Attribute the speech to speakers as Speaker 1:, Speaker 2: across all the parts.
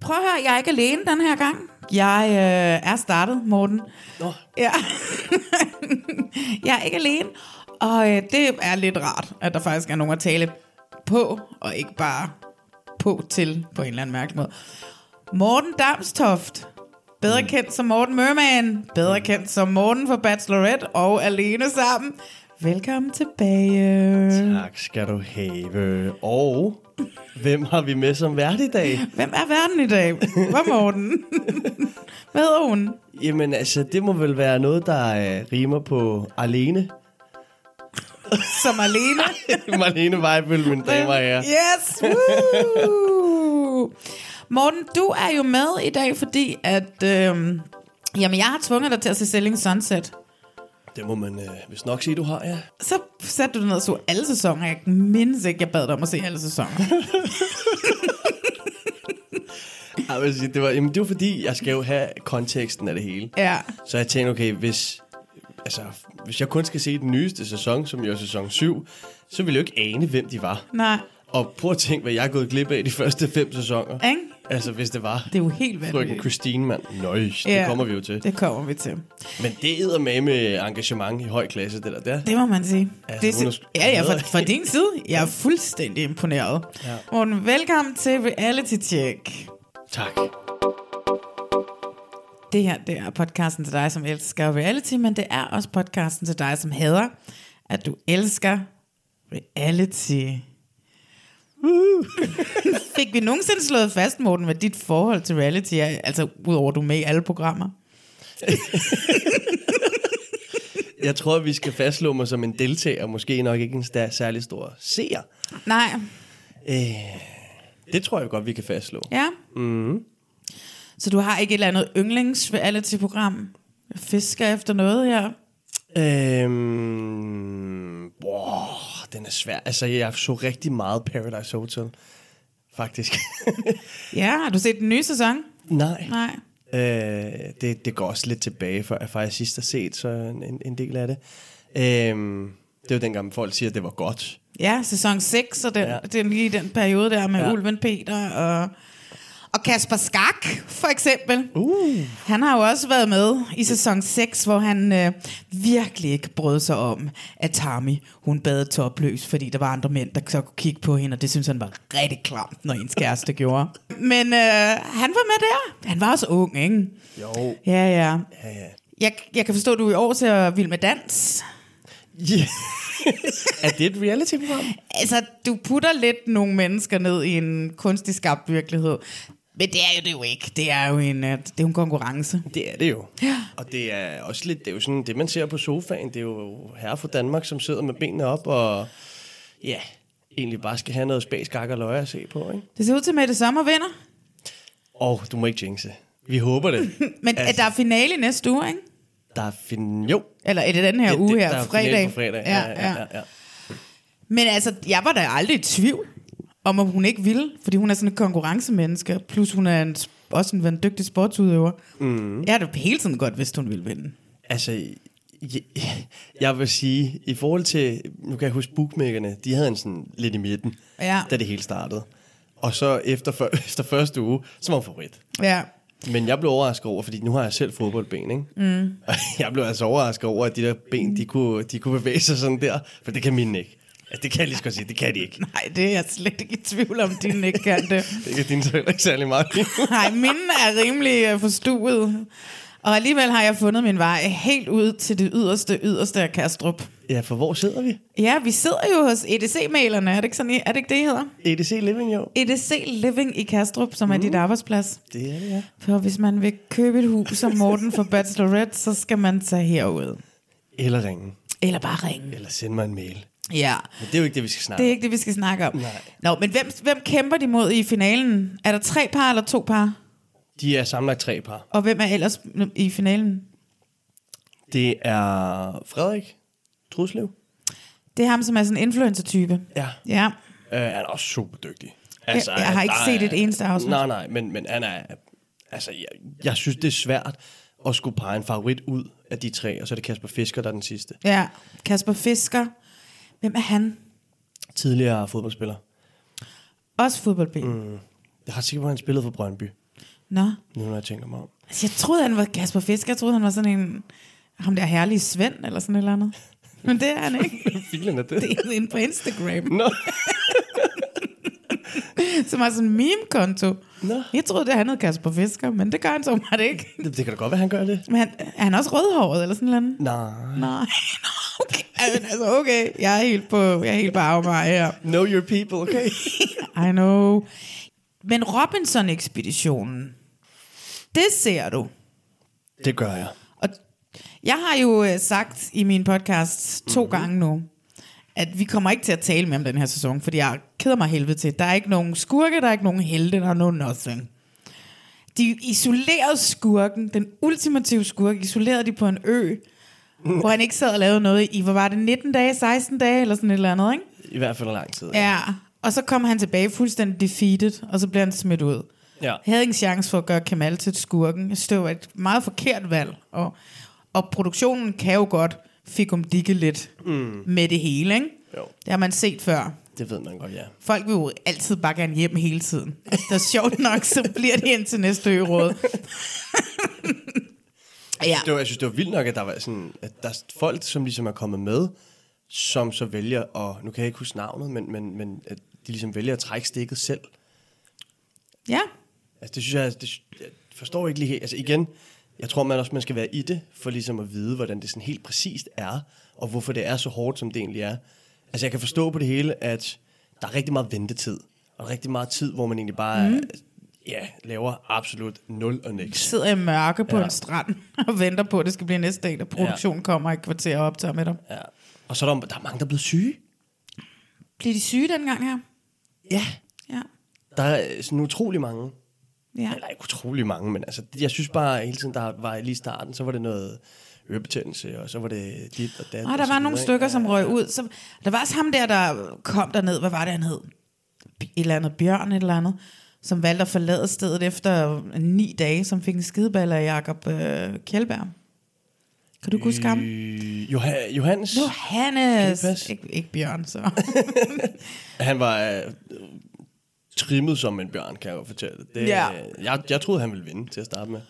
Speaker 1: Prøv at høre, jeg er ikke alene den her gang. Jeg øh, er startet, Morten.
Speaker 2: Nå.
Speaker 1: Ja. jeg er ikke alene. Og øh, det er lidt rart, at der faktisk er nogen at tale på, og ikke bare på til på en eller anden mærkelig måde. Morten Damstoft,
Speaker 2: Mm.
Speaker 1: bedre kendt som Morten Merman, bedre kendt som Morten for Bachelorette og Alene Sammen. Velkommen tilbage.
Speaker 2: Tak skal du have. Og hvem har vi med som vært i dag?
Speaker 1: Hvem er verden i dag? Hvor er Morten? Hvad hedder hun?
Speaker 2: Jamen altså, det må vel være noget, der øh, rimer på alene.
Speaker 1: Som alene?
Speaker 2: Marlene Weibøl, mine damer og herrer.
Speaker 1: Yes! Woo! Morten, du er jo med i dag, fordi at... Øhm, jamen, jeg har tvunget dig til at se Selling Sunset.
Speaker 2: Det må man øh, vist nok sige, du har, ja.
Speaker 1: Så satte du dig ned og så alle sæsoner. Jeg mindes ikke, jeg bad dig om at se alle sæsoner.
Speaker 2: Jeg vil sige, det var, jamen, det var fordi, jeg skal jo have konteksten af det hele.
Speaker 1: Ja.
Speaker 2: Så jeg tænkte, okay, hvis, altså, hvis jeg kun skal se den nyeste sæson, som jo er sæson 7, så ville jeg jo ikke ane, hvem de var.
Speaker 1: Nej.
Speaker 2: Og prøv at tænke, hvad jeg er gået glip af i de første fem sæsoner.
Speaker 1: Ikke?
Speaker 2: Altså, hvis det var.
Speaker 1: Det er jo helt
Speaker 2: Frøken
Speaker 1: vanvittigt.
Speaker 2: Christine, mand. Nøj, det
Speaker 1: Ja.
Speaker 2: kommer vi jo til.
Speaker 1: Det kommer vi til.
Speaker 2: Men det æder med med engagement i høj klasse, det der. der.
Speaker 1: Det må man sige.
Speaker 2: Altså,
Speaker 1: det
Speaker 2: hun
Speaker 1: er,
Speaker 2: er
Speaker 1: si-
Speaker 2: sgu
Speaker 1: ja, ja,
Speaker 2: bedre.
Speaker 1: fra, fra din side. Jeg er fuldstændig imponeret. Ja. Morten, velkommen til Reality Check.
Speaker 2: Tak.
Speaker 1: Det her, det er podcasten til dig, som elsker reality, men det er også podcasten til dig, som hader, at du elsker reality. Woo! Fik vi nogensinde slået fast, Morten, hvad dit forhold til reality er? Altså, udover at du er med i alle programmer.
Speaker 2: Jeg tror, vi skal fastslå mig som en deltager, måske nok ikke en sta- særlig stor seer. Øh,
Speaker 1: Nej.
Speaker 2: Det tror jeg godt, vi kan fastslå.
Speaker 1: Ja. Mm. Så du har ikke et eller andet yndlings-reality-program? Jeg fisker efter noget her.
Speaker 2: Øhm, wow, den er svær. Altså, jeg så rigtig meget Paradise Hotel, faktisk.
Speaker 1: Ja, har du set den nye sæson?
Speaker 2: Nej.
Speaker 1: Nej.
Speaker 2: Øh, det, det går også lidt tilbage, for jeg faktisk sidst har set så en, en- en del af det. Øhm, det er jo dengang, folk siger, at det var godt.
Speaker 1: Ja, sæson 6, og den, ja.
Speaker 2: Ja.
Speaker 1: det er lige den periode der med ja.
Speaker 2: Ja.
Speaker 1: Ulven Peter og, og Kasper Skak, for eksempel. Uh. Han har jo også været med i sæson 6, hvor han øh, virkelig ikke brød sig om, at Tami, hun bad topløs, fordi der var andre mænd, der så kunne kigge på hende, og det synes han var rigtig klamt, når ens kæreste gjorde. Men øh, han var med der. Han var også ung, ikke?
Speaker 2: Jo.
Speaker 1: Ja, ja.
Speaker 2: Ja, ja.
Speaker 1: Jeg, jeg kan forstå, at du i år ser Vild med Dans.
Speaker 2: Yeah. er det et reality-program?
Speaker 1: Altså, du putter lidt nogle mennesker ned i en kunstig skabt virkelighed. Men det er jo det jo ikke. Det er jo en, øh, det er jo en konkurrence.
Speaker 2: Det er det jo. Ja. Og det er også lidt, det er jo sådan, det man ser på sofaen, det er jo herre fra Danmark, som sidder med benene op og ja, egentlig bare skal have noget spagskak og løg at se på, ikke?
Speaker 1: Det ser ud til, at Mette Sommer vinder.
Speaker 2: Og du må ikke jinxe. Vi håber det.
Speaker 1: Men altså. der er finale næste uge, ikke?
Speaker 2: Der er fin... Jo.
Speaker 1: Eller er det den her uge
Speaker 2: det,
Speaker 1: her,
Speaker 2: der er finale
Speaker 1: fredag?
Speaker 2: På fredag.
Speaker 1: Ja, ja, ja.
Speaker 2: ja.
Speaker 1: Men altså, jeg var da aldrig i tvivl om, om hun ikke ville, fordi hun er sådan en konkurrencemenneske, plus hun er en, også en, en dygtig sportsudøver. Mm. Jeg har da hele tiden godt vidst, hun ville vinde.
Speaker 2: Altså, jeg, jeg vil sige, i forhold til, nu kan jeg huske bookmakerne, de havde en sådan lidt i midten,
Speaker 1: Ja.
Speaker 2: da det hele startede. Og så efter, før, efter første uge, så var hun favorit.
Speaker 1: Ja.
Speaker 2: Men jeg blev overrasket over, fordi nu har jeg selv fodboldben, ikke? Mm. Og jeg blev altså overrasket over, at de der ben, de kunne, de kunne bevæge sig sådan der, for det kan mine ikke. Altså, det kan jeg lige så godt sige, det kan de ikke.
Speaker 1: Nej, det er jeg slet ikke i tvivl om, din ikke kan det.
Speaker 2: Det kan din så heller ikke særlig meget.
Speaker 1: Nej, mine er rimelig øh, forstuet. Og alligevel har jeg fundet min vej helt ud til det yderste, yderste af Kastrup.
Speaker 2: ja, for hvor sidder vi?
Speaker 1: Ja, vi sidder jo hos EDC-malerne, er det ikke, sådan, I- er det, ikke det, I hedder?
Speaker 2: EDC Living, jo.
Speaker 1: EDC Living i Kastrup, som er dit arbejdsplads.
Speaker 2: Det er det, ja.
Speaker 1: For hvis man vil købe et hus som Morten for Bachelorette, så skal man tage herud.
Speaker 2: Eller ringen.
Speaker 1: Eller bare ringe.
Speaker 2: Eller send mig en mail.
Speaker 1: Ja,
Speaker 2: Men det er jo ikke det, vi skal snakke
Speaker 1: det er
Speaker 2: om.
Speaker 1: ikke det, vi skal snakke om. Nej. Nå, men hvem, hvem kæmper de mod i finalen? Er der tre par eller to par?
Speaker 2: De er samlet tre par.
Speaker 1: Og hvem er ellers i finalen?
Speaker 2: Det er Frederik Truslev.
Speaker 1: Det er ham, som er sådan en influencer-type.
Speaker 2: Ja.
Speaker 1: Ja.
Speaker 2: Øh, han er også super dygtig.
Speaker 1: Jeg- jeg har
Speaker 2: han-
Speaker 1: ikke
Speaker 2: der
Speaker 1: set
Speaker 2: er-
Speaker 1: et eneste afsnit.
Speaker 2: Nej, nej, men, men han er... Altså, jeg, jeg synes, det er svært at skulle pege en favorit ud af de tre, og så er det Kasper Fisker, der er den sidste.
Speaker 1: ja. Kasper Fisker. Hvem er han?
Speaker 2: Tidligere fodboldspiller.
Speaker 1: Også fodboldben. Mm.
Speaker 2: Jeg har sikkert, at han spillede for Brøndby,
Speaker 1: Nå.
Speaker 2: nu når jeg tænker mig om.
Speaker 1: Altså, jeg troede, han var Kasper Fisker. Jeg troede, han var sådan en... Ham der herlige Svend, eller sådan et eller andet. Men det er han ikke.
Speaker 2: Filen er
Speaker 1: Det er en på Instagram,
Speaker 2: Nå,
Speaker 1: som har sådan en meme-konto.
Speaker 2: Nå.
Speaker 1: Jeg troede, det han hed Kasper Fisker, men det gør han så meget ikke.
Speaker 2: det, det kan da godt være, han gør det.
Speaker 1: Men han, er han også rødhåret, eller sådan et eller andet?
Speaker 2: Nej.
Speaker 1: Nej. Okay. Jamen, altså, okay. Jeg er helt på, jeg er helt på afvej her.
Speaker 2: Know your people, okay?
Speaker 1: I know. Men Robinson-ekspeditionen, det ser du.
Speaker 2: det gør jeg.
Speaker 1: Og jeg har jo øh, sagt i min podcast to mm-hmm. gange nu, at vi kommer ikke til at tale mere om den her sæson, fordi jeg keder mig helvede til. Der er ikke nogen skurke, der er ikke nogen helte, der er no nothing. De isolerede skurken, den ultimative skurk, isolerede de på en ø, hvor han ikke sad og lavede noget i, hvor var det, 19 dage, 16 dage, eller sådan et eller andet, ikke?
Speaker 2: I hvert fald lang tid.
Speaker 1: Ja, og så kom han tilbage fuldstændig defeated, og så blev han smidt ud.
Speaker 2: Ja.
Speaker 1: Jeg havde ingen chance for at gøre Kamal til et skurken. Jeg synes, Det var et meget forkert valg. Og, og produktionen kan jo godt fikum digge lidt mm. med det hele, ikke?
Speaker 2: Jo.
Speaker 1: Det har man set før.
Speaker 2: Det ved man godt, ja.
Speaker 1: Folk vil jo altid bare gerne hjem hele tiden. Så sjovt nok, så bliver det ind til næste øråd. ja.
Speaker 2: Det var, jeg synes, det var vildt nok, at der var sådan, at der er folk, som ligesom er kommet med, som så vælger, og nu kan jeg ikke huske navnet, men, men, men at de ligesom vælger at trække stikket selv.
Speaker 1: ja.
Speaker 2: Altså, det synes jeg, det, sy- jeg forstår ikke lige helt. Altså igen, jeg tror man også, man skal være i det, for ligesom at vide, hvordan det sådan helt præcist er, og hvorfor det er så hårdt, som det egentlig er. Altså jeg kan forstå på det hele, at der er rigtig meget ventetid, og rigtig meget tid, hvor man egentlig bare mm. ja, laver absolut nul og niks.
Speaker 1: Sidder i mørke på ja. en strand og venter på, at det skal blive næste dag, da produktionen ja. kommer i et kvarter og optager med dem.
Speaker 2: Ja. Og så er der, der er mange, der er blevet syge.
Speaker 1: Blev de syge dengang her?
Speaker 2: Ja.
Speaker 1: Ja.
Speaker 2: Der er øh, sådan utrolig mange.
Speaker 1: ja.
Speaker 2: Eller ikke utrolig mange, men altså, jeg synes bare, hele tiden, der var lige i starten, så var det noget ørebetændelse, og så var det dit og dat.
Speaker 1: Og der
Speaker 2: og så
Speaker 1: var nogle
Speaker 2: videre,
Speaker 1: stykker,
Speaker 2: ikke?
Speaker 1: som røg ud. Så, der var også ham der, der kom derned. Hvad var det, han hed? B- Et eller andet Bjørn, et eller andet. Som valgte at forlade stedet efter ni dage, som fik en skideballer af Jacob øh, Kjellberg. Kan du ikke huske ham?
Speaker 2: Øh, Joha- Johannes, no. Kan det
Speaker 1: Johannes!
Speaker 2: passe?
Speaker 1: Ikke, ikke Bjørn, så.
Speaker 2: han var øh, trimmet som en bjørn, kan jeg godt fortælle. Det,
Speaker 1: Ja.
Speaker 2: øh, jeg, jeg troede, han ville vinde til at starte med.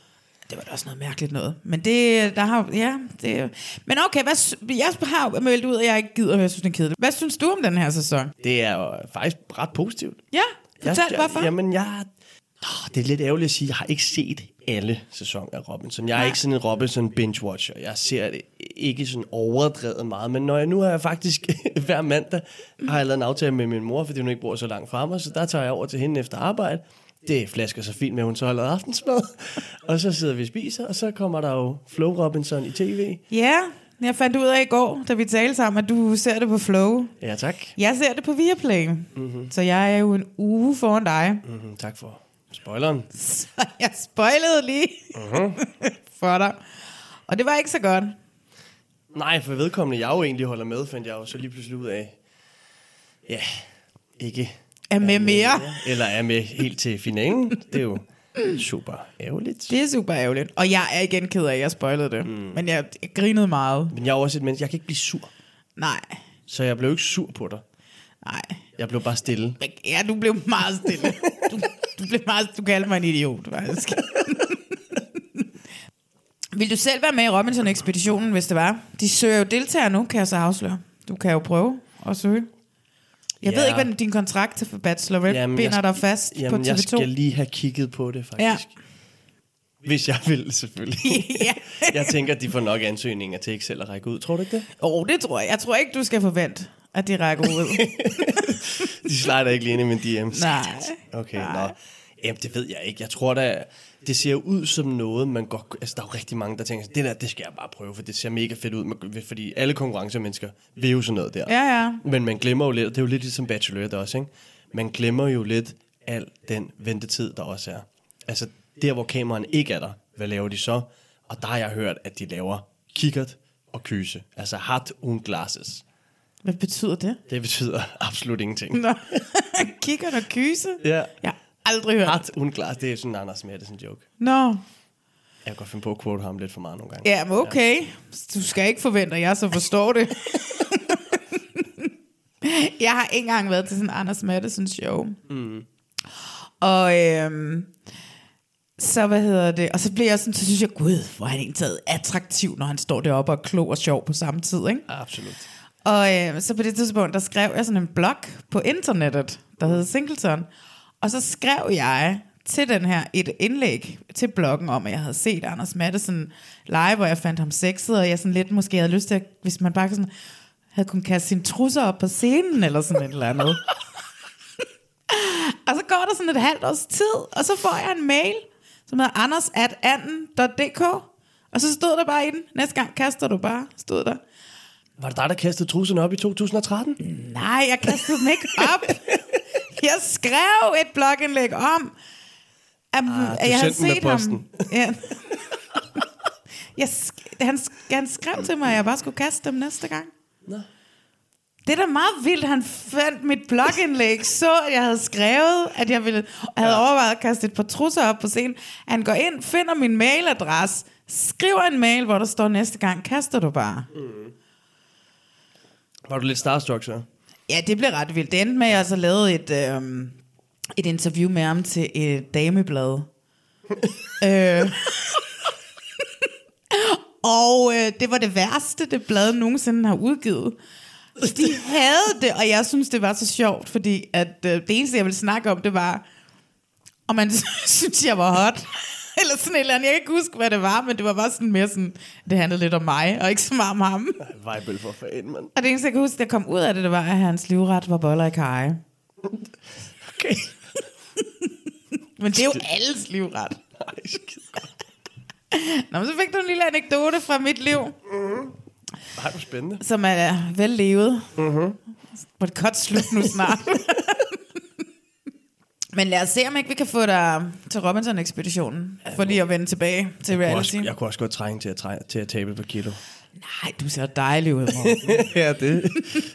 Speaker 1: Det var da også noget mærkeligt noget. Men det, der har, ja, det, men okay, hvad, sy- jeg har jo meldt ud, at jeg ikke gider, og jeg synes, det er kedeligt. Hvad synes du om den her sæson?
Speaker 2: Det er jo faktisk ret positivt.
Speaker 1: Ja, fortæl
Speaker 2: jeg,
Speaker 1: hvorfor.
Speaker 2: Jamen, jeg... Oh, det er lidt ærgerligt at sige, jeg har ikke set alle sæsoner af Robinson. Jeg er
Speaker 1: Nej.
Speaker 2: Nej. ikke sådan en Robinson binge-watcher. Jeg ser det ikke sådan overdrevet meget, men når jeg nu har jeg faktisk hver mandag, har jeg lavet en aftale med min mor, fordi hun ikke bor så langt fra mig, så der tager jeg over til hende efter arbejde. Det flasker så fint med, at hun så har lavet aftensmad. og så sidder vi og spiser, og så kommer der jo Flow Robinson i tv.
Speaker 1: Ja, jeg fandt ud af i går, da vi talte sammen, at du ser det på Flow.
Speaker 2: Ja, tak.
Speaker 1: Jeg ser det på Viaplay, mm-hmm. så jeg er jo en uge foran dig. Mm.
Speaker 2: Mm, tak for spoileren.
Speaker 1: Så jeg spoilede lige mm-hmm. for dig. Og det var ikke så godt.
Speaker 2: Nej, for vedkommende, jeg jo egentlig holder med, fandt jeg jo så lige pludselig ud af, ja, ikke
Speaker 1: Er med mere.
Speaker 2: Eller er med helt til finalen. Det er jo super ærgerligt.
Speaker 1: Det er super ærgerligt. Og jeg er igen ked af, at jeg spoilede det. Mm. Men jeg, jeg grinede meget.
Speaker 2: Men jeg er jo også et menneske, jeg kan ikke blive sur.
Speaker 1: Nej,
Speaker 2: Så jeg blev jo ikke sur på dig.
Speaker 1: nej.
Speaker 2: Jeg blev bare stille.
Speaker 1: Men Ja, du blev meget stille. Du, du, blev meget, du kaldte mig en idiot, faktisk. Vil du selv være med i Robinson-ekspeditionen, hvis det var? De søger jo deltagere nu, kan jeg så afsløre. Du kan jo prøve at søge. Jeg ved
Speaker 2: Ja.
Speaker 1: ikke, hvordan din kontrakt til for Bachelorette jamen, binder
Speaker 2: jeg-
Speaker 1: dig fast på
Speaker 2: jamen,
Speaker 1: TV2.
Speaker 2: jeg skal lige have kigget på det, faktisk. Ja. Hvis jeg vil, selvfølgelig.
Speaker 1: ja.
Speaker 2: jeg tænker, at de får nok ansøgninger til ikke selv at række ud. Tror du ikke det?
Speaker 1: oh, det tror jeg. Jeg tror ikke, du skal forvente, at de rækker ud.
Speaker 2: De slider ikke lige ind i min DM's.
Speaker 1: Nej.
Speaker 2: Okay, Nej. nå. Jamen, det ved jeg ikke. Jeg tror da, det ser jo ud som noget, man godt... Altså, der er jo rigtig mange, der tænker, sådan, det der, det skal jeg bare prøve, for det ser mega fedt ud. Man- Fordi alle konkurrencemennesker vil jo sådan noget der.
Speaker 1: Ja, ja.
Speaker 2: Men man glemmer jo lidt, og det er jo lidt ligesom Bachelorette også, ikke? Man glemmer jo lidt al den ventetid, der også er. Altså, der hvor kameraen ikke er der, hvad laver de så? Og der har jeg hørt, at de laver kikkert og kyse. Altså, hat und glasses.
Speaker 1: Hvad betyder det?
Speaker 2: Det betyder absolut ingenting.
Speaker 1: Nå. Kigger og kyse?
Speaker 2: Ja.
Speaker 1: Jeg har aldrig hørt.
Speaker 2: Ret unglas. Det er sådan en Anders Madsen joke.
Speaker 1: Nå.
Speaker 2: Jeg kan godt finde på at quote ham lidt for meget nogle gange.
Speaker 1: Ja, men okay. Du skal ikke forvente, at jeg så forstår det. jeg har ikke engang været til sådan en Anders Madsen show. Mm. Og øhm, så, hvad hedder det? Og så bliver jeg sådan, så synes jeg, gud, hvor er han egentlig taget attraktiv, når han står deroppe og er klog og sjov på samme tid, ikke?
Speaker 2: Absolut.
Speaker 1: Og øh, så på det tidspunkt, der skrev jeg sådan en blog på internettet, der hed Singleton. Og så skrev jeg til den her et indlæg til bloggen om, at jeg havde set Anders Madsen live, hvor jeg fandt ham sexet, og jeg sådan lidt måske havde lyst til, at, hvis man bare sådan havde kunnet kaste sine trusser op på scenen, eller sådan et eller andet. og så går der sådan et halvt års tid, og så får jeg en mail, som hedder anders.anden.dk, og så stod der bare i den, næste gang kaster du bare, stod der.
Speaker 2: Var det dig, der kastede trusserne op i 2013?
Speaker 1: Nej, jeg kastede dem ikke op. Jeg skrev et blogindlæg om, at, ah, at jeg havde
Speaker 2: sendte
Speaker 1: set
Speaker 2: den med
Speaker 1: ham. Ja. Jeg sk- han, sk- han skrev til mig, at jeg bare skulle kaste dem næste gang.
Speaker 2: Nå.
Speaker 1: Det er da meget vildt, han fandt mit blogindlæg, så at jeg havde skrevet, at jeg ville, og havde overvejet at kaste et par trusser op på scenen. Han går ind, finder min mailadresse, skriver en mail, hvor der står næste gang, kaster du bare.
Speaker 2: Var du lidt starstruck så?
Speaker 1: Ja, det blev ret vildt. Det endte med, at jeg så lavede et, øh, et interview med ham til et dameblad. øh. Og øh, det var det værste, det blad nogensinde har udgivet. De havde det, og jeg synes, det var så sjovt, fordi at, øh, det eneste, jeg ville snakke om, det var, om man synes, jeg var hot. eller sådan et eller andet. Jeg kan ikke huske, hvad det var, men det var bare sådan mere sådan, det handlede lidt om mig, og ikke så meget om ham.
Speaker 2: Vejbøl for fanden, mand.
Speaker 1: Og det eneste, jeg kan huske, der kom ud af det, det var, at hans livret var boller i karry.
Speaker 2: Okay.
Speaker 1: Men det er jo alles livret.
Speaker 2: Nej, skid.
Speaker 1: Nå, men så fik du en lille anekdote fra mit liv,
Speaker 2: Ej, hvor spændende.
Speaker 1: som er vel levet. Mm-hmm. Må det godt slutte nu snart. Men lad os se, om ikke vi kan få dig til Robinson-ekspeditionen, for lige at vende tilbage til
Speaker 2: Jeg kunne,
Speaker 1: reality.
Speaker 2: også, jeg kunne også godt trænge til at, træ, til at tabe på kilo.
Speaker 1: Nej, du ser dejlig ud, Morten.
Speaker 2: ja, det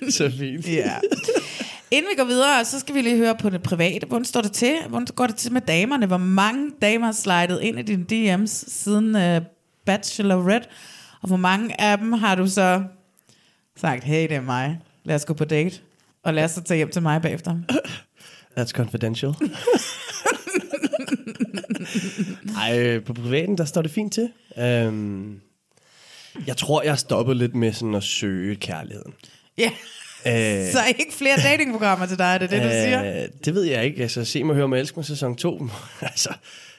Speaker 2: så fint.
Speaker 1: ja. Inden vi går videre, så skal vi lige høre på det private. Hvordan står det til? Hvordan går det til med damerne? Hvor mange damer er slidet ind i dine DM's siden øh, Bachelorette? Og hvor mange af dem har du så sagt, hey, det er mig. Lad os gå på date. Og lad os så tage hjem til mig bagefter.
Speaker 2: That's confidential. Ej, øh, på privaten, der står det fint til. Øhm, jeg tror, jeg stoppede lidt med sådan at søge kærligheden.
Speaker 1: Ja.
Speaker 2: Øh,
Speaker 1: Så ikke flere datingprogrammer til dig, er det det, du siger?
Speaker 2: Øh, det ved jeg ikke. Altså, se mig, høre mig, elske mig, sæson 2. altså,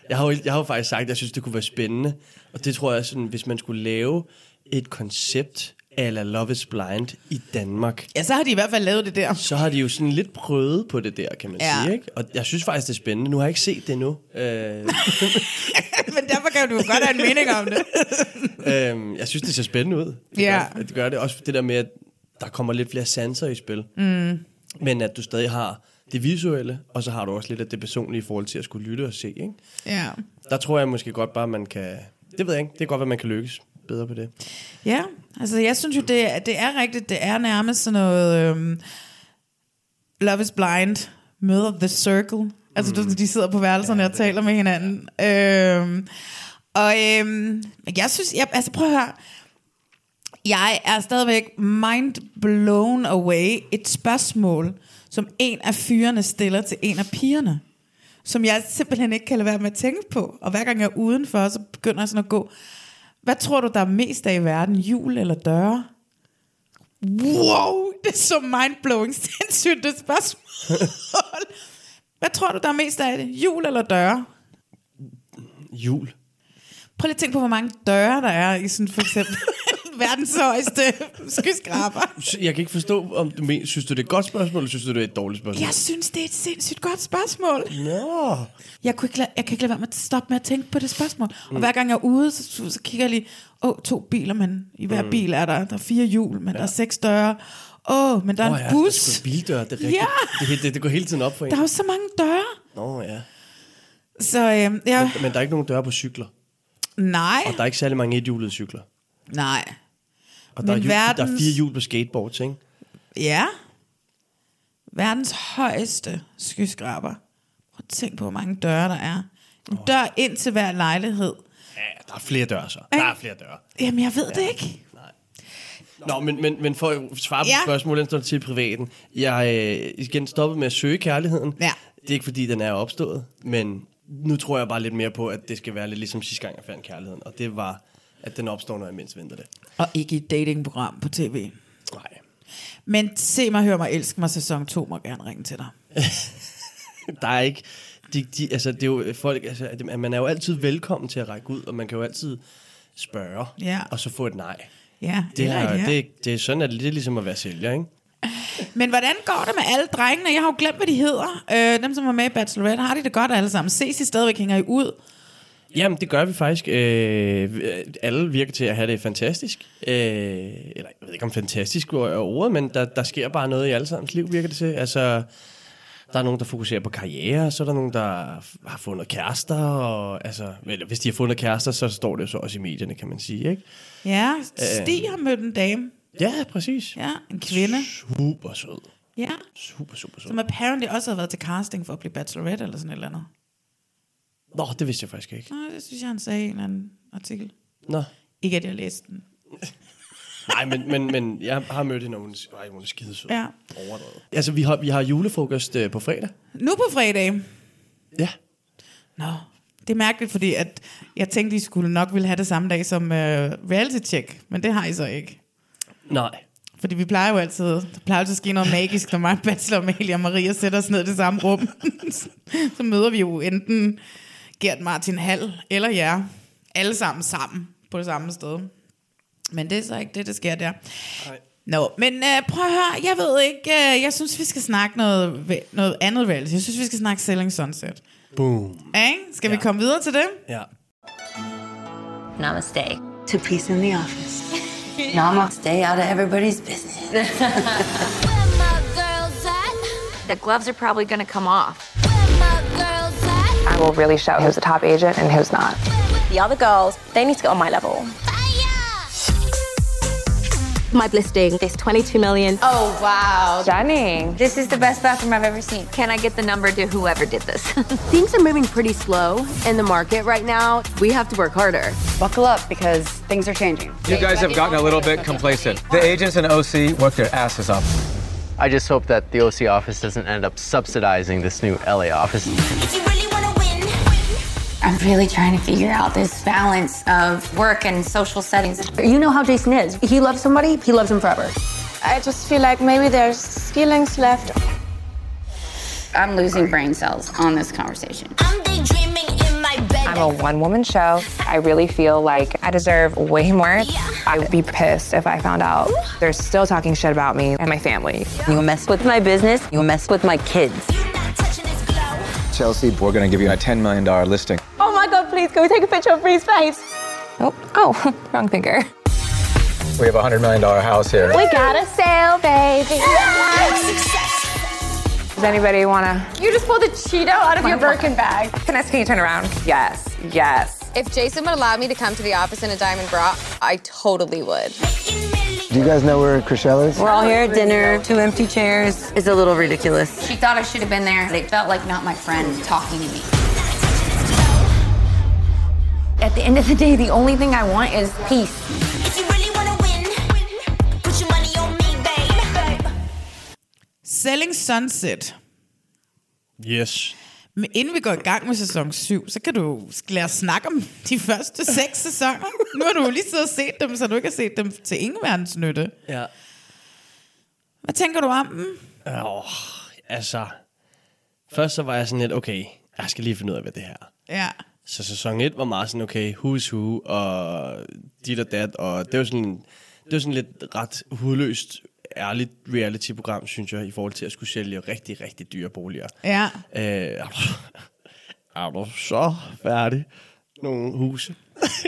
Speaker 2: jeg har, jo, jeg har jo faktisk sagt, at jeg synes, det kunne være spændende. Og det tror jeg, sådan, hvis man skulle lave et koncept ala Love is Blind i Danmark,
Speaker 1: Ja, så har de i hvert fald lavet det der.
Speaker 2: så har de jo sådan lidt prøvet på det der, kan man
Speaker 1: Ja.
Speaker 2: sige. Ikke? Og jeg synes faktisk, det er spændende. Nu har jeg ikke set det endnu. Øh,
Speaker 1: Men derfor kan du jo godt have en mening om det.
Speaker 2: Øhm, jeg synes, det ser spændende ud. Det,
Speaker 1: Ja.
Speaker 2: gør, det gør det også det der med, at der kommer lidt flere sanser i spil. Mm. Men at du stadig har det visuelle, og så har du også lidt af det personlige i forhold til at skulle lytte og se. Ikke?
Speaker 1: Ja.
Speaker 2: Der tror jeg måske godt bare, man kan... Det ved jeg ikke. Det er godt, at man kan lykkes bedre på det.
Speaker 1: Ja, altså jeg synes jo, det, er- det er rigtigt. Det er nærmest sådan noget øhm, Love is Blind møder The Circle. Altså mm. de sidder på værelserne ja, og taler med hinanden. Øhm, og øhm, jeg synes, jeg, altså prøv at høre. Jeg er stadigvæk mind blown away et spørgsmål, som en af fyrene stiller til en af pigerne. Som jeg simpelthen ikke kan lade være med at tænke på. Og hver gang jeg er udenfor, så begynder jeg sådan at gå. Hvad tror du, der er mest af i verden? Jul eller døre? Wow, Det er så mindblowing sindssygt, det spørgsmål. Hvad tror du, der er mest af det? Jul eller døre?
Speaker 2: Jul.
Speaker 1: Prøv lige at tænke på, hvor mange døre der er i sådan for eksempel verdens højeste skyskraber.
Speaker 2: Så Jeg kan ikke forstå, om du men, synes du, det er et godt spørgsmål, eller synes du, det er et dårligt spørgsmål?
Speaker 1: Jeg synes, det er et sindssygt godt spørgsmål.
Speaker 2: Nå.
Speaker 1: Jeg, kunne ikke, lade- jeg kan ikke lade være med at stoppe med at tænke på det spørgsmål. Og hver gang jeg er ude, så, så, så kigger jeg lige, åh, oh, to biler, men i hver bil er der, der er fire hjul, men Mm. ja. der er seks døre. Åh, oh, men der er
Speaker 2: Åh
Speaker 1: oh, en
Speaker 2: ja, Der er
Speaker 1: bus.
Speaker 2: sgu bildør, det er rigtigt.
Speaker 1: Ja.
Speaker 2: Det, det, det, går hele tiden op for en.
Speaker 1: Der er jo så mange døre.
Speaker 2: Nå ja.
Speaker 1: Så øhm, jeg,
Speaker 2: Men der er ikke nogen døre på cykler.
Speaker 1: nej,
Speaker 2: Og der er ikke særlig mange ethjulede cykler.
Speaker 1: nej.
Speaker 2: Og der, er,
Speaker 1: Men
Speaker 2: hjul, der er
Speaker 1: verdens-
Speaker 2: fire hjul på skateboards, ikke?
Speaker 1: Ja. Verdens højeste skyskraber. Prøv at tænk på, hvor mange døre der er. En dør ind til hver lejlighed.
Speaker 2: Ja, der er flere døre så. Der er flere døre.
Speaker 1: Jamen, jeg ved det ikke.
Speaker 2: Nå, men, men, men for at svare på
Speaker 1: Ja.
Speaker 2: ja. spørgsmålet, den står til privaten. Jeg øh, igen stoppet med at søge kærligheden.
Speaker 1: Ja.
Speaker 2: Det er ikke fordi, den er opstået, men nu tror jeg bare lidt mere på, at det skal være lidt ligesom sidste gang, jeg fandt kærligheden. Og det var, at den opstår, når jeg mindst venter det.
Speaker 1: Og ikke i et datingprogram på tv.
Speaker 2: Nej.
Speaker 1: Men se mig, hør mig, elsk mig, sæson 2 må gerne ringe til dig.
Speaker 2: Der er ikke... De, de, altså, det er jo folk, altså, det- man er jo altid velkommen til at række ud, og man kan jo altid spørge,
Speaker 1: Ja.
Speaker 2: og så få et nej.
Speaker 1: Ja,
Speaker 2: Det,
Speaker 1: eller
Speaker 2: er,
Speaker 1: et ja.
Speaker 2: det, det er sådan, at det er ligesom at være sælger, ikke?
Speaker 1: Men hvordan går det med alle drengene? Jeg har jo glemt, hvad de hedder. Øh, dem, som var med i Bachelorette, har de det godt alle sammen? Ses I stadigvæk, hænger I ud?
Speaker 2: Jamen, det gør vi faktisk. Øh, alle virker til at have det fantastisk. Øh, eller, jeg ved ikke om fantastisk ord er ordet, men der, der sker bare noget i allesammens liv, virker det til. Altså, der er nogen, der fokuserer på karriere, så er der nogen, der f- har fundet kærester, og altså, eller hvis de har fundet kærester, så står det jo så også i medierne, kan man sige, ikke?
Speaker 1: Ja,
Speaker 2: Øh.
Speaker 1: Stig har mødt en dame.
Speaker 2: Ja, præcis.
Speaker 1: Ja, en kvinde.
Speaker 2: Super sød.
Speaker 1: Ja.
Speaker 2: Super, super sød.
Speaker 1: Som apparently også har været til casting for at blive bachelorette eller sådan et eller andet.
Speaker 2: Nå, det vidste jeg faktisk ikke.
Speaker 1: Nej, det synes jeg, han sagde i en eller anden artikel.
Speaker 2: Nå.
Speaker 1: Ikke, at jeg læste den.
Speaker 2: Nej, men, men, men jeg har mødt hende, og hun, ej, hun er skidesød.
Speaker 1: Ja.
Speaker 2: Overdrevet. Altså, vi har, vi har julefrokost øh, på fredag.
Speaker 1: Nu på fredag.
Speaker 2: Ja.
Speaker 1: Nå, det er mærkeligt, fordi at jeg tænkte, I skulle nok ville have det samme dag som øh, reality check, men det har I så ikke.
Speaker 2: Nej.
Speaker 1: Fordi vi plejer jo altid, der plejer altid at ske noget magisk, når mig, Bachelor, Amalie og Maria sætter os ned i det samme rum. så møder vi jo enten Gert Martin Hall eller jer, alle sammen sammen på det samme sted. Men det er så ikke det, der sker der.
Speaker 2: Nej.
Speaker 1: Nå, men øh, prøv at høre, jeg ved ikke, øh, jeg synes, vi skal snakke noget, ve- noget andet reality. Jeg synes, vi skal snakke Selling Sunset.
Speaker 2: Boom.
Speaker 1: Ikke? Skal vi komme videre til det?
Speaker 2: Ja.
Speaker 3: Namaste.
Speaker 4: to peace in the office. Nama, stay out of everybody's business.
Speaker 5: Where my girls at?
Speaker 3: The gloves are probably going to come off.
Speaker 5: Where my girls at?
Speaker 6: I will really show who's a top agent and who's not.
Speaker 3: The other girls, they need to get on my level.
Speaker 5: Fire!
Speaker 3: My listing is 22 million. Oh,
Speaker 6: Stunning.
Speaker 7: This is the best bathroom I've ever seen.
Speaker 3: can I get the number to whoever did this? Things are moving pretty slow in the market right now. We have to work harder.
Speaker 4: Buckle up because things are changing.
Speaker 8: You guys have gotten a little bit complacent. The agents and OC work their asses off. I just hope that the OC office doesn't end up subsidizing this new LA office.
Speaker 5: If you really wanna win,
Speaker 7: I'm really trying to figure out this balance of work and social settings. You know how Jason is. He loves somebody, he loves him forever. I just feel like maybe there's feelings left. I'm losing brain cells on this conversation.
Speaker 5: I'm daydreaming in my bed.
Speaker 6: I'm a one woman show. I really feel like I deserve way more. I would be pissed if I found out they're still talking shit about me and my family.
Speaker 4: You mess with my business, you mess with my kids.
Speaker 5: You're not touching this glow.
Speaker 8: Chelsea, we're going to give you a $10 million listing.
Speaker 7: Oh my god, please, can we take a picture of Bree's face?
Speaker 6: Nope. Oh, wrong finger.
Speaker 8: We have a $100 million house here.
Speaker 7: We got a sale, baby.
Speaker 6: Does anybody wanna?
Speaker 7: You just pulled a Cheeto out of your Birkin bag.
Speaker 6: Can I? Can you turn around? Yes. Yes.
Speaker 7: If Jason would allow me to come to the office in a diamond bra, I totally would.
Speaker 5: Making millions.
Speaker 8: Do you guys know where Chriselle is?
Speaker 4: We're all here at dinner, two empty chairs. It's a little ridiculous.
Speaker 7: She thought I should have been there. It felt like not my friend talking to me. At the end of the day, the only thing I want is peace.
Speaker 5: If you really wanna win, put your money on me, babe.
Speaker 1: Selling Sunset.
Speaker 2: Yes.
Speaker 1: Men inden vi går i gang med sæson 7, så kan du jo lade os snakke om de første seks sæsoner. Nu har du jo lige siddet og set dem, så du ikke har set dem til ingen verdens nytte.
Speaker 2: Ja.
Speaker 1: Hvad tænker du om den?
Speaker 2: Åh, altså... Først så var jeg sådan lidt, okay, jeg skal lige finde ud af, hvad det her er.
Speaker 1: Ja.
Speaker 2: Så sæson 1 var meget sådan, okay, who's who, og dit og dat, og det var sådan, det var sådan lidt ret hudløst, ærligt reality-program, synes jeg, i forhold til at skulle sælge rigtig, rigtig dyre boliger.
Speaker 1: Ja.
Speaker 2: Øh, er, du, er du så færdig? Nogle huse.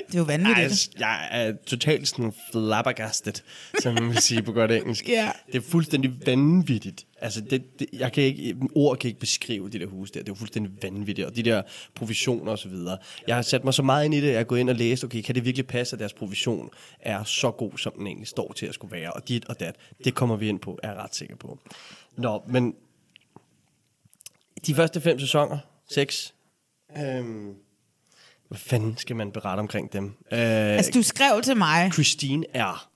Speaker 1: Det er jo vanvittigt.
Speaker 2: Jeg, jeg er totalt sådan flabbergastet, som man vil sige på godt engelsk.
Speaker 1: Ja.
Speaker 2: Det er fuldstændig vanvittigt. Altså, det, det, jeg kan ikke, ord kan ikke beskrive de der huse der. Det er jo fuldstændig vanvittigt. Og de der provisioner og så videre. Jeg har sat mig så meget ind i det, at jeg er gået ind og læst, okay, kan det virkelig passe, at deres provision er så god, som den egentlig står til at skulle være? Og dit og dat, det kommer vi ind på, er jeg ret sikker på. Nå, men de første fem sæsoner, seks, øhm, hvad fanden skal man berette omkring dem? Øh,
Speaker 1: Altså, du skrev til mig.
Speaker 2: Christine er...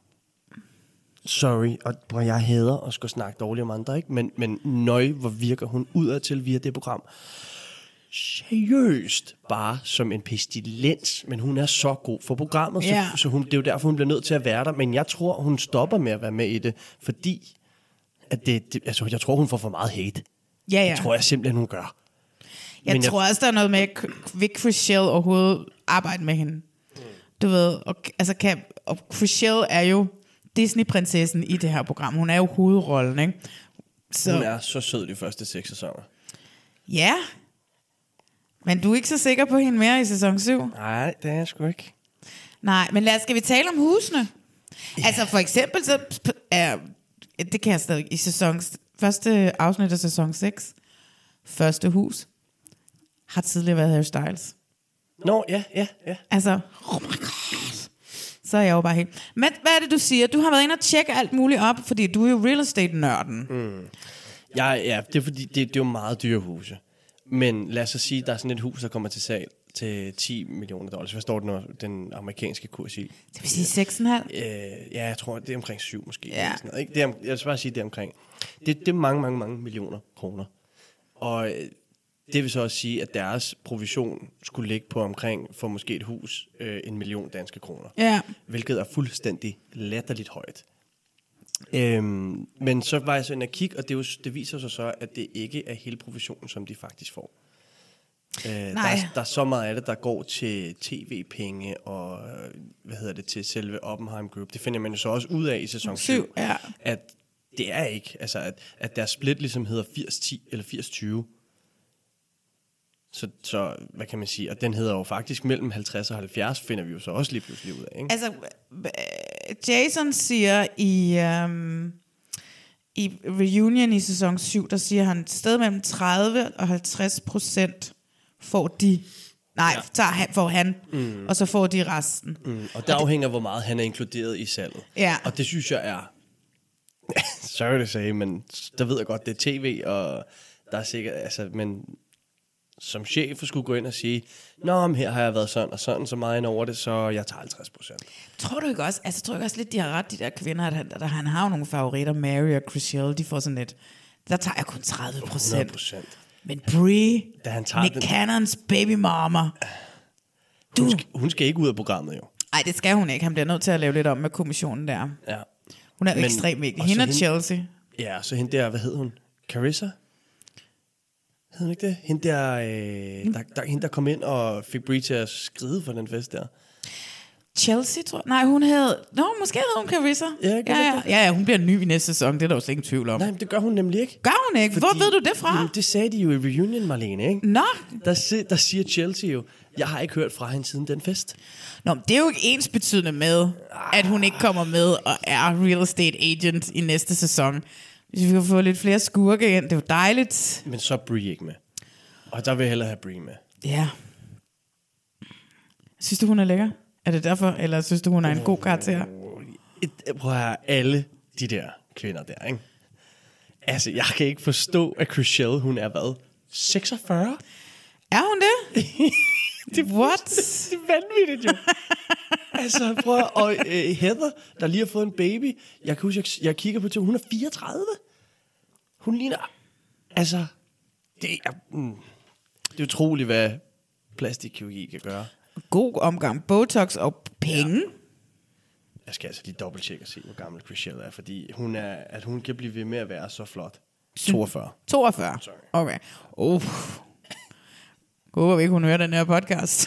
Speaker 2: Sorry, og hvor jeg hader at skulle snakke dårligt om andre, ikke? Men, men nøj, hvor virker hun udadtil via det program. Seriøst, bare som en pestilens, men hun er så god for programmet,
Speaker 1: Ja.
Speaker 2: så, så hun, det er jo derfor, hun bliver nødt til at være der. Men jeg tror, hun stopper med at være med i det, fordi at det, det, altså, jeg tror, hun får for meget hate.
Speaker 1: Ja, ja.
Speaker 2: Det tror jeg simpelthen, hun gør.
Speaker 1: Jeg
Speaker 2: Men jeg-
Speaker 1: tror også, der er noget med, at K- vil Chrishell overhovedet arbejde med hende? Du ved, og, altså kan, og Chrishell er jo Disney-prinsessen i det her program. Hun er jo hovedrollen, ikke? Så,
Speaker 2: Hun er så sød de første seks sæsoner.
Speaker 1: ja. Men du er ikke så sikker på hende mere i sæson 7?
Speaker 2: Nej, det er jeg sgu ikke.
Speaker 1: Nej, men lad os, skal vi tale om husene? Altså for eksempel, så p- er, det kan jeg stadig i sæson, første afsnit af sæson 6, første hus, har tidligere været Harry Styles.
Speaker 2: Nå, ja, ja, ja.
Speaker 1: Altså, oh my god. Så er jeg jo bare helt... Men hvad er det, du siger? Du har været inde og tjekke alt muligt op, fordi du er jo real estate-nørden.
Speaker 2: Mm. Ja, ja, det er fordi, det, det er jo meget dyre huse. Men lad os så sige, der er sådan et hus, der kommer til salg til 10 millioner dollars. Hvad står den, den amerikanske kurs i?
Speaker 1: Det vil sige 6,5?
Speaker 2: Øh, ja, jeg tror, det er omkring 7 måske.
Speaker 1: Ja.
Speaker 2: Ja. Sådan noget, ikke? Det er, om- jeg skal bare sige, det er omkring. Det, det er mange, mange, mange millioner kroner. Og øh, det vil så også sige, at deres provision skulle ligge på omkring, for måske et hus, øh, en million danske kroner.
Speaker 1: Ja.
Speaker 2: Hvilket er fuldstændig latterligt højt. Øhm, men så var jeg så inde og kigge, og det, er jo, det viser sig så, at det ikke er hele provisionen, som de faktisk får. Øh, der,
Speaker 1: Nej.
Speaker 2: er, der er så meget af det, der går til tv-penge og øh, hvad hedder det til selve Oppenheim Group. Det finder man jo så også ud af i sæson 7,
Speaker 1: Syv, ja.
Speaker 2: at det er ikke, altså at, at deres split ligesom hedder 80-10 eller 80-20. Så, så hvad kan man sige, og den hedder jo faktisk mellem 50 og 70, finder vi jo så også lige pludselig ud af. Ikke?
Speaker 1: Altså, øh, Jason siger i, øhm, i Reunion i sæson 7, der siger han, et sted mellem 30 og 50 procent får de... Nej, ja. tager han, får han, mm.
Speaker 2: Mm.
Speaker 1: og så får de resten.
Speaker 2: Mm, og det afhænger, hvor meget han er inkluderet i salget.
Speaker 1: Ja.
Speaker 2: Og det synes jeg er... Sorry to say, men der ved jeg godt, det er tv, og der er sikkert... Altså, men som chef skulle gå ind og sige, Nå, men her har jeg været sådan og sådan så meget ind over det, så jeg tager 50 procent.
Speaker 1: Tror du ikke også, altså tror du ikke også lidt, de har ret, de der kvinder, at han, der, han har jo nogle favoritter, Mary og Chriselle, de får sådan lidt, der tager jeg kun 30 procent.
Speaker 2: 100%.
Speaker 1: Men Brie,
Speaker 2: Da han tager
Speaker 1: Nick
Speaker 2: den-
Speaker 1: Cannons baby mama.
Speaker 2: Hun, skal, hun skal ikke ud af programmet, jo.
Speaker 1: Nej, det skal hun ikke. Han bliver nødt til at lave lidt om med kommissionen der.
Speaker 2: Ja.
Speaker 1: Hun er
Speaker 2: Men-
Speaker 1: ekstremt vigtig.
Speaker 2: og så
Speaker 1: Hende og
Speaker 2: hende-
Speaker 1: Chelsea.
Speaker 2: Ja, så hende der, hvad hed hun? Carissa? Hed hun ikke det? Hende der, øh, der, der, hende der kom ind og fik Brie til at skride for den fest der.
Speaker 1: Chelsea, tror Nej, hun hed... Nå, måske hed hun Carissa. Ja, ja, ja. ja, ja, hun bliver ny i næste sæson. Det er der jo slet ingen tvivl om.
Speaker 2: Nej, men det gør hun nemlig ikke.
Speaker 1: Gør hun ikke? Hvor ved du det fra?
Speaker 2: Jamen, det sagde de jo i Reunion, Marlene, ikke?
Speaker 1: Nå.
Speaker 2: Der, si- der siger Chelsea jo, jeg har ikke hørt fra hende siden den fest.
Speaker 1: Nå, men det er jo ikke ens betydende med, at hun ikke kommer med og er real estate agent i næste sæson. Hvis vi kan få lidt flere skurke ind, det er jo dejligt.
Speaker 2: Men så er Brie ikke med. Og der vil jeg hellere have Brie med.
Speaker 1: Ja. Synes du, hun er lækker? Er det derfor? Eller synes du, hun er en god karakter?
Speaker 2: Øh. Et, øh, prøv at høre, alle de der kvinder der, ikke? Altså, jeg kan ikke forstå, at Chriselle, hun er hvad? 46?
Speaker 1: Er hun det?
Speaker 2: det
Speaker 1: er What?
Speaker 2: Det er vanvittigt, jo. altså, prøv at, og øh, Heather, der lige har fået en baby, jeg kan huske, jeg, jeg kigger på til, hun er 34. Hun ligner, altså, det er, mm, det er utroligt, hvad plastikkirurgi kan gøre.
Speaker 1: God omgang. Botox og penge.
Speaker 2: Jeg skal altså lige dobbelttjekke og se, hvor gammel Chriselle er, fordi hun er, at hun kan blive ved med at være så flot. 42.
Speaker 1: 42. Okay. Uff. Gud, hvor vi ikke hun hører den her podcast.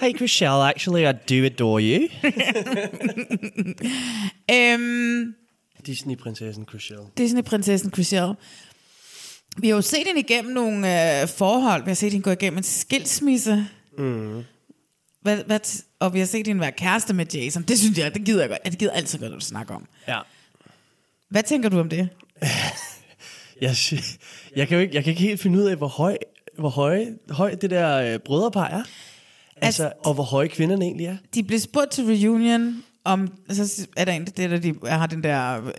Speaker 9: Hey, Chriselle, actually, I do adore you.
Speaker 1: øhm,
Speaker 2: Disney-prinsessen Chriselle.
Speaker 1: Disney-prinsessen Chriselle. Vi har jo set hende igennem nogle øh, forhold. Vi har set hende gå igennem en skilsmisse.
Speaker 2: Mm.
Speaker 1: Hvad, hvad t- og vi har set hende være kæreste med Jason. Det synes jeg, det gider jeg godt. Ja, det gider jeg altid godt, at du snakker om.
Speaker 2: Ja.
Speaker 1: Hvad tænker du om det?
Speaker 2: Jeg, sy- jeg, kan jo ikke, jeg kan ikke helt finde ud af, hvor høj, hvor høj, høj det der øh, brødrepar er. Altså, altså, og hvor høje kvinderne egentlig er.
Speaker 1: De blev spurgt til reunion om... Så er der en, det der, de har den der... Øh, øh,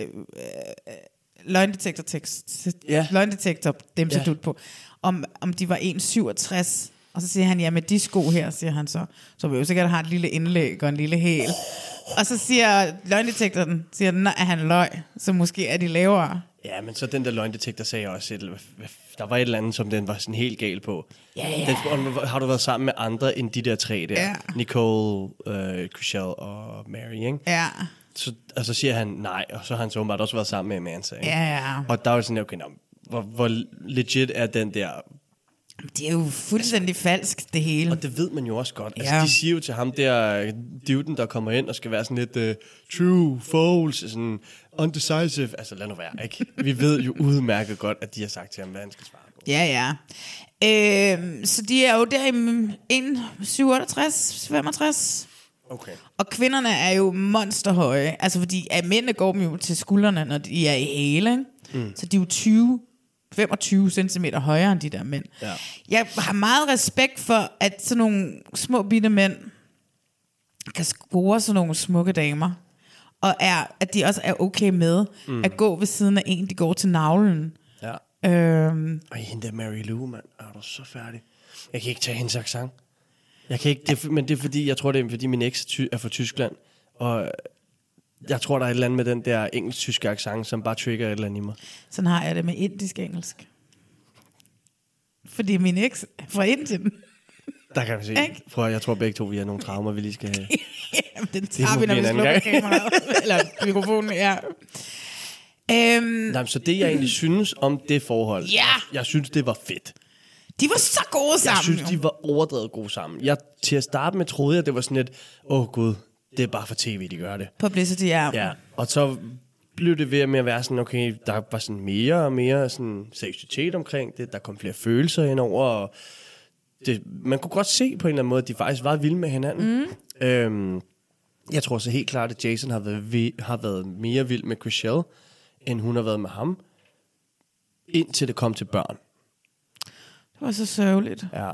Speaker 1: løgndetektor tekst.
Speaker 2: Ja.
Speaker 1: Løgndetektor, dem
Speaker 2: Ja.
Speaker 1: ja. dut på. Om, om de var 1,67. Og så siger han, ja, med de sko her, siger han så. Så vi jo sikkert har et lille indlæg og en lille hæl. Og så siger løgndetektoren, siger den, nej, han løg. Så måske er de lavere.
Speaker 2: Ja, men så den der løgndetektor sagde også, et, eller- hvad- hvad- der var et eller andet, som den var sådan helt gal på.
Speaker 1: Ja, ja.
Speaker 2: Den spurgte, "Hvor- har du været sammen med andre end de der tre der?
Speaker 1: Ja.
Speaker 2: Nicole, øh, Chriselle og Mary, ikke?
Speaker 1: Ja.
Speaker 2: Så, og så siger han nej, og så har han så åbenbart også været sammen med Amanda, ikke?
Speaker 1: Ja, ja.
Speaker 2: Og der var sådan, okay, nå, hvor, hvor legit er den der...
Speaker 1: Det er jo fuldstændig altså, falsk, det hele.
Speaker 2: Og det ved man jo også godt. Altså,
Speaker 1: Ja.
Speaker 2: de siger jo til ham der, øh, duden, der kommer ind og skal være sådan lidt uh, true, false, sådan undecisive. Altså, lad nu være, ikke? Vi ved jo udmærket godt, at de har sagt til ham, hvad han skal svare.
Speaker 1: Ja, ja. Øhm, så de er jo der i 67, 65.
Speaker 2: Okay.
Speaker 1: Og kvinderne er jo monsterhøje. Altså fordi at mændene går dem jo til skuldrene, når de er i hæle. ikke?
Speaker 2: Mm.
Speaker 1: Så de er jo 20, 25 cm højere end de der mænd.
Speaker 2: Ja.
Speaker 1: Jeg har meget respekt for, at sådan nogle små bitte mænd kan score sådan nogle smukke damer. Og er, at de også er okay med
Speaker 2: Mm.
Speaker 1: mm. at gå ved siden af en, de går til navlen.
Speaker 2: Ja.
Speaker 1: Øhm,
Speaker 2: Og hende der Mary Lou, mand, er du så færdig? Jeg kan ikke tage hendes accent. Jeg kan ikke, det, er- men det er fordi, jeg tror, det er fordi min eks er ty- er fra Tyskland, og jeg tror, der er et eller andet med den der engelsk-tyske accent, som bare trigger et eller andet i mig.
Speaker 1: Sådan har jeg det med indisk engelsk. Fordi min eks er fra Indien.
Speaker 2: Der kan vi se.
Speaker 1: Ikke?
Speaker 2: Prøv, at- jeg tror begge to, vi har nogle traumer, vi lige skal have.
Speaker 1: Jamen, den
Speaker 2: Det
Speaker 1: tager
Speaker 2: må
Speaker 1: vi, når
Speaker 2: blive
Speaker 1: vi
Speaker 2: en anden
Speaker 1: slukker
Speaker 2: gang.
Speaker 1: kameraet. Eller mikrofonen, ja. Øhm,
Speaker 2: Nej, men så det, jeg egentlig synes om det forhold,
Speaker 1: Ja.
Speaker 2: jeg synes, det var fedt.
Speaker 1: de var så gode sammen.
Speaker 2: Jeg synes,
Speaker 1: jo.
Speaker 2: de var overdrevet gode sammen. Jeg, til at starte med troede jeg, det var sådan et, åh oh, gud, det er bare for tv, de gør det.
Speaker 1: Publicity, ja.
Speaker 2: Ja, og så blev det ved med at være sådan, okay, der var sådan mere og mere sådan seksualitet omkring det, der kom flere følelser indover, og det, man kunne godt se på en eller anden måde, at de faktisk var vilde med hinanden. Mm. Øhm, jeg tror så helt klart, at Jason har været, vi, har været mere vild med Chriselle, end hun har været med ham, indtil det kom til børn.
Speaker 1: Det var så sørgeligt.
Speaker 2: Ja.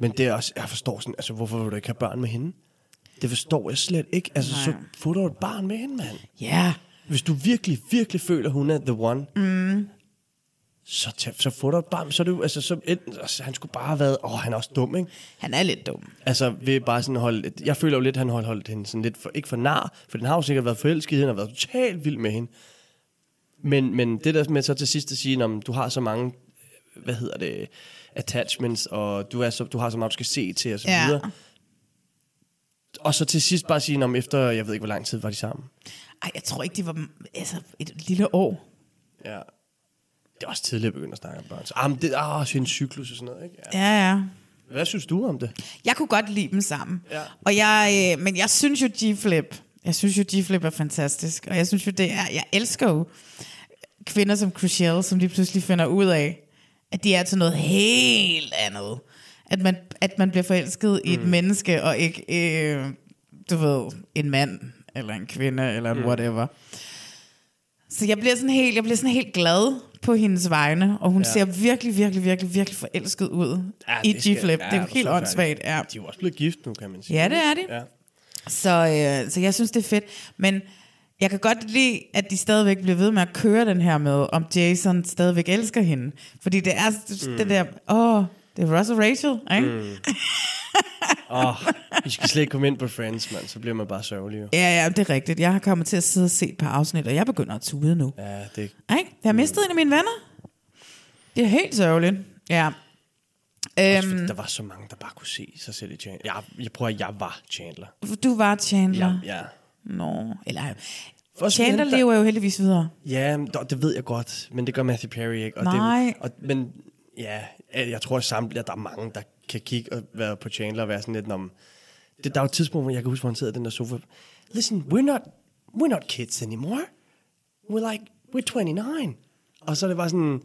Speaker 2: Men det er også, jeg forstår sådan, altså hvorfor vil du ikke have børn med hende? Det forstår jeg slet ikke. Altså, Nej. så får du et barn med hende, mand.
Speaker 1: Ja.
Speaker 2: Hvis du virkelig, virkelig føler, hun er the one,
Speaker 1: Mm.
Speaker 2: så, tag, så får du et barn. Så er det jo, altså, så, enten, altså, han skulle bare have været, åh, han er også dum, ikke?
Speaker 1: Han er lidt dum.
Speaker 2: Altså, ved bare sådan holde, jeg føler jo lidt, han holdt, holdt hende sådan lidt, for, ikke for nar, for den har jo sikkert været forelsket, i hende, og været totalt vild med hende. Men, men det der med så til sidst at sige, når du har så mange, hvad hedder det, attachments, og du, er så, du har så meget, du skal se til, og så
Speaker 1: Ja.
Speaker 2: videre. Og så til sidst bare sige, om efter, jeg ved ikke, hvor lang tid var de sammen.
Speaker 1: Ej, jeg tror ikke, de var altså, et lille år.
Speaker 2: Ja. Det er også tidligt at begynde at snakke om børn. Så, ah, men det er også en cyklus og sådan noget, ikke?
Speaker 1: Ja, ja.
Speaker 2: Hvad synes du om det?
Speaker 1: Jeg kunne godt lide dem sammen. Ja. Og jeg, øh, men jeg synes jo G-Flip, jeg synes jo G-Flip er fantastisk, og jeg synes jo det er, jeg elsker jo kvinder som Crucial, som de pludselig finder ud af, at de er til noget helt andet. At man, at man bliver forelsket mm. i et menneske, og ikke, øh, du ved, en mand, eller en kvinde, eller en
Speaker 2: Mm.
Speaker 1: mm. whatever. Så jeg bliver, sådan helt, jeg bliver sådan helt glad på hendes vegne, og hun
Speaker 2: Ja.
Speaker 1: ja. ser virkelig, virkelig, virkelig, virkelig forelsket ud ja, i
Speaker 2: det skal-
Speaker 1: G-Flip. Ja, det er jo
Speaker 2: du
Speaker 1: helt
Speaker 2: så
Speaker 1: åndssvagt.
Speaker 2: færdig. De er jo også blevet gift nu, kan man sige.
Speaker 1: Ja, det er de.
Speaker 2: Ja.
Speaker 1: Så, øh, så jeg synes, det er fedt. Men jeg kan godt lide, at de stadigvæk bliver ved med at køre den her med, om Jason stadigvæk elsker hende. Fordi det er mm.
Speaker 2: Mm.
Speaker 1: det der, åh, oh, det er Ross og Rachel, ikke? Mm.
Speaker 2: Åh, oh, vi skal slet ikke komme ind på Friends, mand. Så bliver man bare sørgelig. jo.
Speaker 1: Ja, ja, det er rigtigt. Jeg har kommet til at sidde og se et par afsnit, og jeg begynder at tude nu.
Speaker 2: Ja, Mm. det
Speaker 1: Ikke? Jeg har mistet en af mine venner. Det er helt sørgeligt. Ja.
Speaker 2: Også fordi der var så mange, der bare kunne se sig selv i Chandler. Jeg, jeg prøver, at jeg var Chandler.
Speaker 1: Du var Chandler.
Speaker 2: Ja. ja.
Speaker 1: Nå, eller...
Speaker 2: For
Speaker 1: Chandler
Speaker 2: Chandler-
Speaker 1: lever jo heldigvis videre.
Speaker 2: Ja, men dog, det ved jeg godt, men det gør Matthew Perry ikke. Og
Speaker 1: Nej.
Speaker 2: Det, og, men ja, jeg tror samt, at der er mange, der kan kigge og være på Chandler og være sådan lidt om... Det, der er jo et tidspunkt, hvor jeg kan huske, hvor han sidder i den der sofa. Listen, we're not, we're not kids anymore. We're like, we're 29. Og så er det bare sådan,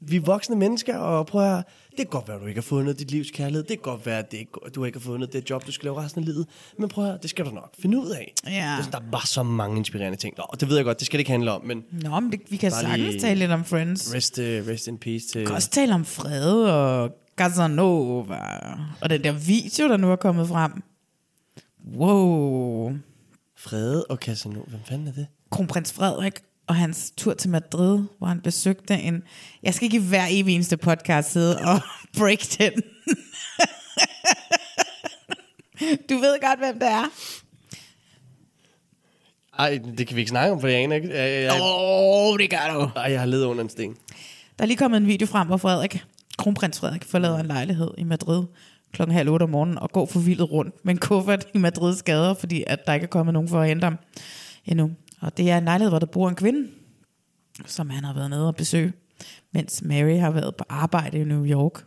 Speaker 2: vi er voksne mennesker, og prøv at høre, det kan godt være, at du ikke har fundet dit livs kærlighed. Det kan godt være, at det ikke, du ikke har fundet det job, du skal lave resten af livet. Men prøv at høre, det skal du nok finde ud af.
Speaker 1: Ja.
Speaker 2: Det er sådan, der var så mange inspirerende ting. Og det ved jeg godt, det skal det ikke handle om, men...
Speaker 1: Nå, men det, vi kan sagtens tale lidt om Friends.
Speaker 2: Rest, uh, rest in peace til...
Speaker 1: Vi kan også tale om fred og Casanova. Og den der video, der nu er kommet frem. Wow.
Speaker 2: Frede og Casanova. Hvem fanden er det?
Speaker 1: Kronprins Frederik og hans tur til Madrid, hvor han besøgte en... Jeg skal ikke i hver evig eneste podcast sidde og break den. du ved godt, hvem det er.
Speaker 2: Ej, det kan vi ikke snakke om, for jeg aner ikke. Åh, jeg, jeg,
Speaker 1: oh, det gør du.
Speaker 2: Ej, jeg har ledet under en sten.
Speaker 1: Der er lige kommet en video frem, hvor Frederik, kronprins Frederik, forlader en lejlighed i Madrid klokken halv otte om morgenen og går forvildet rundt med en kuffert i Madrids gader, fordi at der ikke er kommet nogen for at hente ham endnu. Og det er en lejlighed, hvor der bor en kvinde, som han har været nede og besøge, mens Mary har været på arbejde i New York.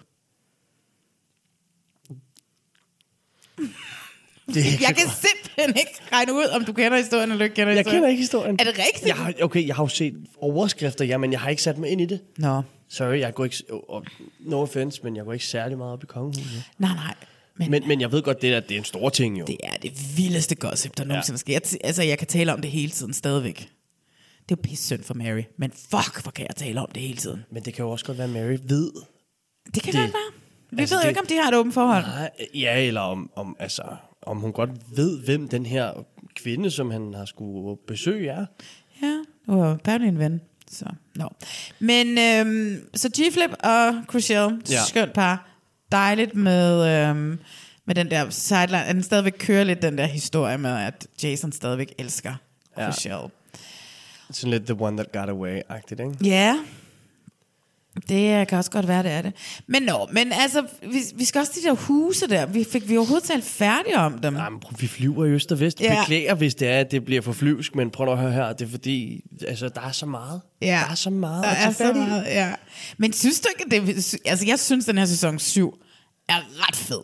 Speaker 2: Det er ikke
Speaker 1: Jeg kan simpelthen ikke regne ud, om du kender historien eller ikke kender
Speaker 2: Jeg
Speaker 1: historien.
Speaker 2: kender ikke historien.
Speaker 1: Er det rigtigt?
Speaker 2: Jeg har, okay, jeg har jo set overskrifter, ja, men jeg har ikke sat mig ind i det.
Speaker 1: Nå.
Speaker 2: Sorry, jeg går ikke... og- og- No offense, men jeg går ikke særlig meget op i kongehuset.
Speaker 1: Nej, nej.
Speaker 2: Men, men, men jeg ved godt, det er, det er en stor ting jo. Det
Speaker 1: er det vildeste gossip, der nogensinde sker. Jeg, t- altså, jeg kan tale om det hele tiden stadigvæk. Det er jo pisse synd for Mary, men fuck, hvor kan jeg tale om det hele tiden.
Speaker 2: Men det kan jo også godt være, at Mary ved.
Speaker 1: Det kan det,
Speaker 2: det-
Speaker 1: godt være. Vi altså
Speaker 2: altså,
Speaker 1: ved jo
Speaker 2: det-
Speaker 1: ikke, om de har et åbent forhold.
Speaker 2: Nej, ja, eller om, om, altså, om hun godt ved, hvem den her kvinde, som han har skulle besøge, er.
Speaker 1: Ja, du var apparently en ven. Så, no. Men øhm, så G-Flip og Crucial,
Speaker 2: Ja.
Speaker 1: ja. skønt par. Dejligt med, øhm, med den der sideline. At den stadigvæk kører lidt den der historie med, at Jason stadigvæk elsker
Speaker 2: Ja.
Speaker 1: Crucial. Ja.
Speaker 2: Sådan lidt the one that got away-agtigt, ikke?
Speaker 1: Ja. Det øh, kan også godt være, det er det. Men nå, men altså, vi, vi skal også de der huse der. Vi fik vi overhovedet talt færdige om dem.
Speaker 2: Jamen, Vi flyver i øst og vest.
Speaker 1: Ja.
Speaker 2: Ja. Beklager, hvis det er, at det bliver for flyvsk, men prøv nu at høre her, det er fordi, altså, der er så meget.
Speaker 1: Ja.
Speaker 2: Der er så meget.
Speaker 1: Der
Speaker 2: at tage
Speaker 1: er så
Speaker 2: fat i.
Speaker 1: meget, ja. Men synes du ikke, at det... Altså, jeg synes, den her sæson 7 er ret fed.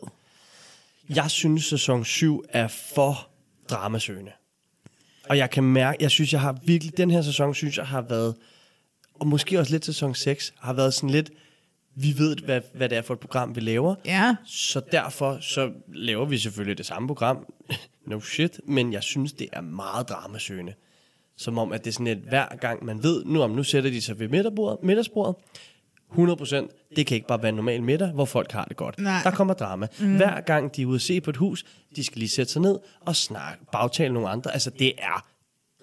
Speaker 2: Jeg synes, sæson 7 er for dramasøgende. Og jeg kan mærke, jeg synes, jeg har virkelig, den her sæson, synes jeg har været, og måske også lidt sæson 6, har været sådan lidt, vi ved, hvad, hvad det er for et program, vi laver.
Speaker 1: Ja.
Speaker 2: Så derfor, så laver vi selvfølgelig det samme program. no shit. Men jeg synes, det er meget dramasøgende. Som om, at det er sådan lidt, hver gang man ved, nu om nu sætter de sig ved midterbordet, middagsbordet, 100%, det kan ikke bare være en normal middag, hvor folk har det godt.
Speaker 1: Nej.
Speaker 2: Der kommer drama.
Speaker 1: Mm.
Speaker 2: Mm. Hver gang de er ude at se på et hus, de skal lige sætte sig ned og snakke, bagtale nogle andre. Altså, det er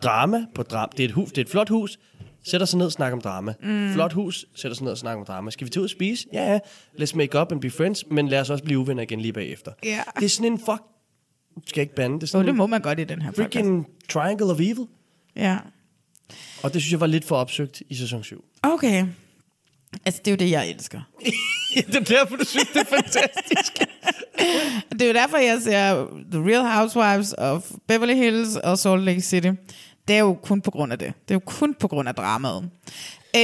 Speaker 2: drama på drama. Det er et, hus, det er et flot hus, sætter sig ned og snakker om drama.
Speaker 1: Mm.
Speaker 2: Mm. Flot hus, sætter sig ned og snakker om drama. Skal vi tage ud og spise? Ja, ja. Let's make up and be friends, men lad os også blive uvenner igen lige bagefter.
Speaker 1: Ja.
Speaker 2: Det er sådan en fuck... Du skal ikke bande. Det, er sådan
Speaker 1: Jo, det må man godt i den her
Speaker 2: en Mm. freaking triangle of evil.
Speaker 1: Ja.
Speaker 2: Og det synes jeg var lidt for opsøgt i sæson 7.
Speaker 1: Okay. Altså, det er jo det, jeg elsker.
Speaker 2: det er derfor, du synes, det er fantastisk.
Speaker 1: det er jo derfor, jeg ser The Real Housewives of Beverly Hills og Salt Lake City. Det er jo kun på grund af det. Det er jo kun på grund af dramaet. Øh,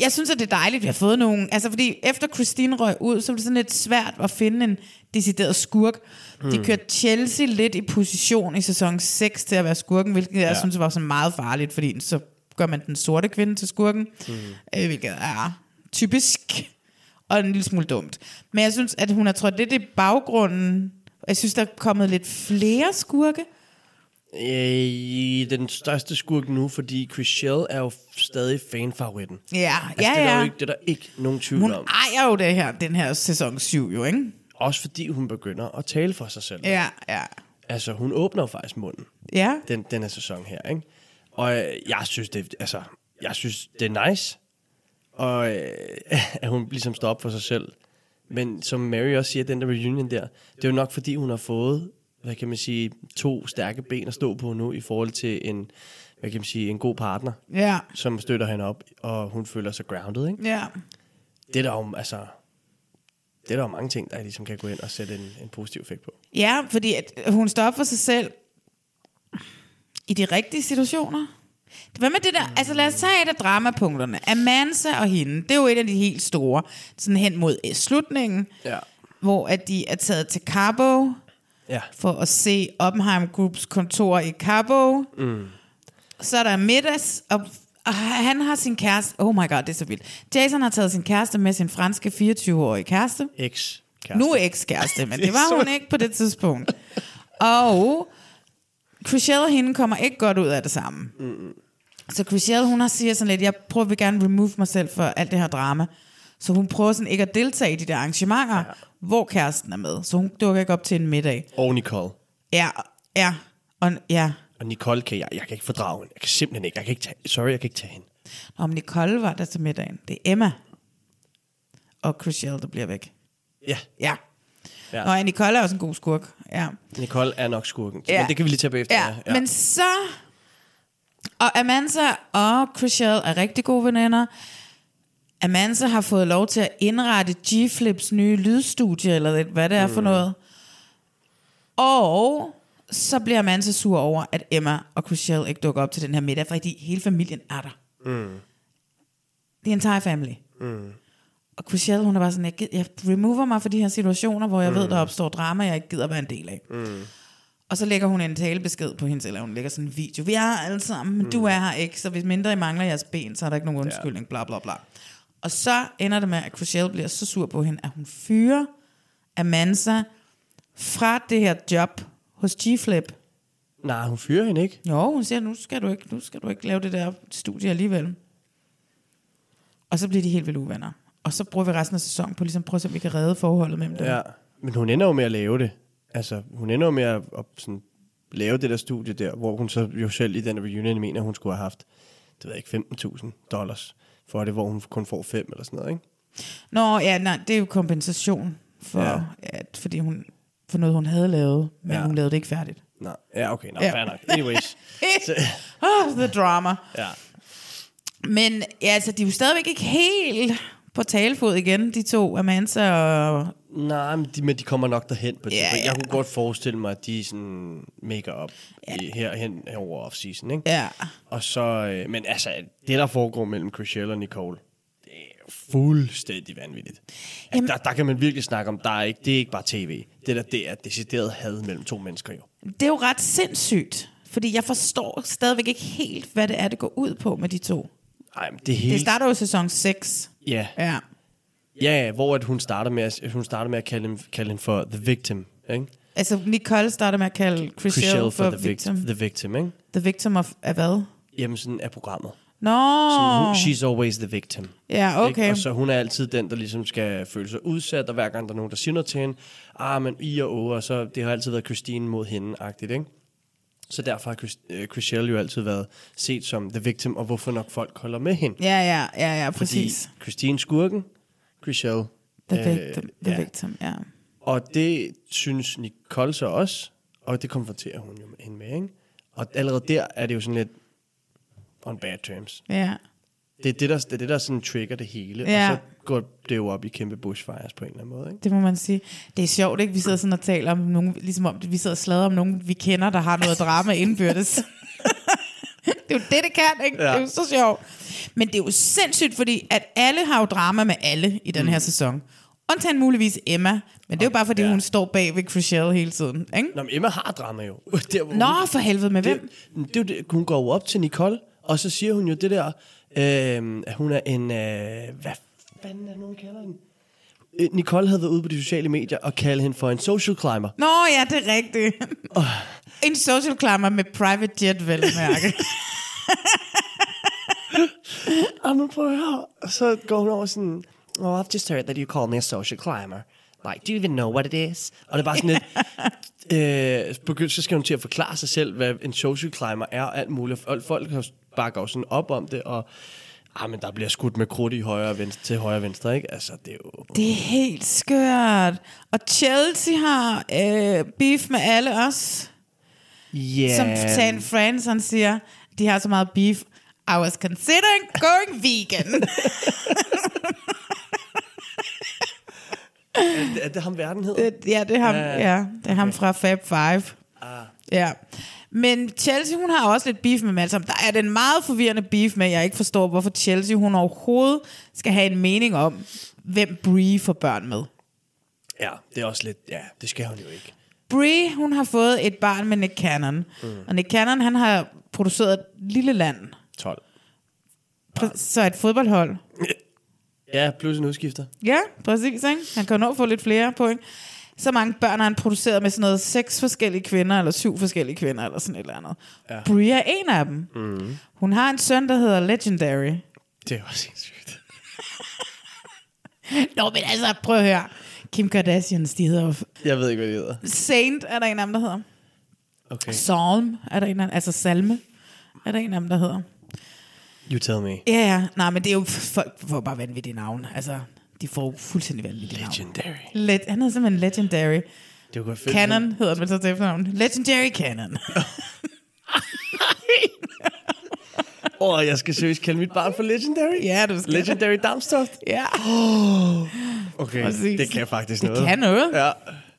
Speaker 1: jeg synes, at det er dejligt, at vi har fået nogen... Altså, fordi efter Christine røg ud, så var det sådan lidt svært at finde en decideret skurk. De
Speaker 10: Mm.
Speaker 1: kørte Chelsea lidt i position i sæson 6 til at være skurken, hvilket jeg
Speaker 10: Ja.
Speaker 1: synes var sådan meget farligt, fordi så gør man den sorte kvinde til skurken,
Speaker 10: Mm.
Speaker 1: mm. øh, hvilket er typisk og en lille smule dumt. Men jeg synes, at hun har trådt lidt i baggrunden. Jeg synes, der er kommet lidt flere skurke.
Speaker 2: Øh, den største skurk nu, fordi Chris Shell er jo stadig fanfavoritten.
Speaker 1: Ja,
Speaker 2: altså,
Speaker 1: ja,
Speaker 2: det er Der
Speaker 1: ja.
Speaker 2: jo ikke, det er der ikke nogen tvivl
Speaker 1: Hun
Speaker 2: om.
Speaker 1: ejer jo det her, den her sæson 7, jo, ikke?
Speaker 2: Også fordi hun begynder at tale for sig selv.
Speaker 1: Ja, ja.
Speaker 2: Altså, hun åbner jo faktisk munden.
Speaker 1: Ja.
Speaker 2: Den, den her sæson her, ikke? Og øh, jeg synes, det, altså, jeg synes, det er nice, og øh, at hun ligesom står op for sig selv. Men som Mary også siger, den der reunion der, det er jo nok fordi, hun har fået, hvad kan man sige, to stærke ben at stå på nu i forhold til en, hvad kan man sige, en god partner,
Speaker 1: Ja.
Speaker 2: som støtter hende op, og hun føler sig grounded, ikke?
Speaker 1: Ja.
Speaker 2: Det er der jo, altså, Det er der jo mange ting, der ligesom kan gå ind og sætte en, en positiv effekt på.
Speaker 1: Ja, fordi at hun står op for sig selv i de rigtige situationer. Hvad med det der? Altså lad os tage et af dramapunkterne. Amansa og hende, det er jo et af de helt store, sådan hen mod øh, slutningen,
Speaker 2: ja.
Speaker 1: hvor at de er taget til Cabo
Speaker 2: Ja.
Speaker 1: for at se Oppenheim Groups kontor i Cabo.
Speaker 2: Mm.
Speaker 1: Så er der middags, og, og han har sin kæreste. Oh my god, det er så vildt. Jason har taget sin kæreste med sin franske 24-årige kæreste.
Speaker 2: Ex.
Speaker 1: Nu ekskæreste, men
Speaker 2: Det er
Speaker 1: det var hun
Speaker 2: så-
Speaker 1: ikke på det tidspunkt. Og Chriselle og hende kommer ikke godt ud af det samme.
Speaker 2: Mm.
Speaker 1: Så Chriselle, hun har siger sådan lidt, jeg prøver vil gerne remove mig selv for alt det her drama. Så hun prøver sådan ikke at deltage i de der arrangementer, ja. hvor kæresten er med. Så hun dukker ikke op til en middag.
Speaker 2: Og Nicole.
Speaker 1: Ja, ja, og, ja.
Speaker 2: Og Nicole kan jeg, jeg kan ikke fordrage hende. Jeg kan simpelthen ikke. Jeg kan ikke tage, sorry, jeg kan ikke tage hende.
Speaker 1: Om Nicole var der til middagen. Det er Emma. Og Chriselle, der bliver væk.
Speaker 2: Ja.
Speaker 1: Ja.
Speaker 2: Ja.
Speaker 1: ja. Og Nicole er også en god skurk. Ja.
Speaker 2: Nicole er nok skurken. Ja.
Speaker 1: Ja.
Speaker 2: Men det kan vi lige tage bagefter.
Speaker 1: Ja, ja. men så... Og Amansa og Chriselle er rigtig gode veninder. Amansa har fået lov til at indrette G-Flips nye lydstudie, eller lidt, hvad det er for
Speaker 10: Mm.
Speaker 1: noget. Og så bliver Amansa sur over, at Emma og Chriselle ikke dukker op til den her middag, fordi hele familien er der.
Speaker 2: Mm.
Speaker 1: The entire family.
Speaker 2: Mm.
Speaker 1: Og Chriselle, hun er bare sådan, jeg, gid- jeg remover mig fra de her situationer, hvor jeg mm. ved,
Speaker 10: Mm.
Speaker 1: der opstår drama, jeg ikke gider være en del af. Mm. Og så lægger hun en talebesked på hendes, eller hun lægger sådan en video. Vi er her alle sammen, men mm. du
Speaker 10: Mm.
Speaker 1: er her ikke, så hvis mindre I mangler jeres ben, så er der ikke nogen undskyldning, bla bla bla. Og så ender det med, at Chriselle bliver så sur på hende, at hun fyrer Amansa fra det her job hos G-Flip.
Speaker 2: Nej, hun fyrer hende ikke.
Speaker 1: Jo, hun siger, nu skal, du ikke, nu skal du ikke lave det der studie alligevel. Og så bliver de helt vildt uvenner. Og så bruger vi resten af sæsonen på ligesom, prøve at se, om vi kan redde forholdet mellem dem.
Speaker 2: Ja. Men hun ender jo med at lave det. Altså, hun ender jo med at, at sådan, lave det der studie der, hvor hun så jo selv i den reunion mener, at hun skulle have haft, det ved jeg ikke, 15.000 dollars for det, hvor hun kun får 5 eller sådan noget, ikke?
Speaker 1: Nå, ja, nej, det er jo kompensation for,
Speaker 2: Ja.
Speaker 1: ja. at, fordi hun, for noget, hun havde lavet, men
Speaker 2: Ja.
Speaker 1: ja. hun lavede det ikke færdigt.
Speaker 2: Nej, ja, okay, nej,
Speaker 1: Ja.
Speaker 2: ja. fair nok. Anyways.
Speaker 1: oh, the drama.
Speaker 2: Ja.
Speaker 1: Men ja, altså, de er jo stadigvæk ikke helt på talefod igen, de to, Amansa og...
Speaker 2: Nej, men de, men de kommer nok derhen på det.
Speaker 1: Ja,
Speaker 2: Ja, ja.
Speaker 1: ja.
Speaker 2: Jeg kunne godt forestille mig, at de sådan make up ja. herhen over off-season, ikke?
Speaker 1: Ja.
Speaker 2: Og så, øh, men altså, det der foregår mellem Chriselle og Nicole, det er fuldstændig vanvittigt. Jamen, der, der kan man virkelig snakke om, der er ikke, det er ikke bare tv. Det der, det er decideret had mellem to mennesker jo.
Speaker 1: Det er jo ret sindssygt, fordi jeg forstår stadigvæk ikke helt, hvad det er, det går ud på med de to.
Speaker 2: Nej, men det hele...
Speaker 1: Det starter jo sæson 6.
Speaker 2: Ja.
Speaker 1: Ja.
Speaker 2: Ja, ja, hvor at hun starter med at, hun starter med at kalde, hende- kalde hende for the victim, ikke?
Speaker 1: Altså, Nicole starter med at kalde Chriselle,
Speaker 2: Chriselle
Speaker 1: for, the victim.
Speaker 2: the victim, ikke?
Speaker 1: The victim of, af hvad?
Speaker 2: Jamen sådan af programmet.
Speaker 1: Nå!
Speaker 2: Sådan, hun, she's always the victim.
Speaker 1: Ja, okay.
Speaker 2: Ikke? Og så hun er altid den, der ligesom skal føle sig udsat, og hver gang der er nogen, der siger noget til hende, ah, men I og O, og så det har altid været Christine mod hende-agtigt, ikke? Så derfor har Chris, øh, Chriselle jo altid været set som the victim, og hvorfor nok folk holder med hende.
Speaker 1: Ja, ja, ja, ja, præcis.
Speaker 2: Fordi Christine skurken, Chriselle. Øh,
Speaker 1: The victim, the victim, ja.
Speaker 2: Og det synes Nicole så også, og det konfronterer hun jo med- hende med, ikke? Og allerede der er det jo sådan lidt on bad terms.
Speaker 1: Ja.
Speaker 2: Det er det, der, det er det, der sådan trigger det hele,
Speaker 1: Ja.
Speaker 2: og så går det jo op i kæmpe bushfires på en eller anden måde, ikke?
Speaker 1: Det må man sige. Det er sjovt, ikke? Vi sidder sådan og taler om nogen, ligesom om vi sidder og slader om nogen, vi kender, der har noget drama indbyrdes. det er jo det, det kan, ikke?
Speaker 10: Ja.
Speaker 1: Ja. Det er jo så sjovt. Men det er jo sindssygt, fordi at alle har jo drama med alle i den her sæson. Undtagen muligvis Emma, men det er jo bare, fordi ja. hun står bag ved Chriselle hele tiden, ikke?
Speaker 2: Nå, men Emma har drama jo. Der, hvor
Speaker 1: Nå,
Speaker 2: hun-
Speaker 1: for helvede, med
Speaker 2: det,
Speaker 1: hvem?
Speaker 2: Det, er jo det, hun går jo op til Nicole, og så siger hun jo det der, øh, at hun er en, øh, hvad fanden er det, nogen kalder hende? Øh, Nicole havde været ude på de sociale medier og kaldte hende for en social climber.
Speaker 1: Nå ja, det er rigtigt. en social climber med private jet, vel at mærke.
Speaker 2: Ah, men prøv at høre. Og så går hun over sådan, oh, I've just heard that you call me a social climber. Like, do you even know what it is? Og det er bare sådan lidt, øh, begyndt, så skal hun til at forklare sig selv, hvad en social climber er og alt muligt. Og folk har- bakker jo sådan op om det, og ah, men der bliver skudt med krudt i højre og venstre, til højre og venstre, ikke? Altså, det er jo...
Speaker 1: Det er helt skørt. Og Chelsea har øh, beef med alle os.
Speaker 2: Yeah.
Speaker 1: Som Tan Friends, han siger, de har så meget beef. I was considering going vegan.
Speaker 2: Er det ham, verden hedder?
Speaker 1: Det, ja, det er ham, ja, det er ham fra Fab Five.
Speaker 2: Ah.
Speaker 1: Ja. Men Chelsea, hun har også lidt beef med dem alle sammen. Der er den meget forvirrende beef med, at jeg ikke forstår, hvorfor Chelsea, hun overhovedet skal have en mening om, hvem Brie får børn med.
Speaker 2: Ja, det er også lidt... Ja, det skal hun jo ikke.
Speaker 1: Brie, hun har fået et barn med Nick Cannon. Mm. Og Nick Cannon, han har produceret et lille land.
Speaker 2: 12.
Speaker 1: Præ- så et fodboldhold.
Speaker 2: Ja, plus en udskifter.
Speaker 1: Ja, præcis. Ikke? Han kan jo nå at få lidt flere point. Så mange børn har han produceret med sådan noget seks forskellige kvinder, eller syv forskellige kvinder, eller sådan et eller andet. Ja. Brie er en af dem.
Speaker 2: Mm.
Speaker 1: Hun har en søn, der hedder Legendary.
Speaker 2: Det er også sindssygt.
Speaker 1: Nå, men altså, prøv at høre. Kim Kardashians, de hedder jo f-
Speaker 2: Jeg ved ikke, hvad det hedder.
Speaker 1: Saint er der en af dem, der hedder.
Speaker 2: Okay.
Speaker 1: Psalm er der en af altså Salme er der en af dem, der hedder.
Speaker 2: You tell me.
Speaker 1: Ja, ja. Nej, men det er jo, folk får bare vanvittige navne. Altså, de får jo fuldstændig vanvittige navne.
Speaker 2: Legendary.
Speaker 1: Let, han hedder simpelthen Legendary.
Speaker 2: Det kunne være fedt.
Speaker 1: Cannon hedder den vel så til efternavn. Legendary Cannon.
Speaker 2: Åh, oh, jeg skal seriøst kalde mit barn for Legendary?
Speaker 1: Ja, du skal.
Speaker 2: Legendary Damstoft?
Speaker 1: Ja.
Speaker 2: Oh, okay,
Speaker 1: Præcis.
Speaker 2: det kan faktisk
Speaker 1: Det
Speaker 2: noget.
Speaker 1: kan noget.
Speaker 2: Ja.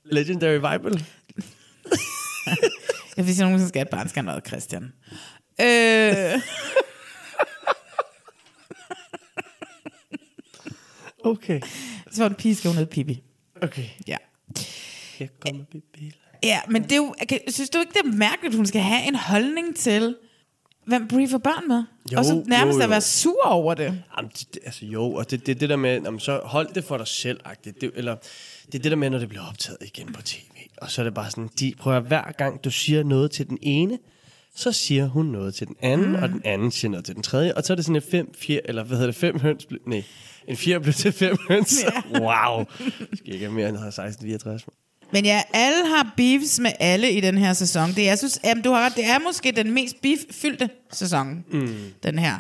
Speaker 2: Legendary Bible.
Speaker 1: Jeg vil sige, nogen skal have et barn, skal han have været Christian. Øh.
Speaker 2: okay.
Speaker 1: Så var det pige, skal hun hedde Pippi.
Speaker 2: Okay.
Speaker 1: Ja.
Speaker 2: Jeg kommer med
Speaker 1: Ja, men det er jo, okay, synes du ikke, det er mærkeligt, at hun skal have en holdning til, hvem Brie får børn med?
Speaker 2: Jo,
Speaker 1: og så nærmest
Speaker 2: jo, jo.
Speaker 1: at være sur over det.
Speaker 2: Jamen, det, det- altså jo, og det, det, det der med, jamen, så hold det for dig selv, agtigt. Det, eller det er det der med, når det bliver optaget igen på tv. Og så er det bare sådan, de, prøv at høre, hver gang du siger noget til den ene, så siger hun noget til den anden, mm. og den anden siger noget til den tredje. Og så er det sådan en fem, fire, eller hvad hedder det, fem høns, ble, nej, en fire blev til fem høns. Ja. Wow. Det skal ikke have mere end 1664.
Speaker 1: Men ja, alle har beefs med alle i den her sæson. Det, jeg synes, jamen, du har ret, det er måske den mest beef-fyldte sæson,
Speaker 2: Mm.
Speaker 1: den her.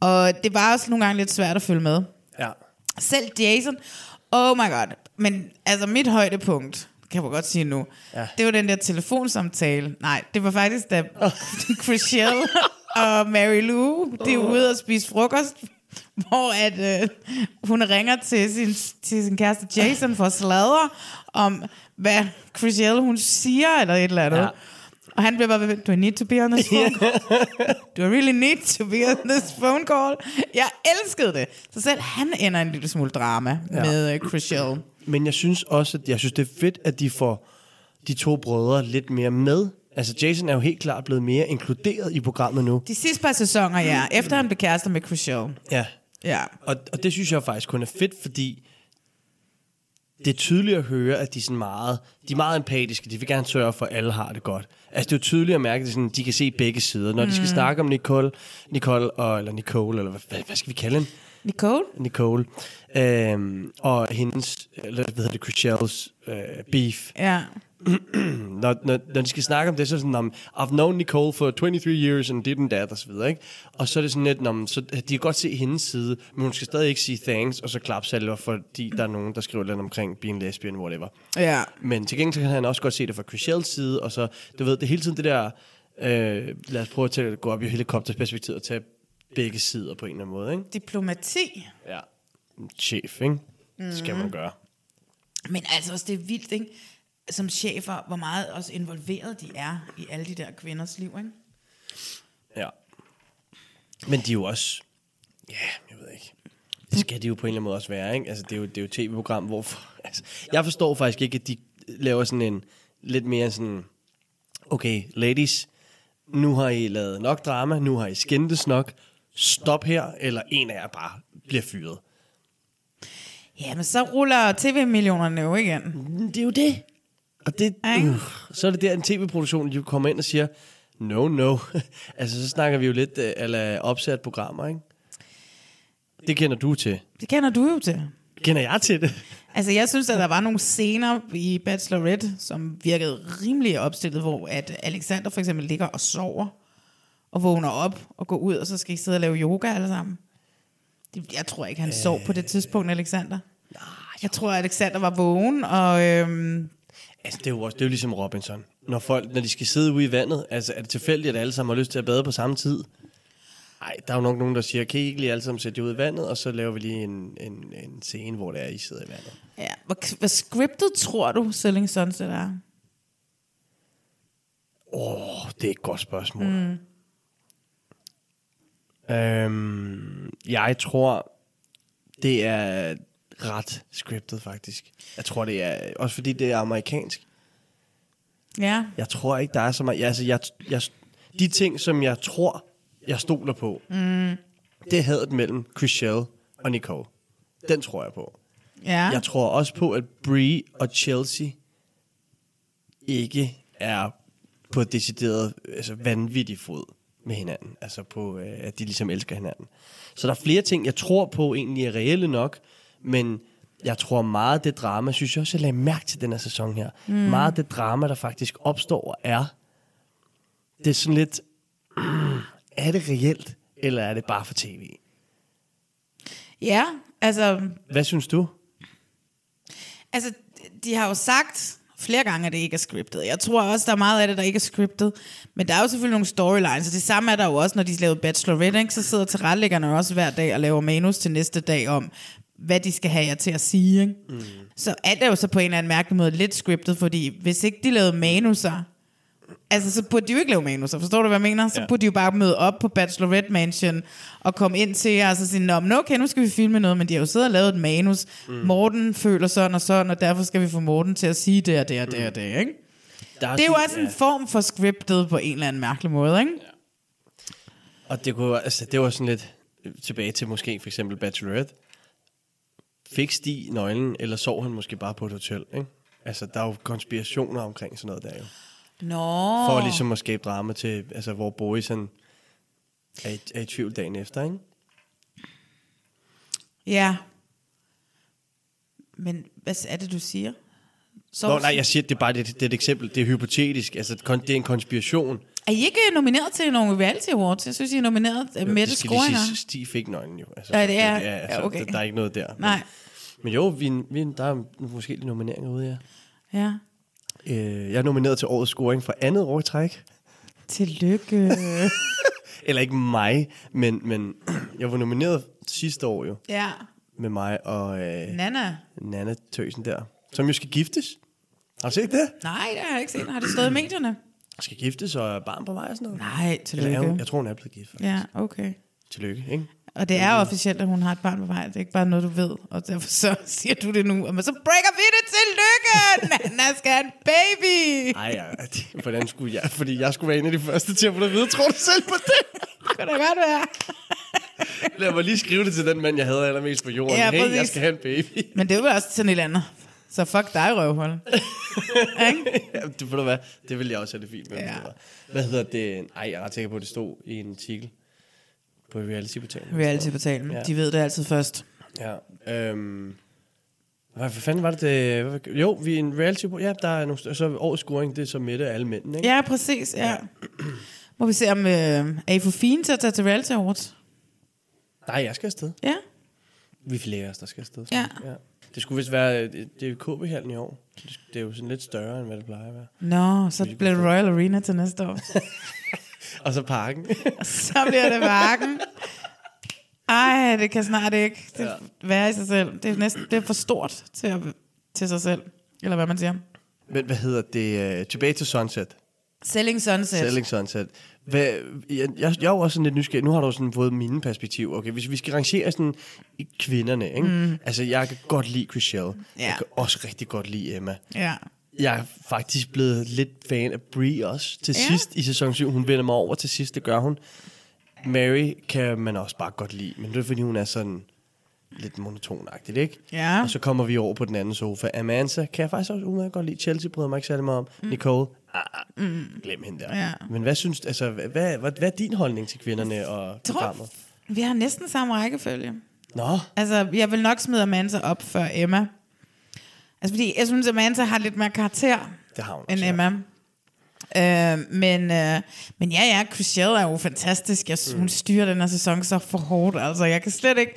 Speaker 1: Og det var også nogle gange lidt svært at følge med.
Speaker 2: Ja.
Speaker 1: Selv Jason, oh my god. Men altså mit højdepunkt, kan jeg godt sige nu,
Speaker 2: Ja.
Speaker 1: det var den der telefonsamtale. Nej, det var faktisk da Chris Shell og Mary Lou, de er ude og spise frokost, hvor at, øh, hun ringer til sin, til sin kæreste Jason for at sladre om, hvad Chris Shell, hun siger, eller et eller andet.
Speaker 2: Ja.
Speaker 1: Ja. Og han bliver bare ved, do I need to be on this phone call? do I really need to be on this phone call? Jeg elskede det. Så selv han ender en lille smule drama ja. med øh, Chris Shell.
Speaker 2: Men jeg synes også, at jeg synes, det er fedt, at de får de to brødre lidt mere med. Altså Jason er jo helt klart blevet mere inkluderet i programmet nu.
Speaker 1: De sidste par sæsoner, ja. Efter han blev kærester med Chris Shell.
Speaker 2: Ja.
Speaker 1: Ja.
Speaker 2: Og, og det synes jeg faktisk kun er fedt, fordi det er tydeligt at høre, at de er, sådan meget, de er meget empatiske. De vil gerne sørge for, at alle har det godt. Altså, det er jo tydeligt at mærke, at det er sådan, de kan se begge sider. Når mm. de skal
Speaker 1: Mm.
Speaker 2: snakke om Nicole, Nicole og, eller Nicole, eller hvad, hvad skal vi kalde hende?
Speaker 1: Nicole?
Speaker 2: Nicole. Øhm, og hendes, eller hvad hedder det, Chriselles øh, beef.
Speaker 1: Ja.
Speaker 2: når, når, når de skal snakke om det, så er det sådan, om, I've known Nicole for 23 years and didn't that, og så videre, ikke? Og så er det sådan lidt, om, så øh, de kan godt se hendes side, men hun skal stadig ikke sige thanks, og så klapsalver, fordi der er nogen, der skriver lidt omkring being lesbian, whatever.
Speaker 1: Ja.
Speaker 2: Men til gengæld så kan han også godt se det fra Chriselles side, og så, du ved, det er hele tiden det der, øh, lad os prøve til at gå op i helikopterperspektivet og tage begge sider på en eller anden måde, ikke?
Speaker 1: Diplomati.
Speaker 2: Ja. Chef, ikke? Det skal man gøre.
Speaker 1: Men altså også, det er vildt, ikke? Som chefer, hvor meget også involveret de er i alle de der kvinders liv, ikke?
Speaker 2: Ja. Men de er jo også... Ja, jeg ved ikke. Det skal de jo på en eller anden måde også være, ikke? Altså, det er jo, det er jo et tv-program, hvor... Altså, jeg forstår faktisk ikke, at de laver sådan en... Lidt mere sådan... Okay, ladies, nu har I lavet nok drama, nu har I skændtes nok. Stop her, eller en af jer bare bliver fyret.
Speaker 1: Ja, men så ruller tv-millionerne jo igen.
Speaker 2: Det er jo det. Og det, uh, så er det der en tv-produktion, de kommer ind og siger, no, no. altså, så snakker vi jo lidt øh, eller opsat programmer, ikke? Det kender du til.
Speaker 1: Det kender du jo til.
Speaker 2: Kender jeg til det?
Speaker 1: Altså, jeg synes, at der var nogle scener i Bachelorette, som virkede rimelig opstillet, hvor at Alexander for eksempel ligger og sover, og vågner op og går ud, og så skal I sidde og lave yoga alle sammen. Det- Jeg tror ikke, han øh, sov på det tidspunkt, Alexander. Nej, jeg tror, at Alexander var vågen, og... Øhm,
Speaker 2: Altså, det er jo, også, det er jo ligesom Robinson. Når folk, når de skal sidde ude i vandet, altså, er det tilfældigt, at alle sammen har lyst til at bade på samme tid? Nej, der er jo nok nogen, der siger, kan I ikke lige alle sammen sætte jer ud i vandet, og så laver vi lige en, en, en scene, hvor det er, I sidder i vandet.
Speaker 1: Ja, hvor, hvor scriptet tror du, Selling Sunset er?
Speaker 2: Åh, oh, det er et godt spørgsmål.
Speaker 1: Mm.
Speaker 2: Øhm, jeg tror, det er ret scriptet, faktisk. Jeg tror, det er... Også fordi det er amerikansk.
Speaker 1: Ja.
Speaker 2: Jeg tror ikke, der er så meget... Altså, jeg, jeg, de ting, som jeg tror, jeg stoler på,
Speaker 1: Mm.
Speaker 2: det er hadet mellem Chriselle og Nicole. Den tror jeg på.
Speaker 1: Ja.
Speaker 2: Jeg tror også på, at Brie og Chelsea ikke er på decideret altså vanvittig fod med hinanden. Altså på, øh, at de ligesom elsker hinanden. Så der er flere ting, jeg tror på egentlig er reelle nok, men jeg tror meget af det drama, synes jeg også, jeg lagde mærke til den her sæson her.
Speaker 10: Mm.
Speaker 2: Mm. Meget af det drama, der faktisk opstår, er, det er sådan lidt, er det reelt, eller er det bare for tv?
Speaker 1: Ja, altså,
Speaker 2: Hvad synes du?
Speaker 1: Altså, de har jo sagt flere gange, at det ikke er scriptet. Jeg tror også, der er meget af det, der ikke er scriptet. Men der er jo selvfølgelig nogle storylines, og det samme er der jo også, når de lavede Bachelorette, ikke? så sidder tilrettelæggerne jo også hver dag og laver manus til næste dag om, hvad de skal have jer til at sige. Ikke? Mm. Så alt er jo så på en eller anden mærkelig måde lidt scriptet, fordi hvis ikke de lavede manuser, altså så burde de jo ikke lave manuser, forstår du, hvad jeg mener? Så
Speaker 11: Ja.
Speaker 1: ja. burde de jo bare møde op på Bachelorette Mansion og komme ind til jer og så sige, Nå, men okay, nu skal vi filme noget, men de har jo siddet og lavet et manus. Mm. Morten føler sådan og sådan, og derfor skal vi få Morten til at sige det og det og det og det, ikke?
Speaker 2: Der
Speaker 1: det er jo
Speaker 2: sådan-
Speaker 1: også en
Speaker 2: Mm. ja.
Speaker 1: form for scriptet på en eller anden mærkelig måde, ikke?
Speaker 2: Og det, kunne, altså, det var sådan lidt øh, tilbage til måske for eksempel Bachelorette. Fik Stig nøglen, eller sov han måske bare på et hotel, ikke? Altså, der er jo konspirationer omkring sådan noget der jo.
Speaker 1: Nå.
Speaker 2: For ligesom at skabe drama til, altså, hvor Boris han er i, er i tvivl dagen efter, ikke?
Speaker 1: Ja. Men hvad er det, du siger? Så
Speaker 2: Nå, nej, jeg siger, det er bare det, det er et eksempel. Det er hypotetisk. Altså, kon- det er en konspiration.
Speaker 1: Er I ikke nomineret til nogle reality awards? Jeg synes, I er nomineret af
Speaker 2: det
Speaker 1: Mette
Speaker 2: skal lige
Speaker 1: Skoringer.
Speaker 2: siges, Stig fik nøglen jo. Altså,
Speaker 1: Ja, det er-
Speaker 2: det er altså,
Speaker 1: ja, okay.
Speaker 2: der, der er ikke noget der.
Speaker 1: Nej.
Speaker 2: Men, men jo, vi, vi, der er måske lidt nomineringer ude, ja.
Speaker 1: Ja.
Speaker 2: Øh, jeg er nomineret til årets scoring for andet år i træk.
Speaker 1: Tillykke.
Speaker 2: Eller ikke mig, men, men jeg var nomineret sidste år jo.
Speaker 1: Ja.
Speaker 2: Med mig og øh,
Speaker 1: Nana.
Speaker 2: Nana Tøsen der. Som jo skal giftes. Har du set det?
Speaker 1: Nej, det har jeg ikke set. Har det stået i medierne?
Speaker 2: Skal giftes og er barn på vej og sådan noget.
Speaker 1: Nej, tillykke.
Speaker 2: Eller er hun- Jeg tror, hun er blevet gift. faktisk.
Speaker 1: Ja, okay.
Speaker 2: Tillykke, ikke?
Speaker 1: Og det er jo officielt, at hun har et barn på vej. Det er ikke bare noget, du ved. Og derfor så siger du det nu. Og men så breaker vi det. Tillykke! Nana skal have en baby!
Speaker 2: Nej, ja, det- hvordan skulle jeg? Fordi jeg skulle være en af de første til at få det at vide. Tror du selv på det?
Speaker 1: Kan da godt være.
Speaker 2: Lad mig lige skrive det til den mand, jeg havde allermest på jorden.
Speaker 1: Ja,
Speaker 2: Ja, hey, jeg
Speaker 1: præcis.
Speaker 2: skal have en baby.
Speaker 1: Men det er jo også sådan et eller andet. Så fuck dig, røvhul.
Speaker 2: ja, du ved du hvad, det ville jeg også have det fint med. Ja. Hvad hedder det? Ej, jeg er ret sikker på, at det stod i en artikel på Reality-portalen.
Speaker 1: Reality-portalen. De ved det altid først.
Speaker 2: Ja. Øhm, hvad, hvad fanden var det? det hvad, var- jo, vi er en reality Ja, der er nogle, så årets scoring, det er så Mette og alle mændene, ikke?
Speaker 1: Ja, præcis. Ja. Må vi se, om øh, er I for fine til at tage til reality awards?
Speaker 2: Nej, jeg skal afsted.
Speaker 1: Ja.
Speaker 2: Vi er flere af os, der skal afsted.
Speaker 1: Ja.
Speaker 2: ja. Det skulle vist være, øh, det, det er KB-hallen i år. Det, sk- det er jo sådan lidt større, end hvad det plejer at være.
Speaker 1: Nå, så bliver det Royal Arena til næste år.
Speaker 2: Og så parken.
Speaker 1: så bliver det varken. Ej, det kan snart ikke det
Speaker 2: Ja.
Speaker 1: være i sig selv. Det er, næsten, det er for stort til, at, til sig selv. Eller hvad man siger.
Speaker 2: Men hvad hedder det? Øh, Tilbage til Sunset.
Speaker 1: Selling Sunset.
Speaker 2: Selling Sunset. Hvad, jeg, jeg, jeg er jo også sådan lidt nysgerrig. Nu har du jo sådan fået mine perspektiver. Okay, hvis vi skal rangere sådan i kvinderne, ikke?
Speaker 1: Mm.
Speaker 2: Mm. Altså, jeg kan godt lide Chriselle.
Speaker 1: Ja.
Speaker 2: Ja. Jeg kan også rigtig godt lide Emma.
Speaker 1: Ja.
Speaker 2: Jeg er faktisk blevet lidt fan af Brie også til ja. sidst i sæson 7. Hun vender mig over til sidst, det gør hun. Mary kan man også bare godt lide, men det er fordi, hun er sådan lidt monotonagtigt, ikke?
Speaker 1: Ja.
Speaker 2: Og så kommer vi over på den anden sofa. Amanza kan jeg faktisk også umiddelbart godt lide. Chelsea bryder mig ikke særlig meget om. Mm. Nicole, ah,
Speaker 1: Mm.
Speaker 2: glem hende der.
Speaker 1: Ja.
Speaker 2: Men hvad synes altså, hvad, hvad, hvad, hvad er din holdning til kvinderne og
Speaker 1: Tror-
Speaker 2: programmet?
Speaker 1: Vi har næsten samme rækkefølge.
Speaker 2: Nå,
Speaker 1: Altså, jeg vil nok smide Amanda op før Emma. Altså, fordi jeg synes, Amanda har lidt mere karakter
Speaker 2: det har hun
Speaker 1: end
Speaker 2: også.
Speaker 1: Emma. Øh, men, øh, men ja, ja, Chriselle er jo fantastisk. Jeg, mm. Hun styrer den her sæson så for hårdt. Altså, jeg kan slet ikke...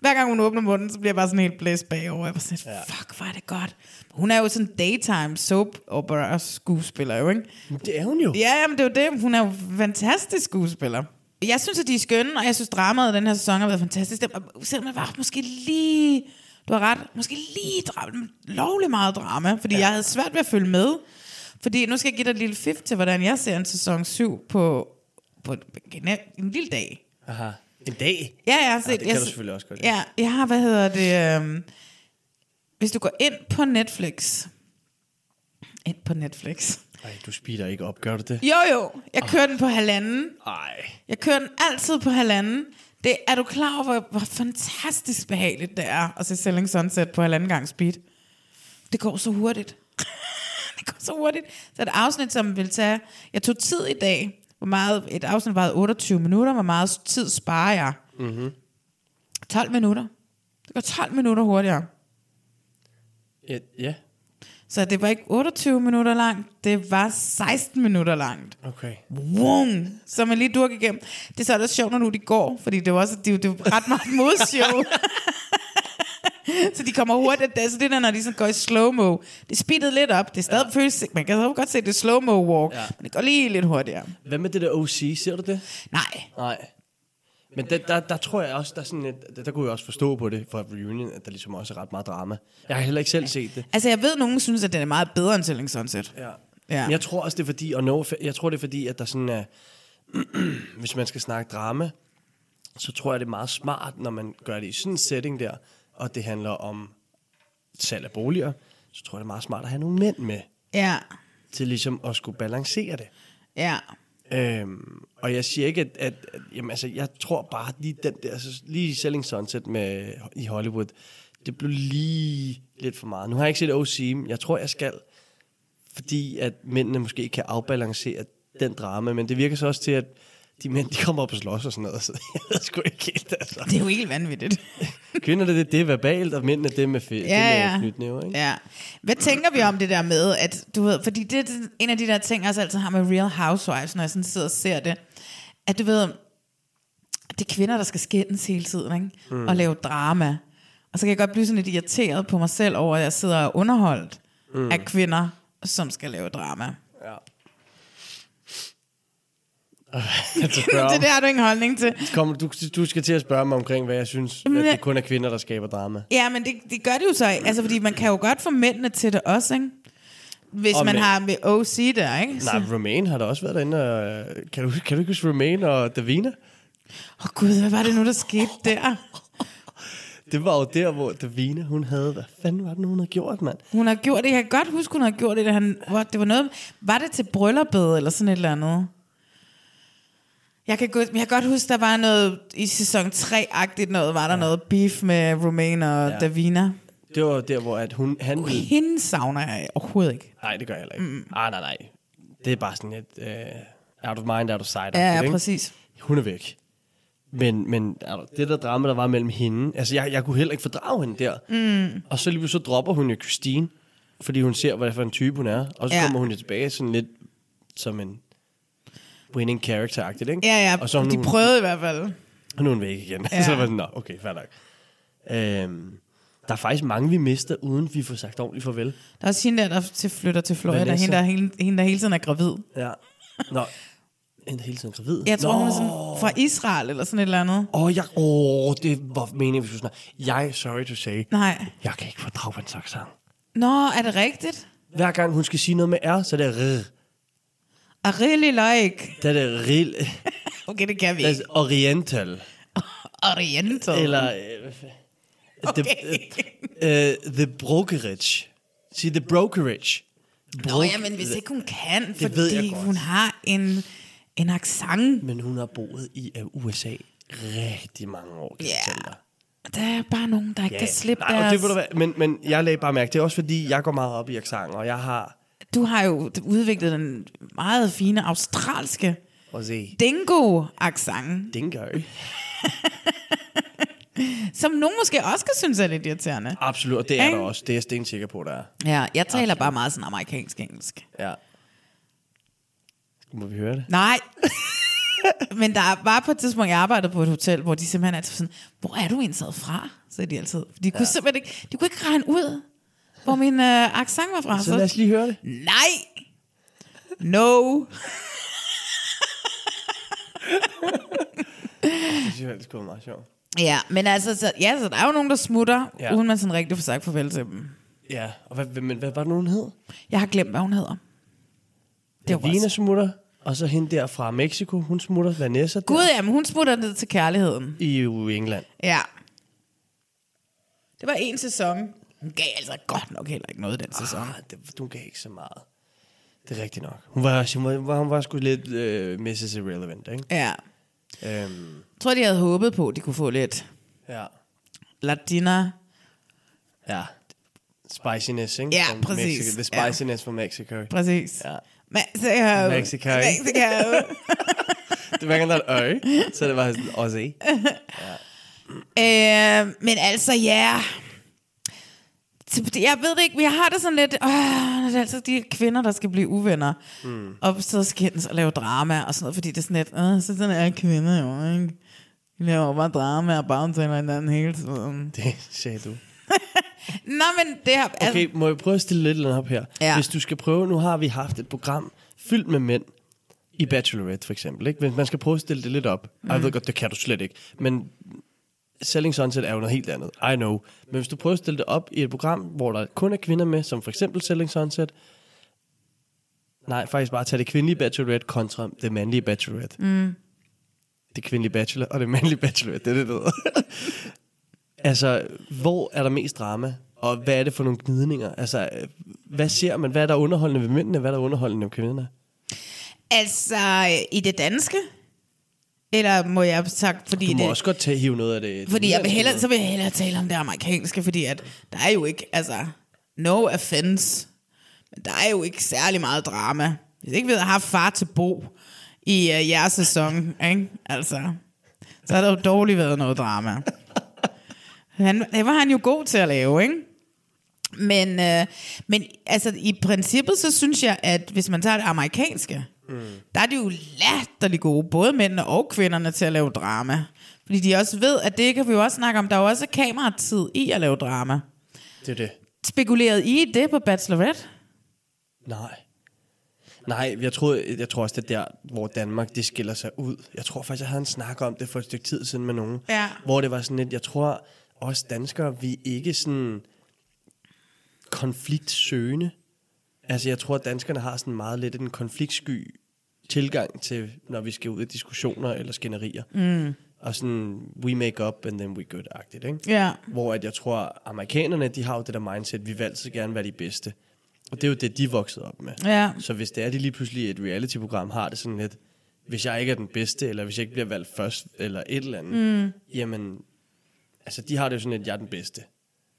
Speaker 1: Hver gang hun åbner munden, så bliver jeg bare sådan helt blæst bagover. Jeg var sådan, ja. fuck, hvor er det godt. Hun er jo sådan daytime soap opera skuespiller, jo, ikke?
Speaker 2: Det er hun jo.
Speaker 1: Ja, jamen, det er jo det. Hun er jo en fantastisk skuespiller. Jeg synes, at de er skønne, og jeg synes, dramaet i den her sæson har været fantastisk. Det var- Selvom jeg var måske lige... Du har ret. Måske lige drama, men lovlig meget drama, fordi ja. jeg havde svært ved at følge med. Fordi nu skal jeg give dig et lille fif til, hvordan jeg ser en sæson 7 på, på en, en lille dag.
Speaker 2: Aha. En dag?
Speaker 1: Ja, jeg har set.
Speaker 2: det kan
Speaker 1: jeg,
Speaker 2: du selvfølgelig også godt.
Speaker 1: Ja, jeg har, hvad hedder det... Øhm, hvis du går ind på Netflix... Ind på Netflix.
Speaker 2: Ej, du speeder ikke op, gør du det?
Speaker 1: Jo, jo. Jeg kører den på halvanden.
Speaker 2: Ej.
Speaker 1: Jeg kører den altid på halvanden. Det, er du klar over, hvor, hvor fantastisk behageligt det er at se Selling Sunset på halvanden gang speed? Det går så hurtigt. det går så hurtigt. Så et afsnit, som vil tage... Jeg tog tid i dag. Hvor meget, et afsnit varede 28 minutter. Hvor meget tid sparer jeg?
Speaker 2: Mm-hmm.
Speaker 1: 12 minutter. Det går 12 minutter hurtigere.
Speaker 2: Ja, ja.
Speaker 1: Så det var ikke 28 minutter langt, det var 16 minutter langt.
Speaker 2: Okay.
Speaker 1: Wong, så man lige durk igennem. Det er så også sjovt, når nu de går, fordi det var, også, det, det var ret meget modshow. så de kommer hurtigt, det, så det der, når de sådan går i slow-mo. Det speedede lidt op, det er stadig ja. føles, man kan stadig godt se, det er slow-mo walk, ja. men det går lige lidt hurtigere.
Speaker 2: Hvad med det der OC? Ser du det?
Speaker 1: Nej.
Speaker 2: Nej. Men der, der, der tror jeg også, der, er sådan et, der, der kunne jeg også forstå på det fra Reunion, at der ligesom også er ret meget drama. Jeg har heller ikke selv set det.
Speaker 1: Altså jeg ved, at nogen synes, at den er meget bedre end Selling Sunset.
Speaker 2: Ja.
Speaker 1: Ja.
Speaker 2: Men jeg tror også, det er fordi, og no, jeg tror, det er fordi, at der sådan er, hvis man skal snakke drama, så tror jeg, det er meget smart, når man gør det i sådan en setting der, og det handler om salg af boliger, så tror jeg, det er meget smart at have nogle mænd med,
Speaker 1: Ja,
Speaker 2: til ligesom at skulle balancere det.
Speaker 1: ja.
Speaker 2: Øhm, og jeg siger ikke, at, at, at jamen, altså, jeg tror bare, at lige den der, altså, lige Selling Sunset med, i Hollywood, det blev lige lidt for meget. Nu har jeg ikke set OC, men jeg tror, jeg skal, fordi at mændene måske ikke kan afbalancere den drama, men det virker så også til, at de mænd, de kommer op og slås og sådan noget, så jeg ved sgu ikke helt, altså.
Speaker 1: Det er jo helt vanvittigt.
Speaker 2: Kvinderne, det, det er verbalt, og mændene, det er med, fe- det er med knytnæver, ikke?
Speaker 1: Ja. Hvad tænker vi om det der med, at du ved, fordi det er den- en af de der ting, jeg også altid har med Real Housewives, når jeg sådan sidder og ser det, at du ved, at det er kvinder, der skal skændes hele tiden, ikke? Mm.
Speaker 10: Mm.
Speaker 1: Og lave drama. Og så kan jeg godt blive sådan lidt irriteret på mig selv over, at jeg sidder og er underholdt
Speaker 2: Mm.
Speaker 1: mm. af kvinder, som skal lave drama.
Speaker 2: Ja.
Speaker 1: det der har du ingen holdning til.
Speaker 2: Altså, Kom, du, du skal til at spørge mig omkring, hvad jeg synes,
Speaker 1: Men-
Speaker 2: at det kun er kvinder, der skaber drama.
Speaker 1: Ja, men det, det gør det jo så, altså fordi man kan jo godt få mændene til det også, ikke? Hvis
Speaker 2: Og
Speaker 1: man
Speaker 2: mænd.
Speaker 1: har med OC der, ikke? Så-
Speaker 2: Nej, Romaine har da også været derinde. Og, øh, kan, du, kan du ikke huske Romaine og Davina?
Speaker 1: Åh oh, gud, hvad var det nu, der skete der?
Speaker 2: Det var jo der, hvor Davina, hun havde... Hvad fanden var det nu, hun havde gjort, mand?
Speaker 1: Hun har gjort det. Jeg kan godt huske, hun har gjort det. da Han, hvor det var, noget, var det til brylluppet eller sådan et eller andet? Jeg kan, godt, jeg kan godt huske, der var noget i sæson 3-agtigt noget. Var der ja. noget beef med Romaine og
Speaker 2: Ja.
Speaker 1: ja. Davina?
Speaker 2: Det var der, hvor at hun... Han ville...
Speaker 1: Hende savner jeg overhovedet ikke.
Speaker 2: Nej, det gør jeg heller ikke. Mm. Ah, nej, nej. Det er bare sådan et... Øh, out of mind, out of sight.
Speaker 1: Ja, ja,
Speaker 2: ikke?
Speaker 1: præcis.
Speaker 2: Hun er væk. Men, men altså, det der drama, der var mellem hende... Altså, jeg, jeg kunne heller ikke fordrage hende der.
Speaker 1: Mm.
Speaker 2: Og så lige pludselig så dropper hun jo Christine, fordi hun ser, hvad for en type hun er. Og så ja.
Speaker 1: Ja.
Speaker 2: kommer hun jo tilbage sådan lidt som en winning character-agtigt, ikke?
Speaker 1: Ja, ja.
Speaker 2: Og så er hun
Speaker 1: de
Speaker 2: nu-
Speaker 1: prøvede i hvert fald.
Speaker 2: Og nu er hun væk igen. Ja.
Speaker 1: Ja.
Speaker 2: så var den, nå, okay, fair nok. Øhm, der er faktisk mange, vi mister, uden vi får sagt ordentligt farvel.
Speaker 1: Der er også hende der, der til, flytter til Florida.
Speaker 2: Vanessa.
Speaker 1: Hende der, hende, hende, der hele tiden er gravid.
Speaker 2: Ja. Nå, en hele tiden gravid.
Speaker 1: Jeg tror,
Speaker 2: nå.
Speaker 1: Nå. hun er sådan fra Israel eller sådan et eller andet.
Speaker 2: Åh, oh, jeg, oh, det var meningen, hvis du snakker. Jeg, sorry to say,
Speaker 1: Nej.
Speaker 2: jeg kan ikke fordrage på en slags sang.
Speaker 1: Nå, er det rigtigt?
Speaker 2: Hver gang hun skal sige noget med R, så er det R.
Speaker 1: I really like.
Speaker 2: Der er det R.
Speaker 1: Okay, det kan vi ikke.
Speaker 2: Altså, oriental.
Speaker 1: Oriental.
Speaker 2: Eller, øh, hvad fa- The, uh, the brokerage. Sige, the brokerage.
Speaker 1: Nå ja, men hvis ikke hun kan, det
Speaker 2: Det
Speaker 1: fordi
Speaker 2: ved jeg godt.
Speaker 1: hun har en, en accent.
Speaker 2: Men hun har boet i øh, USA rigtig mange år, kan yeah. jeg fortælle dig.
Speaker 1: Der er bare nogen, der altså. ikke kan slippe
Speaker 2: Nej, og
Speaker 1: deres...
Speaker 2: det ved du hvad, men, men jeg lagde bare mærke, det er også fordi, jeg går meget op i accent, og jeg har...
Speaker 1: du har jo udviklet den meget fine australske
Speaker 2: Prøv at se.
Speaker 1: dingo-accent,
Speaker 2: Dingo.
Speaker 1: som nogen måske også kan synes er lidt irriterende.
Speaker 2: Absolut, og det er
Speaker 1: Ikke?
Speaker 2: der også. Det er jeg stensikker på, der er.
Speaker 1: Ja, jeg taler bare meget sådan amerikansk engelsk.
Speaker 2: Ja. Må vi høre det?
Speaker 1: Nej. Men der var på et tidspunkt, jeg arbejdede på et hotel, hvor de simpelthen altid var sådan, hvor er du indtaget fra? Så de altid. De kunne
Speaker 10: Ja.
Speaker 1: ja. simpelthen ikke, de kunne ikke regne ud, hvor min øh, accent var fra.
Speaker 10: Så
Speaker 2: Altså,
Speaker 10: lad os lige
Speaker 2: høre det.
Speaker 1: Nej. No.
Speaker 2: Det synes jeg, det skulle være meget sjovt.
Speaker 1: Ja, men altså, så, ja, så der er jo nogen, der smutter,
Speaker 2: Ja.
Speaker 1: ja. uden man sådan rigtig får sagt farvel til dem.
Speaker 2: Ja, og hvad, men hvad var det nu, hun hed?
Speaker 1: Jeg har glemt, hvad hun hedder.
Speaker 2: Det var Vina smutter, og så hende der fra Mexico, hun smutter Vanessa der
Speaker 1: Gud, jamen, hun smutter ned til kærligheden.
Speaker 2: i øh, England.
Speaker 1: Ja. Det var en sæson. Hun gav altså godt nok heller ikke noget den sæson.
Speaker 2: Ah, det, du gav ikke så meget. Det er rigtigt nok. Hun var, hun var- hun var, hun var sgu lidt øh, Mrs. Irrelevant, ikke?
Speaker 1: Ja.
Speaker 2: Øhm,
Speaker 1: Jeg tror, de havde håbet på, at de kunne få lidt
Speaker 2: ja.
Speaker 1: latina.
Speaker 2: Ja. Spiciness, ikke?
Speaker 1: Ja,
Speaker 2: From
Speaker 1: præcis.
Speaker 2: Mexico. The
Speaker 1: Ja.
Speaker 2: spiciness ja. from Mexico.
Speaker 1: Præcis.
Speaker 2: Ja.
Speaker 1: Mexico.
Speaker 2: Mexico.
Speaker 1: Mexico.
Speaker 2: Det var ikke der er et øje, så det var sådan, Aussie.
Speaker 1: Øh, men altså, ja. Jeg ved det ikke, men jeg har det sådan lidt, øh, det er altid de kvinder, der skal blive uvenner,
Speaker 2: Mm.
Speaker 1: mm. og så skændes og lave drama og sådan noget, fordi det er sådan lidt, øh, så sådan er kvinder jo, ikke? De laver jo bare drama og bagtaler hinanden hele tiden.
Speaker 2: Det sagde du.
Speaker 1: Nå, men det har... Altså,
Speaker 2: Okay, må jeg prøve at stille lidt eller andet op her?
Speaker 1: Ja.
Speaker 2: Hvis du skal prøve, nu har vi haft et program fyldt med mænd, i Bachelorette for eksempel, ikke? Men man skal prøve at stille det lidt op. Mm. Jeg ved godt, det kan du slet ikke, men Selling Sunset er jo noget helt andet. I know. Men hvis du prøver at stille det op i et program, hvor der kun er kvinder med, som for eksempel Selling Sunset, nej, faktisk bare tage det kvindelige Bachelorette kontra det mandlige Bachelorette.
Speaker 1: Mm.
Speaker 2: det kvindelige bachelor og det mandlige bachelor. Det er det, det hedder. altså, hvor er der mest drama? Og hvad er det for nogle gnidninger? Altså, øh, hvad ser man? Hvad er der underholdende ved mændene? Hvad er der underholdende ved kvinderne?
Speaker 1: altså, i det danske? Eller må jeg have sagt, fordi
Speaker 2: Du må
Speaker 1: det...
Speaker 2: også godt tage hive noget af det.
Speaker 1: Fordi jeg vil hellere, så vil jeg hellere tale om det amerikanske, fordi at der er jo ikke, altså, no offense, men der er jo ikke særlig meget drama. Hvis ikke vi havde haft far til bo i uh, jeres sæson, ikke? Altså, så har der jo dårligt været noget drama. Han, det var han jo god til at lave, ikke? Men, øh, men altså, i princippet, så synes jeg, at hvis man tager det amerikanske,
Speaker 5: Mm.
Speaker 1: der er de jo latterlig gode, både mændene og kvinderne, til at lave drama. Fordi de også ved, at det kan vi jo også snakke om, der er jo også kameratid i at lave drama.
Speaker 2: Det er det.
Speaker 1: Spekulerede I i det på Bachelorette?
Speaker 2: Nej. Nej, jeg tror, jeg tror også, det er der, hvor Danmark det skiller sig ud. Jeg tror faktisk, jeg havde en snak om det for et stykke tid siden med nogen.
Speaker 1: Ja.
Speaker 2: Hvor det var sådan lidt, jeg tror også danskere, vi er ikke sådan konfliktsøgende. Altså jeg tror, at danskerne har sådan meget lidt en konfliktsky tilgang til, når vi skal ud i diskussioner eller skænderier.
Speaker 1: Mm.
Speaker 2: Og sådan, we make up and then we good-agtigt, ikke?
Speaker 1: Ja.
Speaker 2: Hvor at jeg tror, amerikanerne, de har jo det der mindset, vi vil altid gerne være de bedste. Og det er jo det, de er vokset op med.
Speaker 1: Ja.
Speaker 2: Så hvis det er, de lige pludselig i et reality-program har det sådan lidt, hvis jeg ikke er den bedste, eller hvis jeg ikke bliver valgt først, eller et eller andet,
Speaker 1: Mm.
Speaker 2: jamen, altså de har det jo sådan, at jeg er den bedste.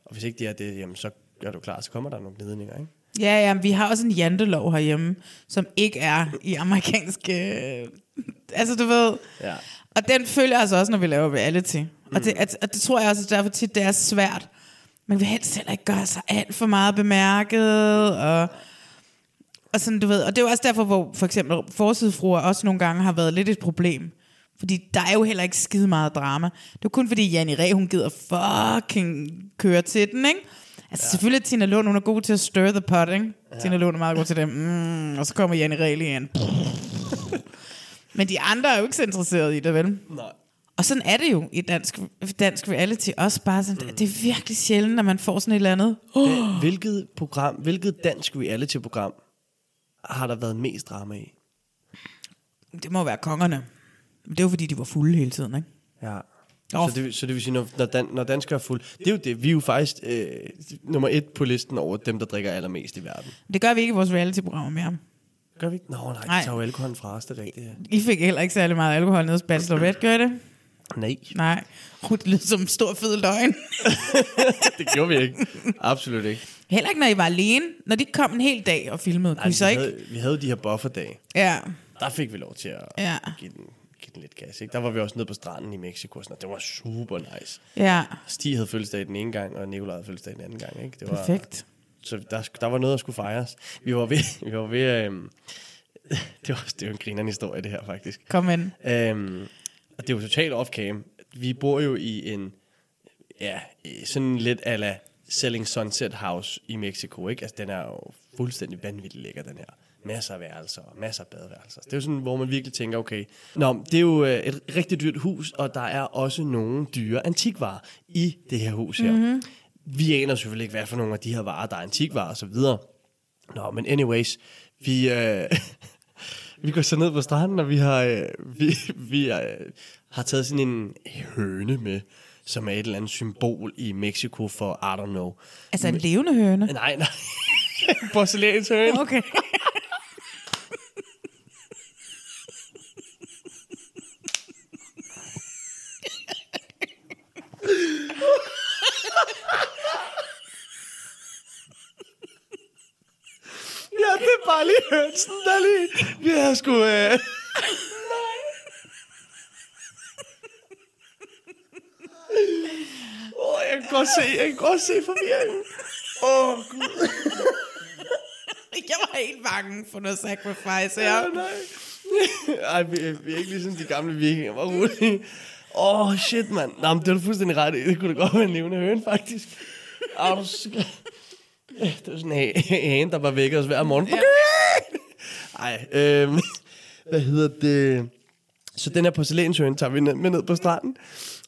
Speaker 2: Og hvis ikke de er det, jamen så er du klar, så kommer der nogle gnidninger, ikke?
Speaker 1: Ja, ja, men vi har også en jantelov herhjemme, som ikke er i amerikanske... altså, du ved...
Speaker 2: Ja.
Speaker 1: Og den følger altså også, når vi laver reality. Mm. Og, det, at, og det tror jeg også, at derfor tit, det er svært. Man vil helst heller ikke gøre sig alt for meget bemærket, og, og sådan, du ved. Og det er jo også derfor, hvor for eksempel forsidefruer også nogle gange har været lidt et problem. Fordi der er jo heller ikke skide meget drama. Det er jo kun fordi Janne Ræ, hun gider fucking køre til den, ikke? Altså ja. selvfølgelig er Tina Lund, hun er god til at stir the pot, ikke? Ja. Tina Lund er meget god til det. Mm, og så kommer Janne Ræ lige ind. Men de andre er jo ikke så interesserede i det, vel?
Speaker 2: Nej.
Speaker 1: Og sådan er det jo i dansk, dansk reality også bare sådan, mm. det er virkelig sjældent, at man får sådan et eller andet.
Speaker 2: Hva- Hvilket program, hvilket dansk reality-program har der været mest drama i?
Speaker 1: Det må være kongerne. Men det er jo fordi, de var fulde hele tiden, ikke?
Speaker 2: Ja.
Speaker 1: Nå.
Speaker 2: Så det, vil- så det vil sige, når, når, dan, når danskere er fuld, det er jo det, vi er jo faktisk øh, nummer et på listen over dem, der drikker allermest i verden.
Speaker 1: Det gør vi ikke i vores reality-programmer mere.
Speaker 2: Gør vi ikke? Nå, nej, nej.
Speaker 1: Nej.
Speaker 2: de tager jo alkoholen fra os, det er rigtigt. ja.
Speaker 1: I fik heller ikke særlig meget alkohol nede hos Bachelorette, gør I det?
Speaker 2: Nej.
Speaker 1: Nej. Uh, det lyder som en stor fed løgn.
Speaker 2: det gjorde vi ikke. Absolut ikke.
Speaker 1: Heller ikke, når I var alene. Når de kom en hel dag og filmede, kunne I så
Speaker 2: vi,
Speaker 1: ikke?
Speaker 2: Havde, vi havde jo de her bufferdage.
Speaker 1: Ja.
Speaker 2: Der fik vi lov til at
Speaker 1: Ja.
Speaker 2: give, den, give den lidt gas. Ikke? Der var vi også nede på stranden i Mexico. Og sådan, noget. det var super nice.
Speaker 1: Ja.
Speaker 2: Stig havde fødselsdag den ene gang, og Nikolaj havde fødselsdag den anden gang. Ikke? Det var,
Speaker 1: Perfekt.
Speaker 2: Så der, sk- der var noget, der skulle fejres. Vi var ved... Vi var ved øhm, det, var, det var en grinerende historie, det her, faktisk.
Speaker 1: Kom ind.
Speaker 2: Øhm, og det er jo totalt off-cam. Vi bor jo i en, ja, øh, sådan lidt ala Selling Sunset House i Mexico, ikke? Altså, den er jo fuldstændig vanvittig lækker, den her. masser af værelser og masser af badeværelser. Det er jo sådan, hvor man virkelig tænker, okay, nå, men det er jo øh, et rigtig dyrt hus, og der er også nogle dyre antikvarer i det her hus her.
Speaker 10: Mhm.
Speaker 2: Mm-hmm. Vi aner selvfølgelig ikke, hvad for nogle af de her varer, der er antikvarer og så videre. Nå, men anyways, vi, øh, vi går så ned på stranden, og vi har, øh, vi, vi øh, har taget sådan en høne med, som er et eller andet symbol i Mexico for, I don't know.
Speaker 1: Altså en levende høne?
Speaker 2: Nej, nej. Porcelænshøne.
Speaker 1: Okay.
Speaker 2: Ja, det er bare lige hønsen, der lige... Vi har sgu... Øh... Åh, jeg kan godt se, jeg kan godt se forvirringen. Åh, oh, Gud.
Speaker 1: Jeg var helt bange for noget sacrifice her.
Speaker 2: Ja, nej. Ej, vi, vi er ikke ligesom de gamle vikinger, var rolig. Åh, oh, shit, mand. Nej, men det var fuldstændig ret. i. Det kunne da godt være en levende høne, faktisk. Arh, det var sådan en hane, der bare vækker os hver morgen. Ej, øhm, hvad hedder det? Så den her porcelænshøne tager vi ned, med ned på stranden.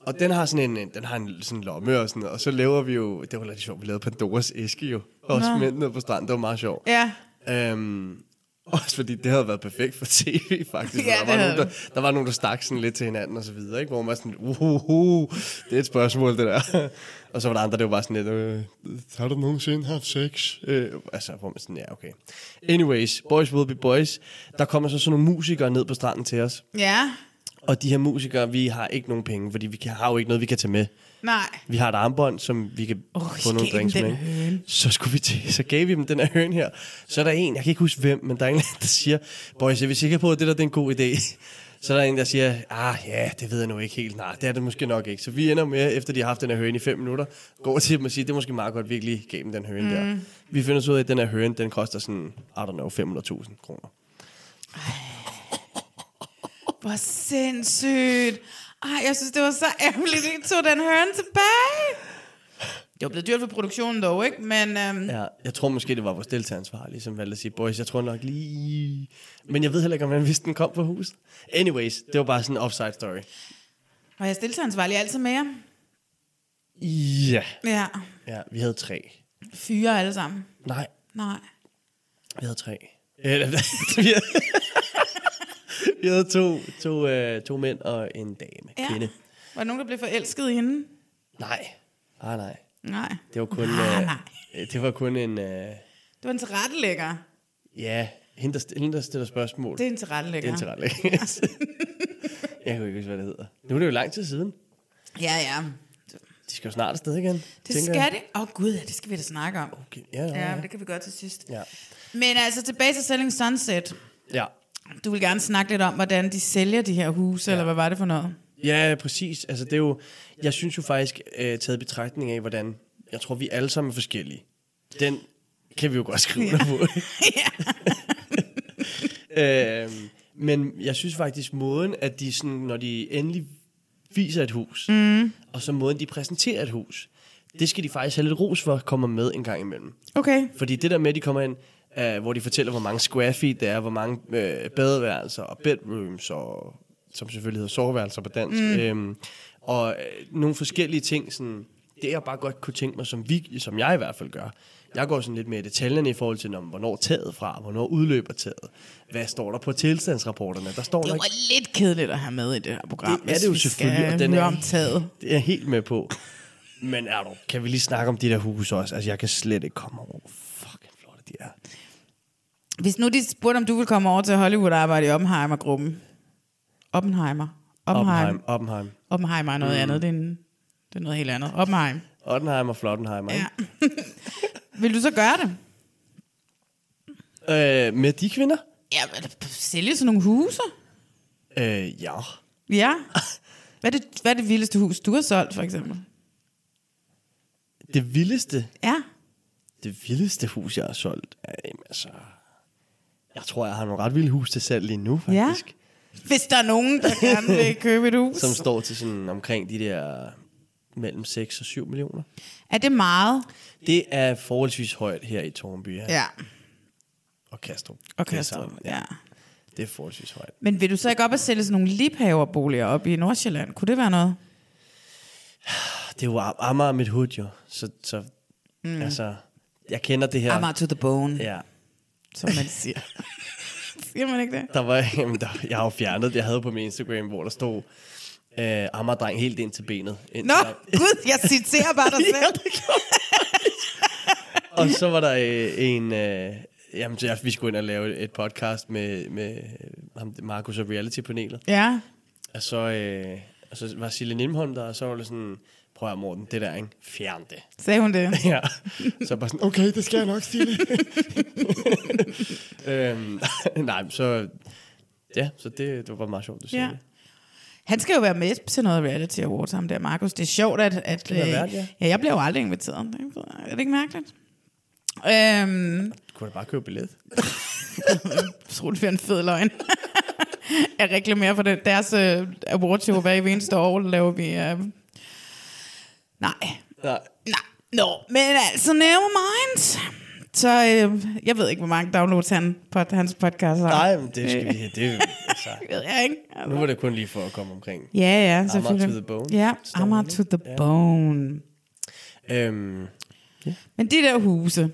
Speaker 2: Og den har sådan en, en- den har en sådan en lomme og sådan noget. Og så laver vi jo, det var lidt sjovt, vi lavede Pandoras æske jo. Også
Speaker 1: Nå.
Speaker 2: med ned på stranden, det var meget sjovt.
Speaker 1: Ja.
Speaker 2: Øhm, også fordi det havde været perfekt for tv, faktisk.
Speaker 1: Ja,
Speaker 2: ja, der,
Speaker 1: det
Speaker 2: var
Speaker 1: havde
Speaker 2: nogen, der, der var nogen, der stak sådan lidt til hinanden og så videre, ikke? hvor man var sådan, uhuhu, det er et spørgsmål, det der. og så var der andre, der var bare sådan lidt, øh, har du nogensinde haft sex? Øh, altså, hvor man sådan, ja, okay. Anyways, boys will be boys. Der kommer så sådan nogle musikere ned på stranden til os,
Speaker 1: Ja,
Speaker 2: og de her musikere, vi har ikke nogen penge, fordi vi kan, har jo ikke noget, vi kan tage med.
Speaker 1: nej.
Speaker 2: Vi har et armbånd, som vi kan oh, få nogle
Speaker 1: skæg,
Speaker 2: drinks
Speaker 1: den
Speaker 2: med. ikke? Så, skulle vi til, så gav vi dem den her høn her. Så er der en, jeg kan ikke huske hvem, men der er en, der siger, boys, er vi sikre på, at det der det er en god idé? Så er der en, der siger, ah ja, det ved jeg nu ikke helt. Nej, det er det måske nok ikke. Så vi ender med, efter de har haft den her høne i fem minutter, går til dem og siger, det er måske meget godt, virkelig gav dem den høne mm. der.
Speaker 1: Mm.
Speaker 2: Vi finder så ud af, at den her høne, den koster sådan, I don't know, 500.000 kroner.
Speaker 1: Hvor sindssygt. Ej, jeg synes, det var så ærgerligt, at I tog den høne tilbage. Det var blevet dyrt for produktionen dog, ikke? Men øhm,
Speaker 2: Ja, jeg tror måske, det var vores deltageransvarlige, som valgte at sige, boys, jeg tror nok lige... Men jeg ved heller ikke, om han vidste, den kom fra huset. Anyways, det var bare sådan en offside story.
Speaker 1: var jeres deltageransvarlig altid med jer?
Speaker 2: Ja.
Speaker 1: Ja.
Speaker 2: Ja, vi havde tre.
Speaker 1: Fyre alle sammen?
Speaker 2: Nej,
Speaker 1: Nej.
Speaker 2: vi havde tre. Eller, vi havde, vi havde to, to, øh, to mænd og en dame,
Speaker 1: Ja.
Speaker 2: ja. kvinde.
Speaker 1: Var der nogen, der blev forelsket i hende?
Speaker 2: Nej. Ah, nej.
Speaker 1: Nej.
Speaker 2: Det var kun...
Speaker 1: Nej,
Speaker 2: øh,
Speaker 1: nej.
Speaker 2: øh, det var kun en... Øh,
Speaker 1: Det var en tilrettelægger.
Speaker 2: ja, hende der, st- hende, der stiller spørgsmål.
Speaker 1: Det er en tilrettelægger. Altså,
Speaker 2: Det er en tilrettelægger. jeg kan ikke huske, hvad det hedder. Nu er det jo lang tid siden.
Speaker 1: Ja, ja.
Speaker 2: De skal jo snart afsted igen.
Speaker 1: Det
Speaker 2: tænker
Speaker 1: skal
Speaker 2: jeg.
Speaker 1: det. Åh oh, gud, ja, det skal vi da snakke om.
Speaker 2: Okay. Ja, ja, ja.
Speaker 1: ja, det kan vi gøre til sidst.
Speaker 2: Ja.
Speaker 1: Men altså tilbage til Selling Sunset.
Speaker 2: Ja.
Speaker 1: Du vil gerne snakke lidt om, hvordan de sælger de her huse, ja. eller hvad var det for noget?
Speaker 2: Ja, præcis. Altså, det er jo, jeg synes jo faktisk, øh, taget i betragtning af, hvordan jeg tror, vi alle sammen er forskellige. Den kan vi jo godt skrive ja. på. øhm, men jeg synes faktisk, måden, at de sådan, når de endelig viser et hus,
Speaker 1: Mm.
Speaker 2: og så måden, de præsenterer et hus, det skal de faktisk have lidt ros for, kommer med en gang imellem.
Speaker 1: Okay.
Speaker 2: Fordi det der med, at de kommer ind, øh, hvor de fortæller, hvor mange square feet der er, hvor mange øh, badeværelser og bedrooms, og, som selvfølgelig hedder soveværelser på dansk,
Speaker 10: Mm.
Speaker 2: mm. øhm, og øh, nogle forskellige ting, sådan, det jeg bare godt kunne tænke mig, som, vi, som jeg i hvert fald gør. Jeg går sådan lidt mere i detaljerne i forhold til, når, hvornår taget fra, hvornår udløber taget. Hvad står der på tilstandsrapporterne? Der står
Speaker 1: Det
Speaker 2: der
Speaker 1: var lidt kedeligt at have med i det her program.
Speaker 2: det er det jo selvfølgelig.
Speaker 1: Og den er om
Speaker 2: helt-
Speaker 1: taget.
Speaker 2: Det er jeg helt med på. Men er du, kan vi lige snakke om de der huse også? Altså, jeg kan slet ikke komme over, hvor fucking flotte de er.
Speaker 1: Hvis nu de spurgte, om du ville komme over til Hollywood og arbejde i Oppenheimer-gruppen. Oppenheimer. Oppenheim.
Speaker 2: Oppenheim. Oppenheim.
Speaker 1: Oppenheimer er noget
Speaker 2: Mm.
Speaker 1: andet. Det er, en, det er noget helt andet. Oppenheim.
Speaker 2: Oppenheim og Flottenheimer. Ja.
Speaker 1: Vil du så gøre det?
Speaker 2: Øh, med de kvinder?
Speaker 1: Ja, men der sælge sådan nogle huse?
Speaker 2: Øh, ja.
Speaker 1: Ja. Hvad er, det, hvad er det vildeste hus, du har solgt, for eksempel?
Speaker 2: Det vildeste?
Speaker 1: Ja.
Speaker 2: Det vildeste hus, jeg har solgt? er, Jamen, altså... Jeg tror, jeg har nogle ret vilde hus til salg lige nu, faktisk. Ja.
Speaker 1: Hvis der er nogen, der gerne vil købe et hus.
Speaker 2: Som står til sådan omkring de der mellem 6 og 7 millioner.
Speaker 1: Er det meget?
Speaker 2: Det er forholdsvis højt her i Tornby.
Speaker 1: Ja.
Speaker 2: og Kastrup.
Speaker 1: Og
Speaker 2: Det er
Speaker 1: Kastrup,
Speaker 2: sammen,
Speaker 1: ja.
Speaker 2: Det er forholdsvis højt.
Speaker 1: Men vil du så ikke op og sælge sådan nogle libhaverboliger op i Nordsjælland? Kunne det være noget?
Speaker 2: Ah, Det er jo Am- Amager mit hood, jo. Så, så
Speaker 1: Mm.
Speaker 2: mm. altså, jeg kender det her.
Speaker 1: Amager to the bone.
Speaker 2: Ja.
Speaker 1: Som man siger. Siger man ikke det?
Speaker 2: Der var, jamen, der, jeg har jo fjernet det, jeg havde på min Instagram, hvor der stod øh, Amager-dreng helt ind til benet. Ind
Speaker 1: Nå,
Speaker 2: til,
Speaker 1: gud, jeg citerer bare dig selv.
Speaker 2: og så var der øh, en... Øh, jamen, så jeg, vi skulle ind og lave et podcast med, med ham, Markus og Reality-panelet.
Speaker 1: Ja.
Speaker 2: Og så, øh, og så var Sille Nimholm der, og så var det sådan... Prøv at høre, Morten, det der, ikke? Fjern det.
Speaker 1: Sagde hun det?
Speaker 2: Ja. Så bare sådan, okay, det skal jeg nok, Sille. øhm, nej, men så... Ja, så det, det var meget sjovt, du sagde
Speaker 1: Ja.
Speaker 2: det.
Speaker 1: Han skal jo være med til noget reality awards, ham der, Markus. Det er sjovt, at... at
Speaker 2: Skal være vært, ja.
Speaker 1: ja. ja. jeg bliver jo aldrig inviteret. Er det ikke mærkeligt? Øhm,
Speaker 2: Du kunne da bare købe billet.
Speaker 1: Troligt, det er en fed løgn. jeg reklamerer for det. Deres uh, awardshow hver eneste år laver vi... Uh... Nej.
Speaker 2: Nej.
Speaker 1: Nej. Nå, men altså, never mind. Så øh, jeg ved ikke, hvor mange downloads han på hans podcast har.
Speaker 2: Nej, men det skal vi have. Det, er jo- altså.
Speaker 1: ved jeg ikke.
Speaker 2: Nu var det kun lige for at komme omkring.
Speaker 1: Ja, ja,
Speaker 2: Amager
Speaker 1: selvfølgelig.
Speaker 2: to the bone.
Speaker 1: Ja,
Speaker 2: Står
Speaker 1: Amager
Speaker 2: der,
Speaker 1: to the
Speaker 2: ikke? Ja.
Speaker 1: bone.
Speaker 2: Øhm,
Speaker 1: Men de der huse,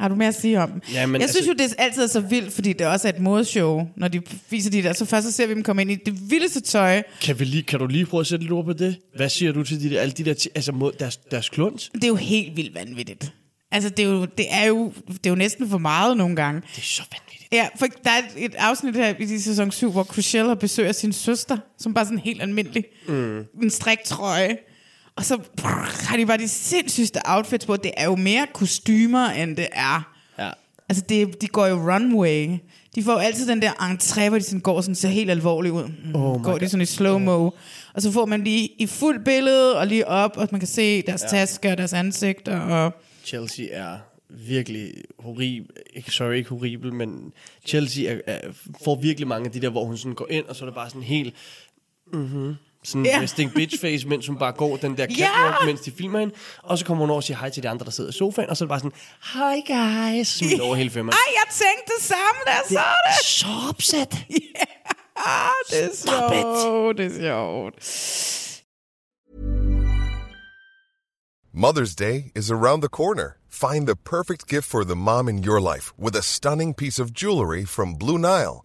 Speaker 1: har du mere at sige om dem?
Speaker 2: Ja, men
Speaker 1: jeg
Speaker 2: altså-
Speaker 1: synes jo, det er altid er så vildt, fordi det også er et modeshow, når de viser de der. Så først så ser vi dem komme ind i det vildeste tøj.
Speaker 2: kan, vi lige, kan du lige prøve at sætte lidt ord på det? Hvad siger du til de der, alle de der, ti- altså mod deres, deres kluns?
Speaker 1: Det er jo helt vildt vanvittigt. Altså, det er jo, det er jo, det er jo næsten for meget nogle gange. Det
Speaker 2: er så vanvittigt.
Speaker 1: Ja, for der er et, et afsnit her i sæson 7, hvor Cruella besøger sin søster, som bare er sådan helt almindelig.
Speaker 2: Mm.
Speaker 1: en striktrøje. Og så prrr, har de bare de sindssygste outfits på. Det er jo mere kostymer, end det er.
Speaker 2: Ja.
Speaker 1: Altså, det, de går jo runway. De får jo altid den der entré, hvor de sådan går sådan, ser helt alvorligt ud. Mm,
Speaker 2: Oh my
Speaker 1: går
Speaker 2: God.
Speaker 1: de sådan i slow-mo. Og så får man lige i fuld billede og lige op, og man kan se deres
Speaker 2: Ja.
Speaker 1: ja. tasker, deres ansigter. Og
Speaker 2: Chelsea er virkelig horribel, sorry, ikke horribel, men Chelsea er, er, får virkelig mange af de der, hvor hun sådan går ind, og så er det bare sådan helt, mhm, sådan
Speaker 1: Ja.
Speaker 2: yeah. resting bitch face, mens hun bare går den der
Speaker 1: Ja!
Speaker 2: catwalk, mens de filmer hende, og så kommer hun over og siger hej til de andre, der sidder i sofaen, og så er det bare sådan, Hi guys. smidt over hele femmeren.
Speaker 1: Ej, jeg tænkte det samme, da jeg
Speaker 2: Det
Speaker 1: så
Speaker 2: er
Speaker 1: det.
Speaker 2: så opsat.
Speaker 1: Yeah, det er
Speaker 2: Stop it.
Speaker 1: sjovt, det er sjovt.
Speaker 10: Mother's Day is around the corner. Find the perfect gift for the mom in your life with a stunning piece of jewelry from Blue Nile.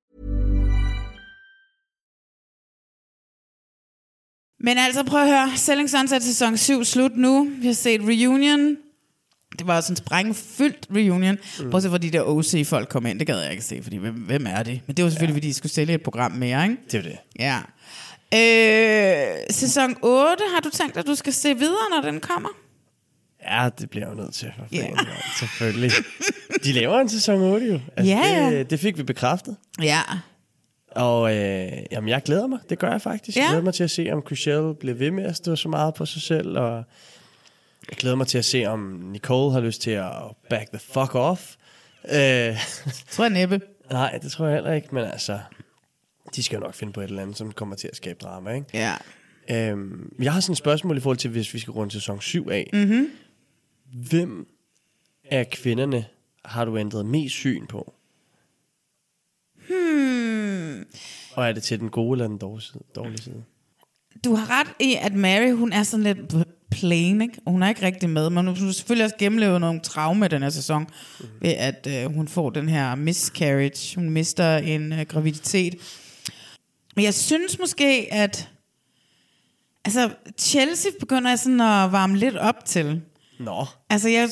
Speaker 1: Men altså, prøv at høre. Selling Sunset sæson 7 slut nu. Vi har set Reunion. Det var sådan en sprængfyldt reunion. Mm. Prøv at se, hvor de der OC-folk kom ind. Det gad jeg ikke se, fordi hvem, hvem er det? Men det var selvfølgelig, ja. fordi de skulle sælge et program mere, ikke?
Speaker 2: Det er det.
Speaker 1: Ja. Øh, sæson 8, har du tænkt at du skal se videre, når den kommer?
Speaker 2: Ja, det bliver jeg jo nødt til. For
Speaker 1: Ja.
Speaker 2: fanden, mand. Selvfølgelig. De laver en sæson 8 jo. Altså,
Speaker 1: Ja, ja.
Speaker 2: det, det fik vi bekræftet.
Speaker 1: Ja.
Speaker 2: Og øh, jamen, jeg glæder mig. Det gør jeg faktisk. Ja.
Speaker 1: Ja.
Speaker 2: Jeg glæder mig til at se, om Chriselle bliver ved med at stå så meget på sig selv. Og jeg glæder mig til at se, om Nicole har lyst til at back the fuck off. Øh,
Speaker 1: tror jeg næppe.
Speaker 2: Nej, det tror jeg heller ikke. Men altså, de skal jo nok finde på et eller andet, som kommer til at skabe drama, ikke?
Speaker 1: Ja.
Speaker 2: Øhm, jeg har sådan et spørgsmål i forhold til, hvis vi skal runde sæson 7 af.
Speaker 1: Mm-hmm.
Speaker 2: Hvem af kvinderne har du ændret mest syn på?
Speaker 1: Hmm.
Speaker 2: Og er det til den gode eller den dårlige side? Dårlige side?
Speaker 1: Du har ret i, at Mary, hun er sådan lidt plain, ikke? Og Hun er ikke rigtig med, men hun har selvfølgelig også gennemlevet nogle traume den her sæson, ved at øh, hun får den her miscarriage. Hun mister en øh, graviditet. Men jeg synes måske, at Altså, Chelsea begynder jeg sådan at varme lidt op til.
Speaker 2: Nå.
Speaker 1: Altså, jeg,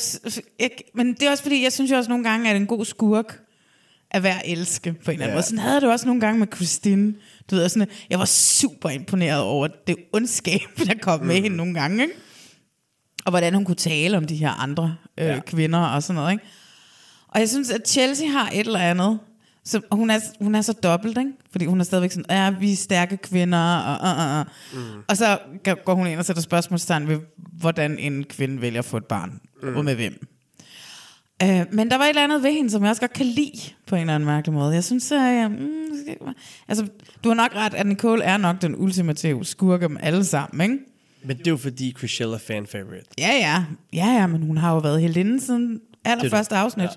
Speaker 1: jeg, men det er også fordi, jeg synes jo også nogle gange, at en god skurk er værd at elske på en eller anden
Speaker 2: Ja.
Speaker 1: måde. Sådan havde jeg det også nogle gange med Christine. Du ved, og sådan, jeg var super imponeret over det ondskab, der kom med
Speaker 2: Mm.
Speaker 1: hende nogle gange. Ikke? Og hvordan hun kunne tale om de her andre øh,
Speaker 2: Ja.
Speaker 1: ja. kvinder og sådan noget. Ikke? Og jeg synes, at Chelsea har et eller andet. Så og hun, er, hun er så dobbelt, ikke? fordi hun er stadigvæk sådan, ja, vi er stærke kvinder, og, og, og, og. Mm. og så g- går hun ind og sætter spørgsmålstegn ved, hvordan en kvinde vælger at få et barn,
Speaker 2: Mm.
Speaker 1: mm. og med hvem. Øh, men der var et eller andet ved hende, som jeg også godt kan lide på en eller anden mærkelig måde. Jeg synes, at, jeg, mm, det skal ikke- altså, du har nok ret, at Nicole er nok den ultimative skurke dem alle sammen, ikke?
Speaker 2: Men det er jo fordi, Chrishell er fan favorite.
Speaker 1: Ja, ja. Ja, ja, men hun har jo været helt inden siden allerførste
Speaker 2: Det er det.
Speaker 1: afsnit. Ja.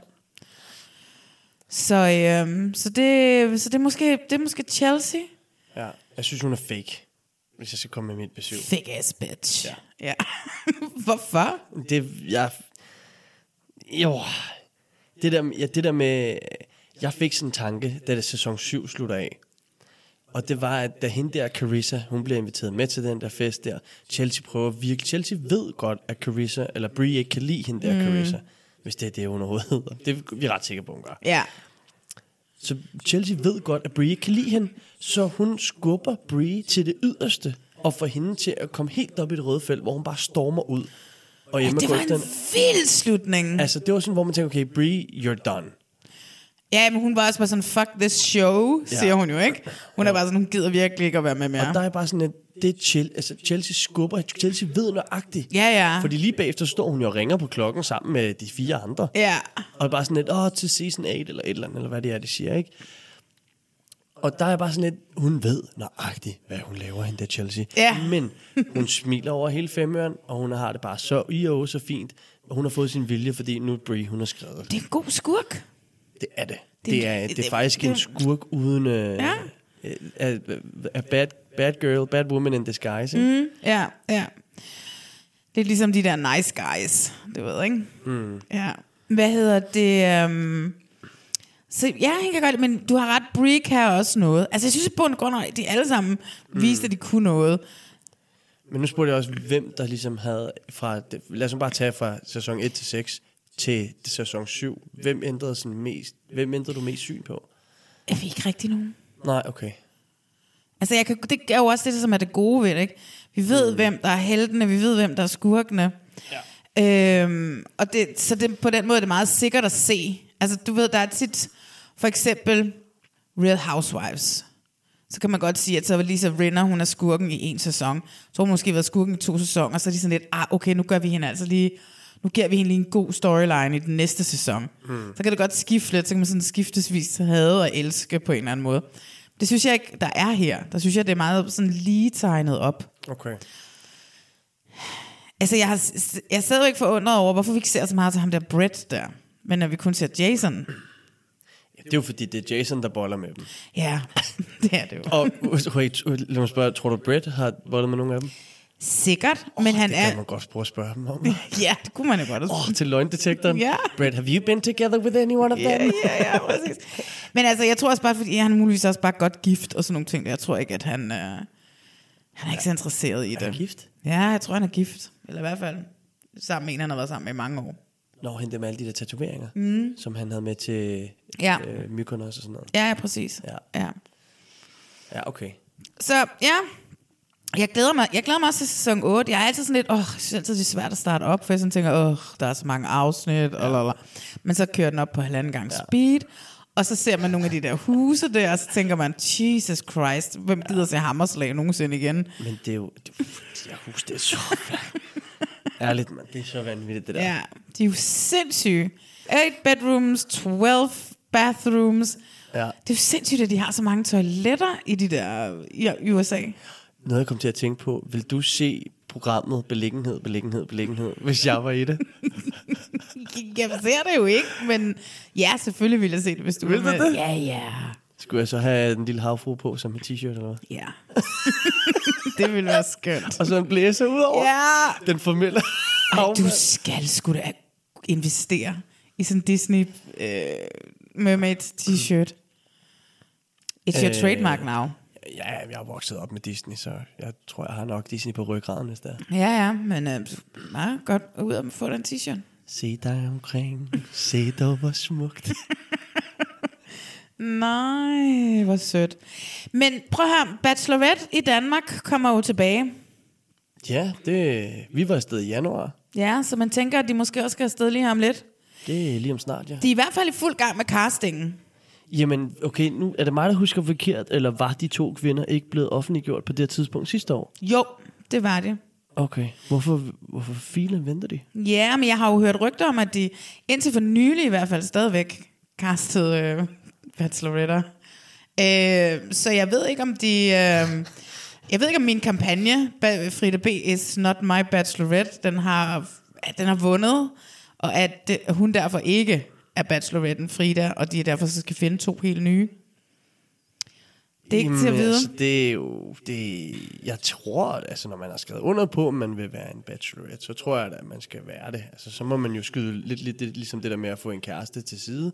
Speaker 1: Så, øhm, så, det, så det, er måske, det er måske Chelsea.
Speaker 2: Ja. Jeg synes, hun er fake, hvis jeg skal komme med mit besøg.
Speaker 1: Fake ass bitch. Ja. ja. Hvorfor?
Speaker 2: Det, jeg... Jo... Det der, ja, det der med... Jeg fik sådan en tanke, da det sæson 7 slutter af. Og det var, at da hende der, Carissa, hun bliver inviteret med til den der fest der, Chelsea prøver virkelig... Chelsea ved godt, at Carissa, eller Brie ikke kan lide hende der,
Speaker 1: Mm.
Speaker 2: mm. Carissa. Hvis det er det, hun overhovedet hedder. Det er vi ret sikre på, hun gør.
Speaker 1: Ja.
Speaker 2: Så Chelsea ved godt, at Brie ikke kan lide hende, så hun skubber Brie til det yderste, og får hende til at komme helt op i det røde felt, hvor hun bare stormer ud. Og Emma
Speaker 1: det var
Speaker 2: går efter
Speaker 1: en
Speaker 2: hende.
Speaker 1: vild slutning.
Speaker 2: Altså, det var sådan, hvor man tænker, okay, Brie, you're done.
Speaker 1: Ja, men hun var også bare sådan, fuck this show, ja.
Speaker 2: Ja.
Speaker 1: siger hun jo, ikke? Hun er bare sådan, hun gider virkelig ikke at være med mere.
Speaker 2: Og der er bare sådan, at det er chill. Altså, Chelsea skubber. Chelsea ved nøjagtigt.
Speaker 1: Ja, ja.
Speaker 2: Fordi lige bagefter står hun jo og ringer på klokken sammen med de fire andre.
Speaker 1: Ja.
Speaker 2: Og bare sådan lidt, åh, til season 8, eller et eller andet, eller hvad det er, de siger, ikke? Og der er bare sådan lidt, hun ved nøjagtigt, hvad hun laver, hende der Chelsea.
Speaker 1: Ja.
Speaker 2: Men hun smiler over hele femøren, og hun har det bare så i og så fint. Og hun har fået sin vilje, fordi nu er Brie, hun har skrevet. Det
Speaker 1: er en god skurk.
Speaker 2: Det er det.
Speaker 1: Det-
Speaker 2: Det, er, det, er faktisk en
Speaker 1: det-
Speaker 2: skurk uden... Øh,
Speaker 1: Ja.
Speaker 2: øh, A, a bad, bad girl, bad woman in disguise. ikke?
Speaker 1: Mm, ja, ja. Det er ligesom de der nice guys, du ved, ikke?
Speaker 2: Mm.
Speaker 1: Ja. Hvad hedder det? Um... Så ja, jeg kan godt, men du har ret, Brie kan også noget. Altså jeg synes i bund og grund, at de alle sammen mm. viste, at de kunne noget.
Speaker 2: Men nu spurgte jeg også, hvem der ligesom havde fra... det- Lad os nu bare tage fra sæson 1 til 6 til sæson 7. Hvem ændrede, sådan mest, hvem ændrede du mest syn på?
Speaker 1: Jeg ved ikke rigtig nogen.
Speaker 2: Nej, okay.
Speaker 1: Altså jeg kan, det er jo også det, som er det gode ved det, ikke? Vi ved, mm. hvem der er heltene, vi ved, hvem der er skurkene. Ja. Øhm, og det, så det, på den måde er det meget sikkert at se. Altså du ved, der er tit, for eksempel Real Housewives. Så kan man godt sige, at så var Lisa Rinna, hun er skurken i en sæson. Så har hun måske været skurken i to sæsoner, og så er de sådan lidt, ah, okay, nu gør vi hende altså lige, nu giver vi hende lige en god storyline i den næste sæson.
Speaker 2: Mm.
Speaker 1: Så kan det godt skifte lidt, så kan man sådan skiftesvis hade og elske på en eller anden måde. Det synes jeg ikke, der er her. Der synes jeg, det er meget sådan lige tegnet op.
Speaker 2: Okay.
Speaker 1: Altså, jeg, har, jeg er stadigvæk forundret over, hvorfor vi ikke ser så meget til ham der Brett der. Men når vi kun ser Jason.
Speaker 2: Det er jo fordi, det er Jason, der boller med dem.
Speaker 1: Ja, det er det jo.
Speaker 2: Og wait, lad mig spørge, tror du, Brett har bollet med nogen af dem?
Speaker 1: Sikkert, men han
Speaker 2: det
Speaker 1: er...
Speaker 2: kan man godt prøve at spørge dem om.
Speaker 1: Ja, det kunne man jo godt.
Speaker 2: Åh, oh, til løgndetektoren.
Speaker 1: Ja.
Speaker 2: Brett, have you been together with any one of them?
Speaker 1: Ja, ja, ja, præcis. Men altså, jeg tror også bare, fordi han er muligvis også bare godt gift og sådan nogle ting. Jeg tror ikke, at han... Øh, han er ikke så interesseret i det. Er
Speaker 2: gift?
Speaker 1: Ja, jeg tror, han er gift. Eller i hvert fald sammen med en, han har været sammen med i mange år.
Speaker 2: Når hente med alle de der tatoveringer,
Speaker 1: Mm.
Speaker 2: som han havde med til
Speaker 1: Ja.
Speaker 2: øh, Mykonos og sådan noget.
Speaker 1: Ja, ja, præcis. Ja. ja.
Speaker 2: Ja, okay.
Speaker 1: Så ja, jeg glæder, mig, jeg glæder mig også til sæson 8. Jeg er altid sådan lidt, åh, jeg synes altid, det er svært at starte op, for jeg sådan tænker, åh, der er så mange afsnit, og la, la. Men så kører den op på halvanden gang speed, og så ser man nogle af de der huse der, og så tænker man, Jesus Christ, hvem gider se Hammerslag nogensinde igen?
Speaker 2: Men det er jo... Det, jeg husker det er så... Ærligt, man. Det er så vanvittigt, det der.
Speaker 1: Ja, de er jo sindssyge. 8 bedrooms, 12 bathrooms.
Speaker 2: Ja.
Speaker 1: Det er jo sindssygt, at de har så mange toiletter i de der i USA.
Speaker 2: Noget, jeg kom til at tænke på. Vil du se programmet Beliggenhed, Beliggenhed, Beliggenhed, hvis jeg var i det?
Speaker 1: Jeg ser det jo ikke, men ja, selvfølgelig ville jeg se det, hvis du
Speaker 2: Vil
Speaker 1: var
Speaker 2: du
Speaker 1: med.
Speaker 2: det?
Speaker 1: Ja, ja.
Speaker 2: Skulle jeg så have den lille havfru på som en t-shirt eller hvad?
Speaker 1: Ja. det ville være skønt.
Speaker 2: Og så en blæser ud over.
Speaker 1: Ja.
Speaker 2: Den formelle
Speaker 1: Ej, du skal sgu da investere i sådan en Disney øh, Mermaid t-shirt. It's your
Speaker 2: Øh,
Speaker 1: trademark now.
Speaker 2: Ja, jeg er vokset op med Disney, så jeg tror, jeg har nok Disney på ryggraden, hvis det er.
Speaker 1: Ja, ja, men øh, meget godt ud at få den t-shirt.
Speaker 2: Se dig omkring, se dog hvor smukt.
Speaker 1: Nej, hvor sødt. Men prøv at høre, Bachelorette i Danmark kommer jo tilbage.
Speaker 2: ja, det, vi var afsted i januar.
Speaker 1: Ja, så man tænker, at de måske også skal afsted lige her om lidt.
Speaker 2: Det er lige om snart, ja.
Speaker 1: De er i hvert fald i fuld gang med castingen.
Speaker 2: Jamen, okay, nu er det mig, der husker forkert, eller var de to kvinder ikke blevet offentliggjort på det her tidspunkt sidste år?
Speaker 1: Jo, det var det.
Speaker 2: Okay, hvorfor, hvorfor filen venter de?
Speaker 1: Ja, men jeg har jo hørt rygter om, at de indtil for nylig i hvert fald stadigvæk castede øh, bacheloretter. Øh, så jeg ved ikke, om de... Øh, jeg ved ikke, om min kampagne, ba- Frida B. is not my bachelorette, den har, at den har vundet, og at det, hun derfor ikke er bacheloretten Frida, og de er derfor så skal finde to helt nye. Det er ikke til at vide.
Speaker 2: Altså, det er jo... Det, jeg tror, at altså, når man har skrevet under på, at man vil være en bachelorette, så tror jeg da, at man skal være det. Altså, så må man jo skyde lidt, lidt, lidt ligesom det der med at få en kæreste til side,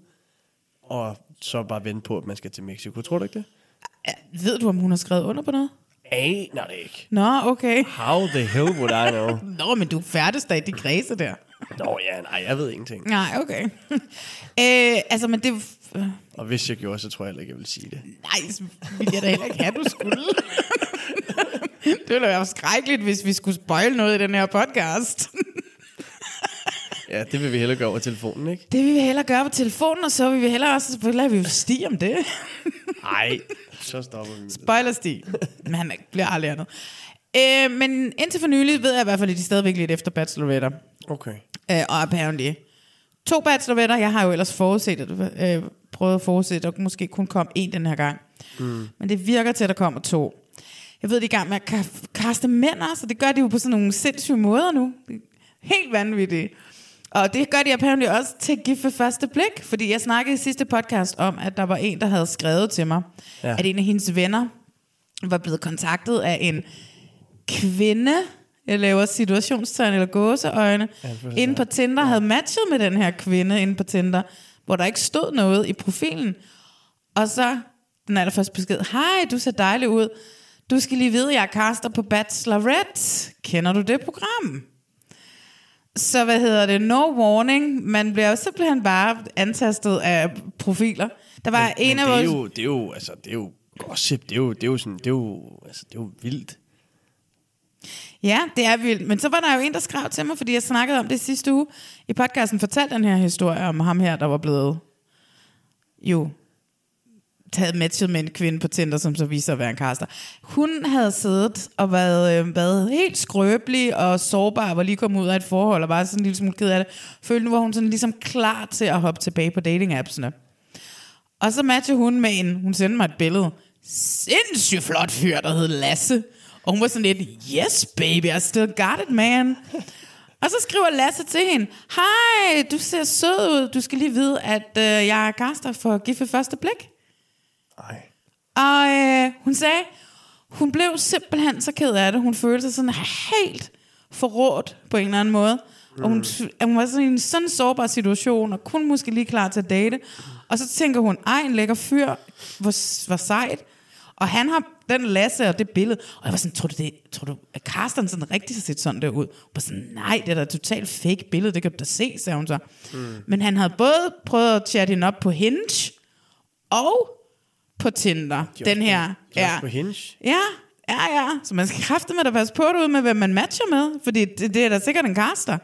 Speaker 2: og så bare vente på, at man skal til Mexico. Tror du ikke det?
Speaker 1: Ved du, om hun har skrevet under på noget?
Speaker 2: Aner det ikke.
Speaker 1: Nå, okay.
Speaker 2: How the hell would I know?
Speaker 1: Nå, men du færdes da i de kredse der.
Speaker 2: Nå ja, nej, jeg ved ingenting.
Speaker 1: Nej, okay. øh, altså, men det...
Speaker 2: Og hvis jeg gjorde, så tror jeg heller ikke, jeg vil sige det.
Speaker 1: Nej, så ville jeg da heller ikke have, du skulle. det ville være skrækkeligt, hvis vi skulle spoil noget i den her podcast.
Speaker 2: Ja, det vil vi hellere gøre over telefonen, ikke?
Speaker 1: det vil vi hellere gøre på telefonen, og så vil vi hellere også... Så lader vi jo stige om det.
Speaker 2: Nej, så stopper vi. med det.
Speaker 1: Spoiler Stig. Men han bliver aldrig andet. Øh, men indtil for nylig ved jeg i hvert fald, at de stadigvæk lidt efter bacheloretter.
Speaker 2: Okay.
Speaker 1: Øh, og apparently. To bacheloretter. Jeg har jo ellers forudset, at, øh, prøvet at forudse, at der måske kun kom en den her gang.
Speaker 2: Mm.
Speaker 1: Men det virker til, at der kommer to. Jeg ved, de er i gang med at ka- kaste mænd også, og det gør de jo på sådan nogle sindssyge måder nu. Det er Helt vanvittigt. Og det gør de apparently også til gift ved første blik, fordi jeg snakkede i sidste podcast om, at der var en, der havde skrevet til mig,
Speaker 2: Ja.
Speaker 1: ja. at en af hendes venner var blevet kontaktet af en kvinde, jeg laver situationstegn eller gåseøjne,
Speaker 2: Ja, det forstår
Speaker 1: inde på Tinder, havde matchet med den her kvinde inde på Tinder, hvor der ikke stod noget i profilen. Og så den allerførste besked, hej, du ser dejlig ud. Du skal lige vide, jeg er caster på Bachelorette. Kender du det program? Så hvad hedder det? No warning. Man bliver jo simpelthen bare antastet af profiler. Der var en
Speaker 2: Men
Speaker 1: af
Speaker 2: det er
Speaker 1: vores...
Speaker 2: jo, det er jo, altså, det er jo gossip, det er jo, det er jo sådan, det er jo, altså, det er jo vildt.
Speaker 1: Ja, det er vildt. Men så var der jo en, der skrev til mig, fordi jeg snakkede om det sidste uge i podcasten, fortalte den her historie om ham her, der var blevet jo taget matchet med en kvinde på Tinder, som så viser at være en kaster. Hun havde siddet og været, øh, været helt skrøbelig og sårbar, og var lige kommet ud af et forhold og var sådan en lille smule ked af det. Følte nu var hun sådan ligesom klar til at hoppe tilbage på dating-appsene. Og så matcher hun med en, hun sendte mig et billede, sindssygt flot fyr, der hed Lasse. Og hun var sådan lidt, yes baby, I still got it man. Og så skriver Lasse til hende, hej, du ser sød ud, du skal lige vide, at øh, jeg er Karster for Gift ved første blik. Og øh, hun sagde, hun blev simpelthen så ked af det. Hun følte sig sådan helt forrådt på en eller anden måde. Og hun, hun var sådan i en sådan sårbar situation, og kun måske lige klar til at date. Og så tænker hun, ej, en lækker fyr, hvor, hvor sejt. Og han har den Lasse og det billede. Og jeg var sådan, tror du, det, tror du at Carsten sådan rigtig har set sådan der ud? Hun var sådan, nej, det er da et totalt fake billede, det kan du da se, sagde hun så. Mm. Men han havde både prøvet at chatte hende op på Hinge, og på Tinder. Den her.
Speaker 2: Ja.
Speaker 1: Ja.
Speaker 2: På Hinge.
Speaker 1: ja, ja, ja. Så man skal kræfte med at passe på derude med, hvem man matcher med. Fordi det, det er da sikkert en kaster.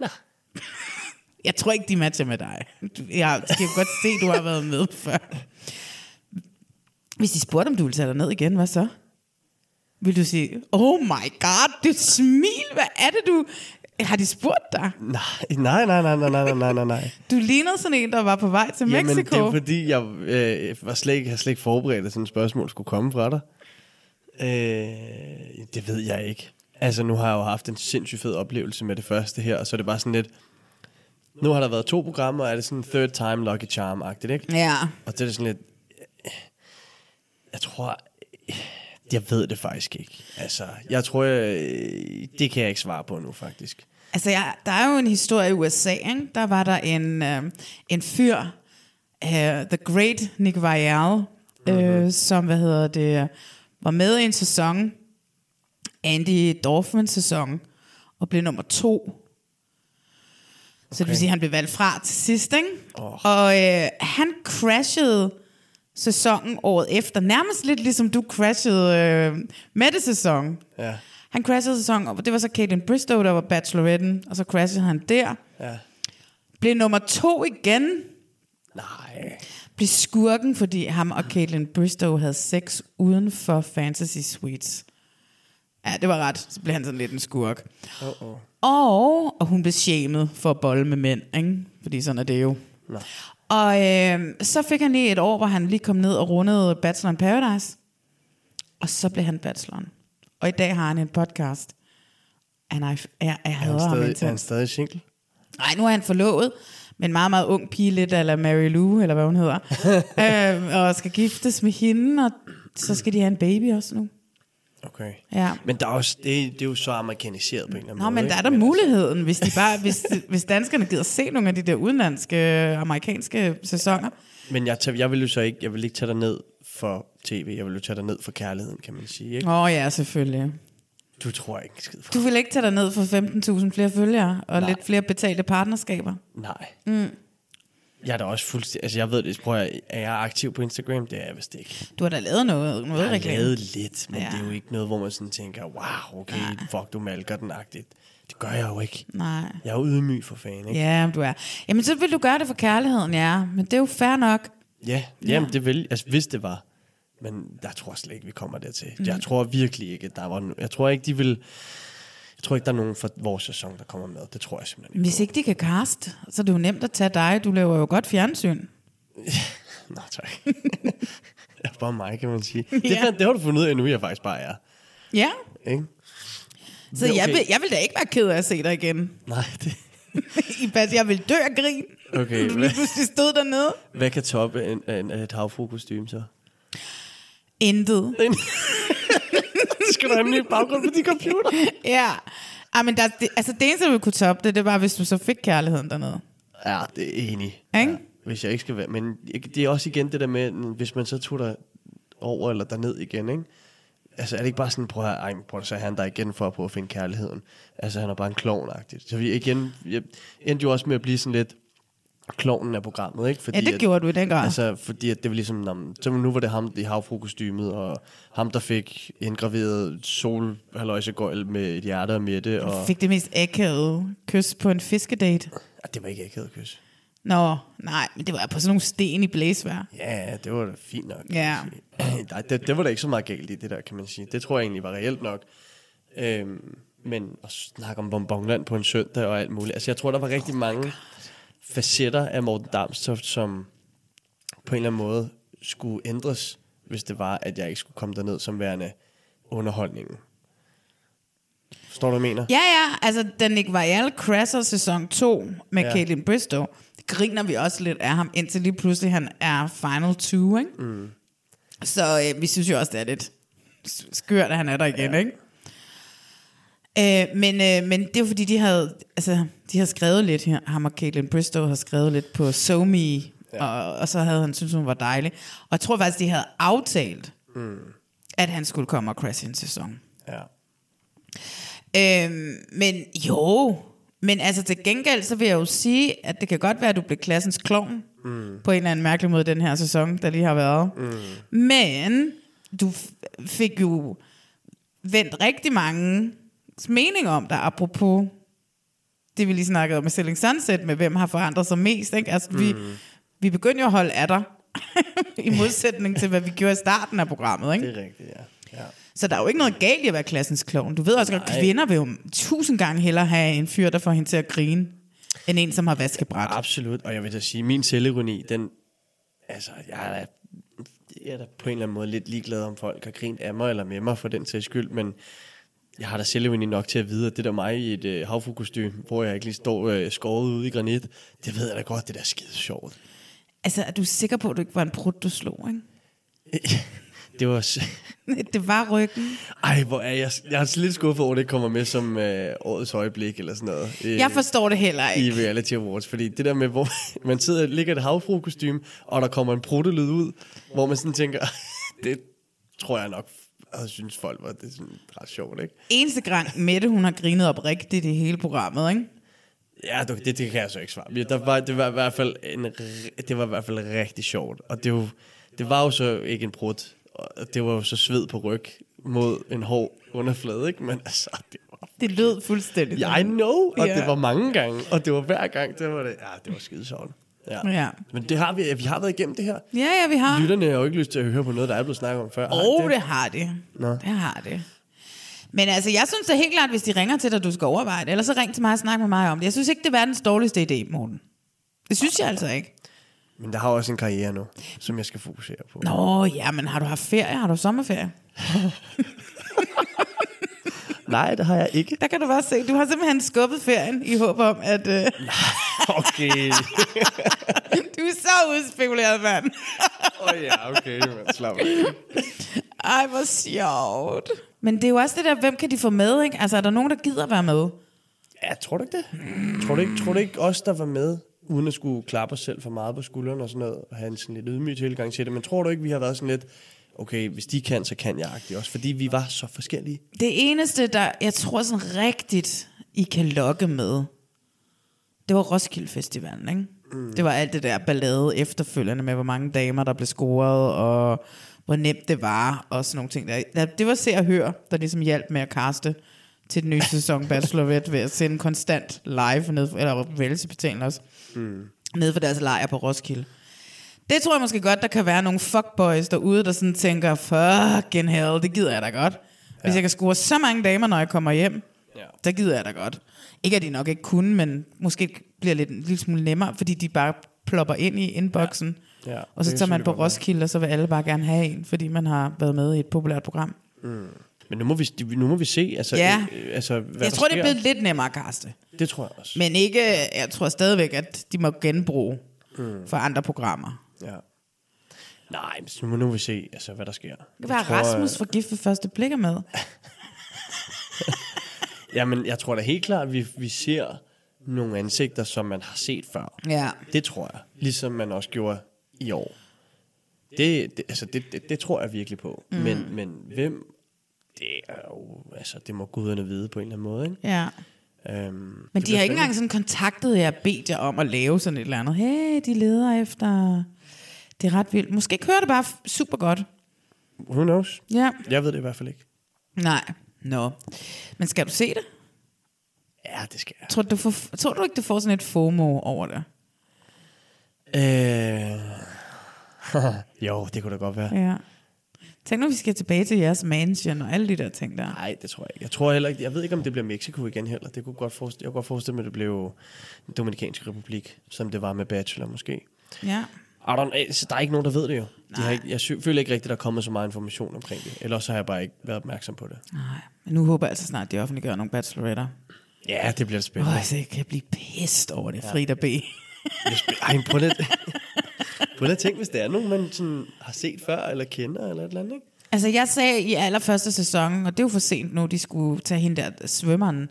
Speaker 1: Nå. Jeg tror ikke, de matcher med dig. Du- Jeg kan jo godt se, du har været med før. Hvis de spurgte, om du ville tage dig ned igen, hvad så? Vil du sige, oh my god, det er et smil, hvad er det du... Har de spurgt dig?
Speaker 2: Nej, nej, nej, nej, nej, nej, nej, nej, nej.
Speaker 1: Du lignede sådan en, der var på vej til
Speaker 2: Jamen, det
Speaker 1: Mexico.
Speaker 2: er fordi, jeg øh, var slet ikke, havde slet ikke forberedt, at sådan et spørgsmål skulle komme fra dig. Øh, det ved jeg ikke. Altså, nu har jeg jo haft en sindssygt fed oplevelse med det første her, og så er det bare sådan lidt... Nu har der været to programmer, og er det sådan third time lucky charm-agtigt, ikke?
Speaker 1: Ja.
Speaker 2: Og det er sådan lidt... Jeg tror... Jeg ved det faktisk ikke. Altså, jeg tror, jeg, det kan jeg ikke svare på nu, faktisk.
Speaker 1: Altså, jeg, der er jo en historie i USA, ikke? Der var der en, øh, en fyr, øh, The Great Nick Vial, øh, som, hvad hedder det, var med i en sæson, Andy Dorfmans sæson, og blev nummer to. Så det vil sige, at han blev valgt fra til sidst, ikke? Oh. Og øh, han crashede sæsonen året efter. Nærmest lidt ligesom du crashede øh, med det sæson.
Speaker 2: Ja.
Speaker 1: Han crashede sæsonen, og det var så Caitlin Bristow, der var bacheloretten, og så crashede han der.
Speaker 2: Ja.
Speaker 1: Blev nummer to igen. Nej. Blev skurken, fordi ham og Caitlin Bristow havde sex uden for Fantasy Suites. Ja, det var ret. Så blev han sådan lidt en skurk.
Speaker 2: Oh, oh.
Speaker 1: Og, og hun blev shamed for at bolle med mænd, ikke? Fordi sådan er det jo.
Speaker 2: Nå.
Speaker 1: Og øh, så fik han lige et år, hvor han lige kom ned og rundede Bachelor in Paradise. Og så blev han bacheloren. Og i dag har han en podcast. And I, jeg, jeg
Speaker 2: Er han
Speaker 1: hader ham
Speaker 2: stadig, er han
Speaker 1: intenst.
Speaker 2: stadig single?
Speaker 1: Nej, nu er han forlovet med en meget, meget ung pige lidt, eller Mary Lou, eller hvad hun hedder. øhm, og skal giftes med hende, og så skal de have en baby også nu.
Speaker 2: Okay.
Speaker 1: Ja.
Speaker 2: Men der er også, det, det er jo så amerikaniseret på en eller anden
Speaker 1: Nå,
Speaker 2: måde.
Speaker 1: men der er
Speaker 2: ikke?
Speaker 1: der muligheden, hvis, de bare, hvis, hvis danskerne gider se nogle af de der udenlandske, øh, amerikanske sæsoner.
Speaker 2: Men jeg, tager, jeg vil jo så ikke, jeg vil ikke tage dig ned for tv, jeg vil jo tage dig ned for kærligheden, kan man sige. Ikke?
Speaker 1: Åh oh, ja, selvfølgelig.
Speaker 2: Du tror ikke en skid på.
Speaker 1: Du vil ikke tage dig ned for 15.000 flere følgere, og Nej. lidt flere betalte partnerskaber?
Speaker 2: Nej.
Speaker 1: Mm.
Speaker 2: Jeg er da også fuldstændig, altså jeg ved det, prøv at, er jeg aktiv på Instagram? Det er jeg vist ikke.
Speaker 1: Du har da lavet noget, noget
Speaker 2: jeg har
Speaker 1: reklame.
Speaker 2: lavet lidt, men
Speaker 1: Ja.
Speaker 2: ja. det er jo ikke noget, hvor man sådan tænker, wow, okay, Nej. fuck, du malker den agtigt. Det gør jeg jo ikke.
Speaker 1: Nej.
Speaker 2: Jeg er jo ydmyg for fanden, ikke?
Speaker 1: Ja, du er. Jamen, så vil du gøre det for kærligheden, ja. Men det er jo fair nok.
Speaker 2: Ja, jamen det vil, altså hvis det var. Men jeg tror slet ikke, vi kommer dertil. Mm. Jeg tror virkelig ikke, at der var, jeg tror ikke, de vil, jeg tror ikke, der er nogen fra vores sæson, der kommer med. Det tror jeg simpelthen ikke.
Speaker 1: Hvis ikke de kan cast, så er det jo nemt at tage dig. Du laver jo godt fjernsyn.
Speaker 2: Nå, tak. jeg er bare mig, kan man sige. Det,
Speaker 1: Ja.
Speaker 2: fandt, det har du fundet ud af nu, jeg faktisk bare er.
Speaker 1: Ja,
Speaker 2: Ikke?
Speaker 1: så
Speaker 2: Det er
Speaker 1: jeg,
Speaker 2: okay.
Speaker 1: vil, jeg vil da ikke være ked af at se dig igen.
Speaker 2: Nej, det...
Speaker 1: I bas, jeg vil dø af grin.
Speaker 2: Okay,
Speaker 1: Du
Speaker 2: hvad,
Speaker 1: lige pludselig stod dernede.
Speaker 2: hvad kan toppe en, en, et havfrukostyme så?
Speaker 1: Intet.
Speaker 2: Skal du have en ny baggrund på din computer?
Speaker 1: ja. Ej, men der, det, altså det eneste, du ville kunne toppe det, det var, hvis du så fik kærligheden dernede.
Speaker 2: Ja, det er enig.
Speaker 1: Ikke?
Speaker 2: Ja, hvis jeg ikke skal være... Men det er også igen det der med, mm, hvis man så tog dig over eller derned igen, ikke? Altså er det ikke bare sådan, prøv at høre, ej, men prøv at så er han der igen for at prøve at finde kærligheden. Altså han er bare en klovn -agtig. Så vi igen, jeg endte jo også med at blive sådan lidt klovnen af programmet, ikke?
Speaker 1: Ja, det gjorde du i den grad.
Speaker 2: Altså, fordi at det var ligesom, nå, men så nu var det ham i havfrokostymet, og ham, der fik indgraveret solhaløjsegøjl med et hjerte og midte, og...
Speaker 1: Du fik det mest akavede kys på en fiskedate.
Speaker 2: Ah, det var ikke akavet kys.
Speaker 1: Nå, nej, men det var på sådan nogle sten i blæsvær.
Speaker 2: Ja, det var da fint nok. kan
Speaker 1: Ja.
Speaker 2: man sige. Nej, det, det var da ikke så meget galt i det der, kan man sige. Det tror jeg egentlig var reelt nok. Øhm, men at snakke om bonbonland på en søndag og alt muligt. Altså, jeg tror, der var rigtig mange facetter af Morten Damstoft, som på en eller anden måde skulle ændres, hvis det var, at jeg ikke skulle komme derned som værende underholdningen. Forstår du, hvad jeg mener?
Speaker 1: Ja, ja, altså den Nick Vial Crasher sæson 2 med ja.
Speaker 2: Ja.
Speaker 1: Caitlin Bristow, det griner vi også lidt af ham, indtil lige pludselig han er final 2, ikke?
Speaker 2: Mm.
Speaker 1: Så øh, vi synes jo også, det er lidt s- skørt, at han er der igen, ja. ikke? Øh, men, øh, men det er jo fordi, de havde, altså, de havde skrevet lidt her. Ham og Caitlin Bristow har skrevet lidt på SoMe, ja. og, og så havde han syntes, hun var dejlig. Og jeg tror faktisk, de havde aftalt,
Speaker 2: Mm.
Speaker 1: at han skulle komme og crash en sæson.
Speaker 2: Ja.
Speaker 1: Øhm, men jo, men altså til gengæld, så vil jeg jo sige, at det kan godt være, at du blev klassens klovn
Speaker 2: Mm.
Speaker 1: på en eller anden mærkelig måde den her sæson, der lige har været.
Speaker 2: Mm.
Speaker 1: Men du f- fik jo vendt rigtig mange mening om dig, apropos det, vi lige snakkede om med Selling Sunset, med hvem har forandret sig mest. Ikke? Altså, vi,
Speaker 2: Mm.
Speaker 1: vi begyndte jo at holde af dig, i modsætning til, hvad vi gjorde i starten af programmet. Ikke?
Speaker 2: Det er rigtigt, ja. ja.
Speaker 1: Så der er jo ikke noget galt i at være klassens klovn. Du ved også godt, at kvinder vil jo tusind gange hellere have en fyr, der får hende til at grine, end en, som har vaskebræt.
Speaker 2: Absolut, og jeg vil da sige, min selvironi, den, altså, jeg er, da, jeg er da på en eller anden måde lidt ligeglad, om folk har grint af mig eller med mig for den sags skyld, men jeg har da selvironi nok til at vide, at det der mig i et øh, havfrukostyme, hvor jeg ikke lige står øh, skåret ude i granit, det ved jeg da godt, det der er skide sjovt.
Speaker 1: Altså, er du sikker på, at du ikke var en prut, du slog, ikke?
Speaker 2: Det var... s-
Speaker 1: Det var ryggen.
Speaker 2: Ej, hvor er jeg... Jeg er lidt skuffet over, at det kommer med som øh, årets øjeblik eller sådan noget. Øh,
Speaker 1: Jeg forstår det heller ikke.
Speaker 2: i Reality Awards, fordi det der med, hvor man sidder og ligger i et havfruekostyme, og der kommer en pruttelyd ud, hvor man sådan tænker, det tror jeg nok, jeg synes folk var det er sådan ret sjovt, ikke?
Speaker 1: Eneste gang Mette, hun har grinet op rigtigt i hele programmet, ikke?
Speaker 2: Ja, du, det, det kan jeg så ikke svare. Men Der var, det, var i hvert fald en, r- det var i hvert fald rigtig sjovt, og det, var, det var jo så ikke en prut, og det var jo så sved på ryg mod en hård underflade, ikke? Men altså, det var
Speaker 1: Det lød fuldstændig.
Speaker 2: I know, og
Speaker 1: Ja.
Speaker 2: det var mange gange, og det var hver gang, det var det, ja, det var skide sjovt. Ja.
Speaker 1: Ja.
Speaker 2: Men det har vi, vi har været igennem det her.
Speaker 1: Ja, ja, vi har.
Speaker 2: Lytterne har jo ikke lyst til at høre på noget, der er blevet snakket om før.
Speaker 1: Åh, oh, det har det.
Speaker 2: Nå.
Speaker 1: Det har det. Men altså, jeg synes da helt klart, hvis de ringer til dig, du skal overveje det. Ellers så ring til mig og snak med mig om det. Jeg synes ikke, det er verdens dårligste idé, Morten. Det synes jeg altså ikke.
Speaker 2: Men der har også en karriere nu, som jeg skal fokusere på.
Speaker 1: Nå, ja, men har du haft ferie? Har du sommerferie?
Speaker 2: Nej, det har jeg ikke.
Speaker 1: Der kan du bare se. Du har simpelthen skubbet ferien i håb om, at... Øh,
Speaker 2: Okay.
Speaker 1: du er så udspekuleret, mand.
Speaker 2: Åh oh, ja, okay, man slap af.
Speaker 1: Ej, hvor sjovt. Men det er jo også det der, hvem kan de få med, ikke? Altså, er der nogen, der gider være med?
Speaker 2: Ja, tror du ikke det? Tror du ikke, tror du ikke os, der var med, uden at skulle klappe os selv for meget på skuldrene og sådan noget, og have en sådan lidt ydmyg tilgang til det, men tror du ikke, vi har været sådan lidt, okay, hvis de kan, så kan jeg agtigt også, fordi vi var så forskellige.
Speaker 1: Det eneste, der jeg tror sådan rigtigt, I kan lokke med, det var Roskilde Festivalen, ikke? Mm. Det var alt det der ballade efterfølgende med, hvor mange damer, der blev scoret, og hvor nemt det var, og sådan nogle ting. Der. Ja, Det var Se og Hør, der ligesom hjalp med at kaste til den nye sæson Bachelorette ved at sende konstant live, ned, eller vælgesebetalen også,
Speaker 2: Mm.
Speaker 1: ned for deres lejr på Roskilde. Det tror jeg måske godt, der kan være nogle fuckboys derude, der sådan tænker, fucking hell, det gider jeg da godt. Hvis jeg kan score så mange damer, når jeg kommer hjem, ja. der gider jeg da godt. Ikke at de nok ikke kunne, men måske bliver det lidt, en lille smule nemmere, fordi de bare plopper ind i inboxen.
Speaker 2: Ja. Ja,
Speaker 1: og
Speaker 2: det
Speaker 1: så
Speaker 2: kan
Speaker 1: tager man
Speaker 2: selvfølgelig
Speaker 1: på
Speaker 2: godt være.
Speaker 1: Roskilde, og så vil alle bare gerne have en, fordi man har været med i et populært program.
Speaker 2: Mm. Men nu må vi, nu må vi se, altså,
Speaker 1: Ja.
Speaker 2: øh, altså hvad
Speaker 1: jeg
Speaker 2: der
Speaker 1: tror, det er
Speaker 2: sker.
Speaker 1: blevet lidt nemmere at kaste.
Speaker 2: Det tror jeg også.
Speaker 1: Men ikke, jeg tror stadigvæk, at de må genbruge
Speaker 2: Mm.
Speaker 1: for andre programmer.
Speaker 2: Ja. Nej, men så nu må vi se, altså, hvad der sker.
Speaker 1: Det kan være Rasmus for gift ved første blik er med.
Speaker 2: Jamen, jeg tror da helt klart, at vi, vi ser nogle ansigter, som man har set før.
Speaker 1: Ja.
Speaker 2: Det tror jeg. Ligesom man også gjorde i år. Det, det, altså, det, det, det tror jeg virkelig på.
Speaker 1: Mm.
Speaker 2: Mm. Men, men hvem... Det er jo... Altså, det må guderne vide på en eller anden måde, ikke?
Speaker 1: Ja.
Speaker 2: Øhm,
Speaker 1: Men de
Speaker 2: det bliver
Speaker 1: har ikke engang
Speaker 2: spændende.
Speaker 1: sådan kontaktet jer og bedt jer om at lave sådan et eller andet. Hey, de leder efter... Det er ret vildt. Måske kører det bare f- super godt.
Speaker 2: Who knows?
Speaker 1: Ja.
Speaker 2: Jeg ved det i hvert fald ikke.
Speaker 1: Nej. Nå. Men skal du se det?
Speaker 2: Ja, det skal jeg.
Speaker 1: Tror du, du får, tror du ikke, du får sådan et FOMO over det?
Speaker 2: Øh... jo, det kunne da godt være.
Speaker 1: Ja. Tænk nu, vi skal tilbage til jeres mansion og alle de der ting der.
Speaker 2: Nej, det tror jeg ikke. Jeg tror heller ikke, jeg ved ikke, om det bliver Mexico igen heller. Det kunne godt forestille, jeg kunne godt forestille mig, at det blev den Dominikanske Republik, som det var med Bachelor måske.
Speaker 1: Ja.
Speaker 2: I don't, altså, der er ikke nogen, der ved det jo. De har ikke, jeg sy- føler ikke rigtigt, der er kommet så meget information omkring det. Ellers så har jeg bare ikke været opmærksom på det.
Speaker 1: Nej. Men nu håber jeg altså snart, de offentliggør nogle bacheloretter.
Speaker 2: Ja, det bliver
Speaker 1: Åh,
Speaker 2: spændende.
Speaker 1: oh, altså, jeg kan blive pissed over det,
Speaker 2: Ja.
Speaker 1: Frida B.
Speaker 2: Det bliver spæ- Ej, men prøv lige, prøv lige at tænke, hvis der er nogen, man sådan har set før, eller kender, eller et eller andet, ikke?
Speaker 1: Altså, jeg sagde i allerførste sæson, og det er jo for sent nu, de skulle tage hende der svømmeren,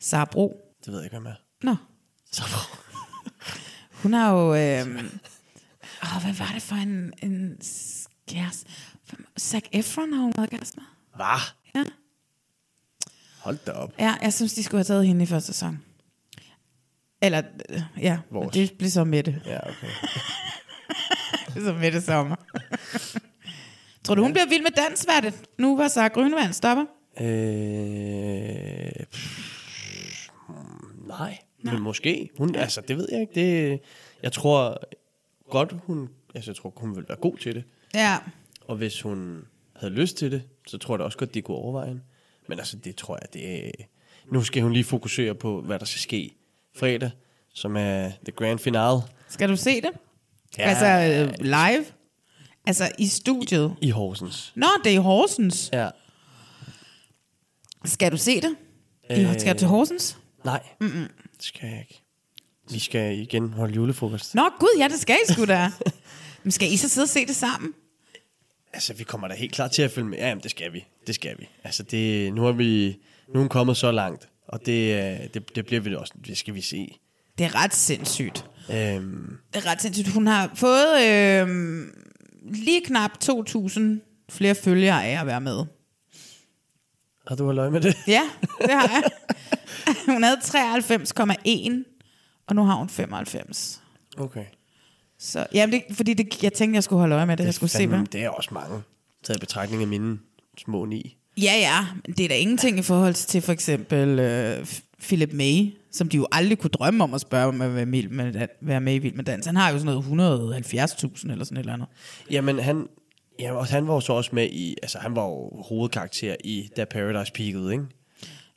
Speaker 1: Sara Bro.
Speaker 2: Det ved jeg ikke, hvem er.
Speaker 1: Nå. Hun har jo... Øh, åh, hvad var det for en, en kæreste? Hvem- Zac Efron har hun været kæreste med.
Speaker 2: Hvad?
Speaker 1: Ja.
Speaker 2: Hold da op.
Speaker 1: ja, jeg synes, de skulle have taget hende i første sæson. Eller, øh, ja, men
Speaker 2: Vores.
Speaker 1: det blev så Mette.
Speaker 2: Ja, okay.
Speaker 1: så Mette Sommer. Tror du, hun bliver vild med dansværdet? Nu var Sara Grønvand stopper.
Speaker 2: Øh, pff, nej, men måske. Hun, altså, det ved jeg ikke. Det, jeg tror godt, hun... Altså, jeg tror, hun ville være god til det.
Speaker 1: Ja.
Speaker 2: Og hvis hun havde lyst til det, så tror jeg da også godt, de kunne overveje hende. Men altså, det tror jeg, det Nu skal hun lige fokusere på, hvad der skal ske fredag, som er the grand finale.
Speaker 1: Skal du se det?
Speaker 2: Ja.
Speaker 1: Altså øh, live? Altså i studiet?
Speaker 2: I Horsens.
Speaker 1: Nå, det er i Horsens.
Speaker 2: Ja.
Speaker 1: Skal du se det? Øh... Skal du til Horsens?
Speaker 2: Nej,
Speaker 1: Mm-mm.
Speaker 2: det skal jeg ikke. Vi skal igen holde julefrokost.
Speaker 1: Nå, gud, ja, det skal I sgu da. Men skal I så sidde og se det sammen?
Speaker 2: Altså, vi kommer da helt klart til at følge med. Ja, jamen, det skal vi. Det skal vi. Altså, det, nu har vi nu er vi kommet så langt, og det, øh, det, det bliver vi også. Det skal vi se.
Speaker 1: Det er ret sindssygt.
Speaker 2: Øhm,
Speaker 1: Det er ret sindssygt. Hun har fået øh, lige knap 2.000 flere følgere af at være med.
Speaker 2: har du løg med det?
Speaker 1: Ja, det har jeg. Hun havde 93,1, og nu har hun 95.
Speaker 2: Okay.
Speaker 1: Så, jamen det, fordi det, jeg tænkte, jeg skulle holde øje med det. jeg skulle se, hvad.
Speaker 2: Det er også mange. Taget i betragtning af mine små ni.
Speaker 1: Ja, ja, men det er da ingenting i forhold til for eksempel øh, Philip May, som de jo aldrig kunne drømme om at spørge om at være med, med, Dan- være med i Vild med Dans. Han har jo sådan noget 170.000 eller sådan et eller andet.
Speaker 2: Jamen, han, ja, og han var jo så også med i... Altså, han var jo hovedkarakter i Da Paradise Peaked, ikke?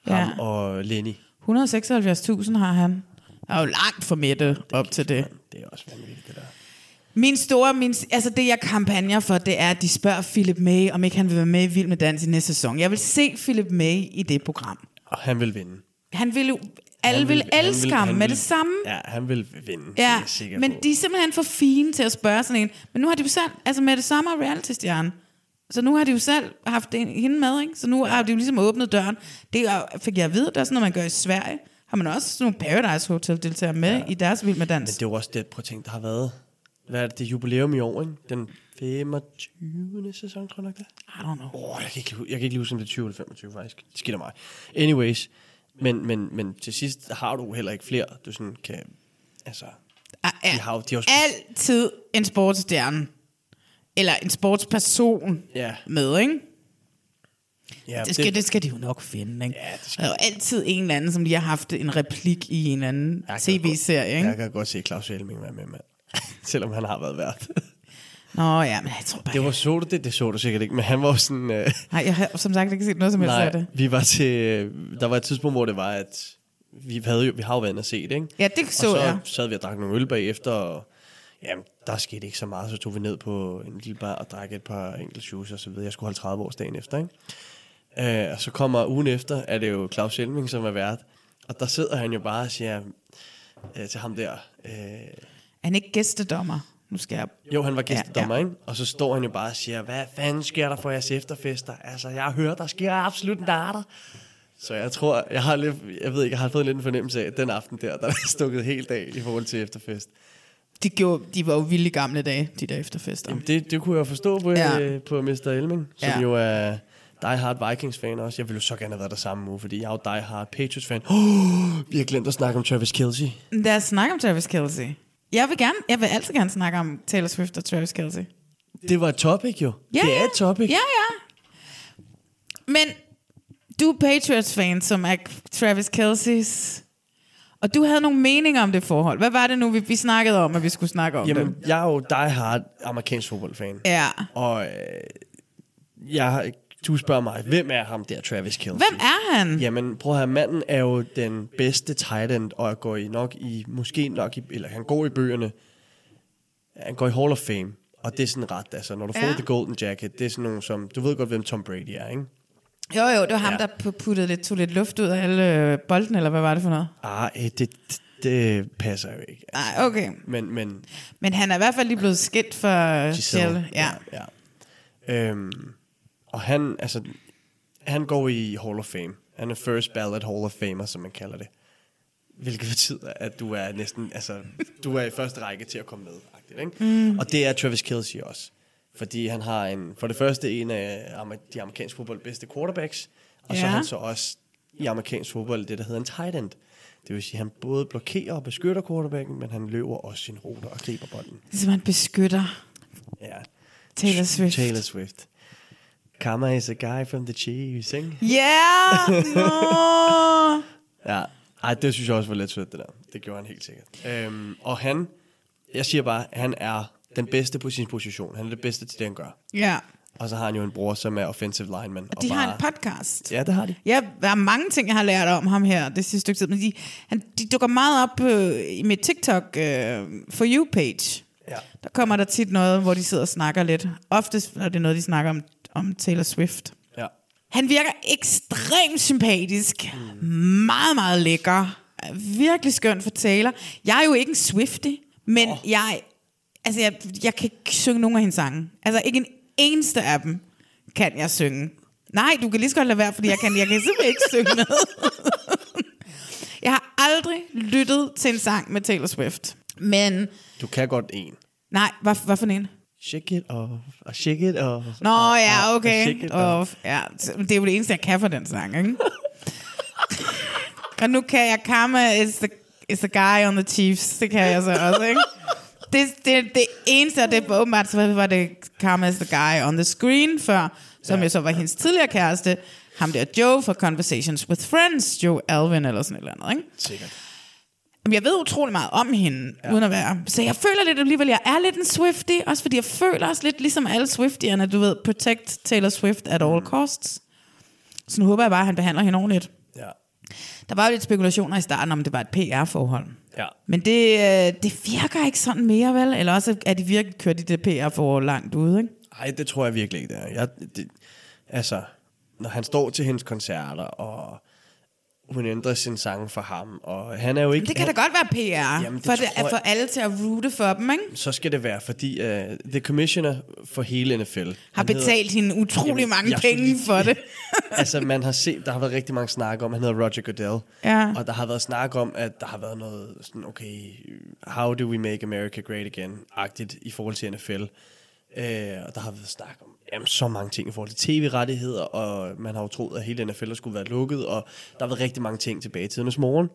Speaker 1: Ja.
Speaker 2: Ham og Lenny.
Speaker 1: 176.000 har han. Der er jo langt for Mette op til det.
Speaker 2: Det er også vanvittigt, det der.
Speaker 1: Min store, min, altså det jeg kampagner for, det er, at de spørger Philip May, om ikke han vil være med i Vild med Dans i næste sæson. Jeg vil se Philip May i det program.
Speaker 2: Og han vil vinde.
Speaker 1: Han vil jo, alle
Speaker 2: Han
Speaker 1: vil, vil
Speaker 2: han
Speaker 1: elske
Speaker 2: vil-
Speaker 1: ham
Speaker 2: han
Speaker 1: med
Speaker 2: vil-
Speaker 1: det samme.
Speaker 2: Ja, han vil vinde. det er
Speaker 1: Ja,
Speaker 2: jeg sikker
Speaker 1: men
Speaker 2: på.
Speaker 1: de er simpelthen for fine til at spørge sådan en. Men nu har de jo selv, altså med det samme reality-stjerne, så nu har de jo selv haft en, hende med, ikke? Så nu har de jo ligesom åbnet døren. Det er- fik jeg at vide, det er sådan noget, man gør i Sverige. Har man også sådan nogle Paradise Hotel-deltagere med ja. i deres Vild med Dans?
Speaker 2: Men det er jo også det, prøv at tænke, der har været... Hvad er det, det er jubilæum i år, ikke? Den 25. sæson, tror jeg nok det
Speaker 1: I don't know.
Speaker 2: Oh, jeg, kan ikke, hu- jeg kan ikke lige huske, om det er 20 eller 25, faktisk. Det skiller mig. Anyways, men, men, men til sidst har du heller ikke flere, du sådan kan... Altså, de har jo... De har jo
Speaker 1: Altid en sportsstjerne. Eller en sportsperson
Speaker 2: ja.
Speaker 1: med, ikke?
Speaker 2: Ja,
Speaker 1: det, skal, det, det skal de jo nok finde, ikke?
Speaker 2: Ja, det
Speaker 1: Der er jo altid en eller anden, som lige har haft en replik i en eller anden tv-serie, ikke?
Speaker 2: Jeg kan godt se Claus Helming være med, mand. Selvom han har været vært.
Speaker 1: Nå ja, men jeg tror bare...
Speaker 2: Det var så du det, det så du sikkert ikke, men han var jo sådan... Øh,
Speaker 1: Nej, jeg har som sagt ikke set noget som helst af det.
Speaker 2: vi var til... øh, Der var et tidspunkt, hvor det var, at vi, havde jo, vi har jo været inde og set, ikke?
Speaker 1: Ja, det så
Speaker 2: og så
Speaker 1: jeg.
Speaker 2: sad vi og drak nogle øl bagefter, og jamen, der skete ikke så meget, så tog vi ned på en lille bar og drak et par enkelte shoes og så videre. Jeg skulle holde 30 års dagen efter, ikke? Øh, og så kommer ugen efter, er det jo Claus Elming, som er vært, og der sidder han jo bare og siger øh, til ham der, øh,
Speaker 1: Er han ikke gæstedommer? Nu skal jeg...
Speaker 2: jo, han var gæstedommer, ja, ja. ikke? Og så står han jo bare og siger, hvad fanden sker der for jeres efterfester? Altså, jeg hører, der sker absolut narter. Så jeg tror, jeg har, lidt, jeg ved ikke, jeg har fået lidt en fornemmelse af, at den aften der, der er stukket helt af i forhold til efterfest.
Speaker 1: De, gjorde, de var jo vilde i gamle dage, de der efterfester.
Speaker 2: Jamen, det, det kunne jeg forstå på,
Speaker 1: Ja.
Speaker 2: ja. på Mr. Elming, som
Speaker 1: Ja.
Speaker 2: ja. jo er Die Hard Vikings-fan også. Jeg ville jo så gerne have været der samme uge, fordi jeg er jo Die Hard Patriots-fan. Oh, vi har glemt at snakke om Travis Kelce.
Speaker 1: Men Lad os snakke om Travis Kelsey. Jeg vil, gerne, jeg vil altid gerne snakke om Taylor Swift og Travis Kelsey.
Speaker 2: Det var et topic jo.
Speaker 1: Ja,
Speaker 2: det er
Speaker 1: ja.
Speaker 2: et topic.
Speaker 1: Ja, ja. Men du er Patriots-fan, som er Travis Kelseys. Og du havde nogle meninger om det forhold. Hvad var det nu, vi, vi snakkede om, at vi skulle snakke om
Speaker 2: Jamen,
Speaker 1: det?
Speaker 2: jeg er jo Die Hard amerikansk fodboldfan.
Speaker 1: Ja.
Speaker 2: Og øh, jeg, du spørger mig, hvem er ham der, Travis Kelce?
Speaker 1: Hvem er han?
Speaker 2: Jamen, prøv at høre, manden er jo den bedste tight end, og går i nok i, måske nok i, eller han går i bøgerne, han går i Hall of Fame. Og det er sådan ret, altså, når du får
Speaker 1: Ja.
Speaker 2: The Golden Jacket, det er sådan nogle som, du ved godt, hvem Tom Brady er, ikke?
Speaker 1: Jo, jo, det var ham, ja. der pu- puttede lidt, tog lidt luft ud af alle øh, bolden, eller hvad var det for noget?
Speaker 2: Ah, øh, det, det, det passer jo ikke.
Speaker 1: Nej, okay.
Speaker 2: Men, men
Speaker 1: Men han er i hvert fald lige blevet skilt for øh,
Speaker 2: Giselle.
Speaker 1: Giselle. Ja.
Speaker 2: ja. Øhm, og han, altså, han går i Hall of Fame. Han er first ballot Hall of Famer, som man kalder det. Hvilket betyder, at du er næsten, altså, du er i første række til at komme med. Agtigt, ikke?
Speaker 12: Mm.
Speaker 2: Og det er Travis Kelce også. Fordi han har en, for det første en af amer- de amerikanske fodbold bedste quarterbacks, og så
Speaker 12: Ja.
Speaker 2: er han så også i amerikansk fodbold det, der hedder en tight end. Det vil sige, at han både blokerer og beskytter quarterbacken, men han løber også sin ruter og griber bolden.
Speaker 1: Ligesom han beskytter.
Speaker 2: Ja.
Speaker 1: Taylor Swift.
Speaker 2: Taylor Swift. Karma is a guy from the Chiefs, ikke?
Speaker 1: Ja! Yeah!
Speaker 2: Ja. Ej, det synes jeg også var lidt sødt, det der. Det gjorde han helt sikkert. Øhm, og han, jeg siger bare, han er den bedste på sin position. Han er det bedste til det, han gør.
Speaker 1: ja.
Speaker 2: Og så har han jo en bror, som er offensive lineman.
Speaker 1: Og de
Speaker 2: bare,
Speaker 1: har en podcast.
Speaker 2: Ja, det har de.
Speaker 1: Ja, der er mange ting, jeg har lært om ham her det sidste stykke tid. Men de, han, de dukker meget op øh, i mit TikTok øh, for you-page.
Speaker 2: Ja.
Speaker 1: Der kommer der tit noget, hvor de sidder og snakker lidt. Oftest er det noget, de snakker om, om Taylor Swift.
Speaker 2: Ja.
Speaker 1: Han virker ekstremt sympatisk. Mm. Meget, meget lækker. Virkelig skøn for Taylor. Jeg er jo ikke en Swifty, men oh. jeg, altså jeg, jeg kan ikke synge nogen af hendes sange. Altså ikke en eneste af dem kan jeg synge. Nej, du kan lige så godt lade være, fordi jeg kan, jeg kan simpelthen ikke synge med. jeg har aldrig lyttet til en sang med Taylor Swift. Men,
Speaker 2: Du kan godt en.
Speaker 1: nej, hvad, hvad for en?
Speaker 2: Shake it off, og shake it off.
Speaker 1: Nå
Speaker 2: og-
Speaker 1: ja,
Speaker 2: og- og
Speaker 1: okay.
Speaker 2: shake it
Speaker 1: Og, ja, så det er jo det eneste, jeg kan for den sang, ikke? og nu kan jeg Karma is the, is the guy on the Chiefs. Det kan jeg så også, ikke? Det, det, det eneste, og det var åbenbart, så var det Karma is the guy on the screen før, som jo så var hendes tidligere kæreste, ham der Joe fra Conversations with Friends, Joe Alvin eller sådan et eller andet, ikke?
Speaker 2: Sikkert.
Speaker 1: Jamen, jeg ved utrolig meget om hende, ja. uden at være... Så jeg føler lidt alligevel, jeg er lidt en Swifty, også fordi jeg føler også lidt ligesom alle Swiftierne, du ved, protect Taylor Swift at
Speaker 2: Mm.
Speaker 1: all costs. Så nu håber jeg bare, at han behandler hende ordentligt.
Speaker 2: Ja.
Speaker 1: Der var jo lidt spekulationer i starten, om det var et PR-forhold.
Speaker 2: Ja.
Speaker 1: Men det, øh, det virker ikke sådan mere, vel? Eller også er de virkelig kørt i det PR-forhold langt ude, ikke?
Speaker 2: Nej, det tror jeg virkelig ikke, det er. Jeg, det, altså, når han står til hendes koncerter, og hun ændrer sin sang for ham, og han er jo ikke...
Speaker 1: Det kan da godt være PR,
Speaker 2: Jamen, det
Speaker 1: for, det,
Speaker 2: tror jeg-
Speaker 1: for alle til at roote for dem, ikke?
Speaker 2: Så skal det være, fordi uh, The Commissioner for hele NFL...
Speaker 1: Har
Speaker 2: han hedder-
Speaker 1: betalt hende utrolig
Speaker 2: Jamen,
Speaker 1: mange
Speaker 2: jeg skulle
Speaker 1: penge
Speaker 2: lige-
Speaker 1: for det.
Speaker 2: altså, man har set, der har været rigtig mange snakker om, han hedder Roger Goodell.
Speaker 1: Ja.
Speaker 2: Og der har været snak om, at der har været noget sådan, okay, how do we make America great again-agtigt i forhold til NFL. Øh, og der har været snak om jamen, så mange ting i forhold til tv-rettigheder, og man har jo troet, at hele NFL skulle være lukket, og der har været rigtig mange ting tilbage i tidernes morgen.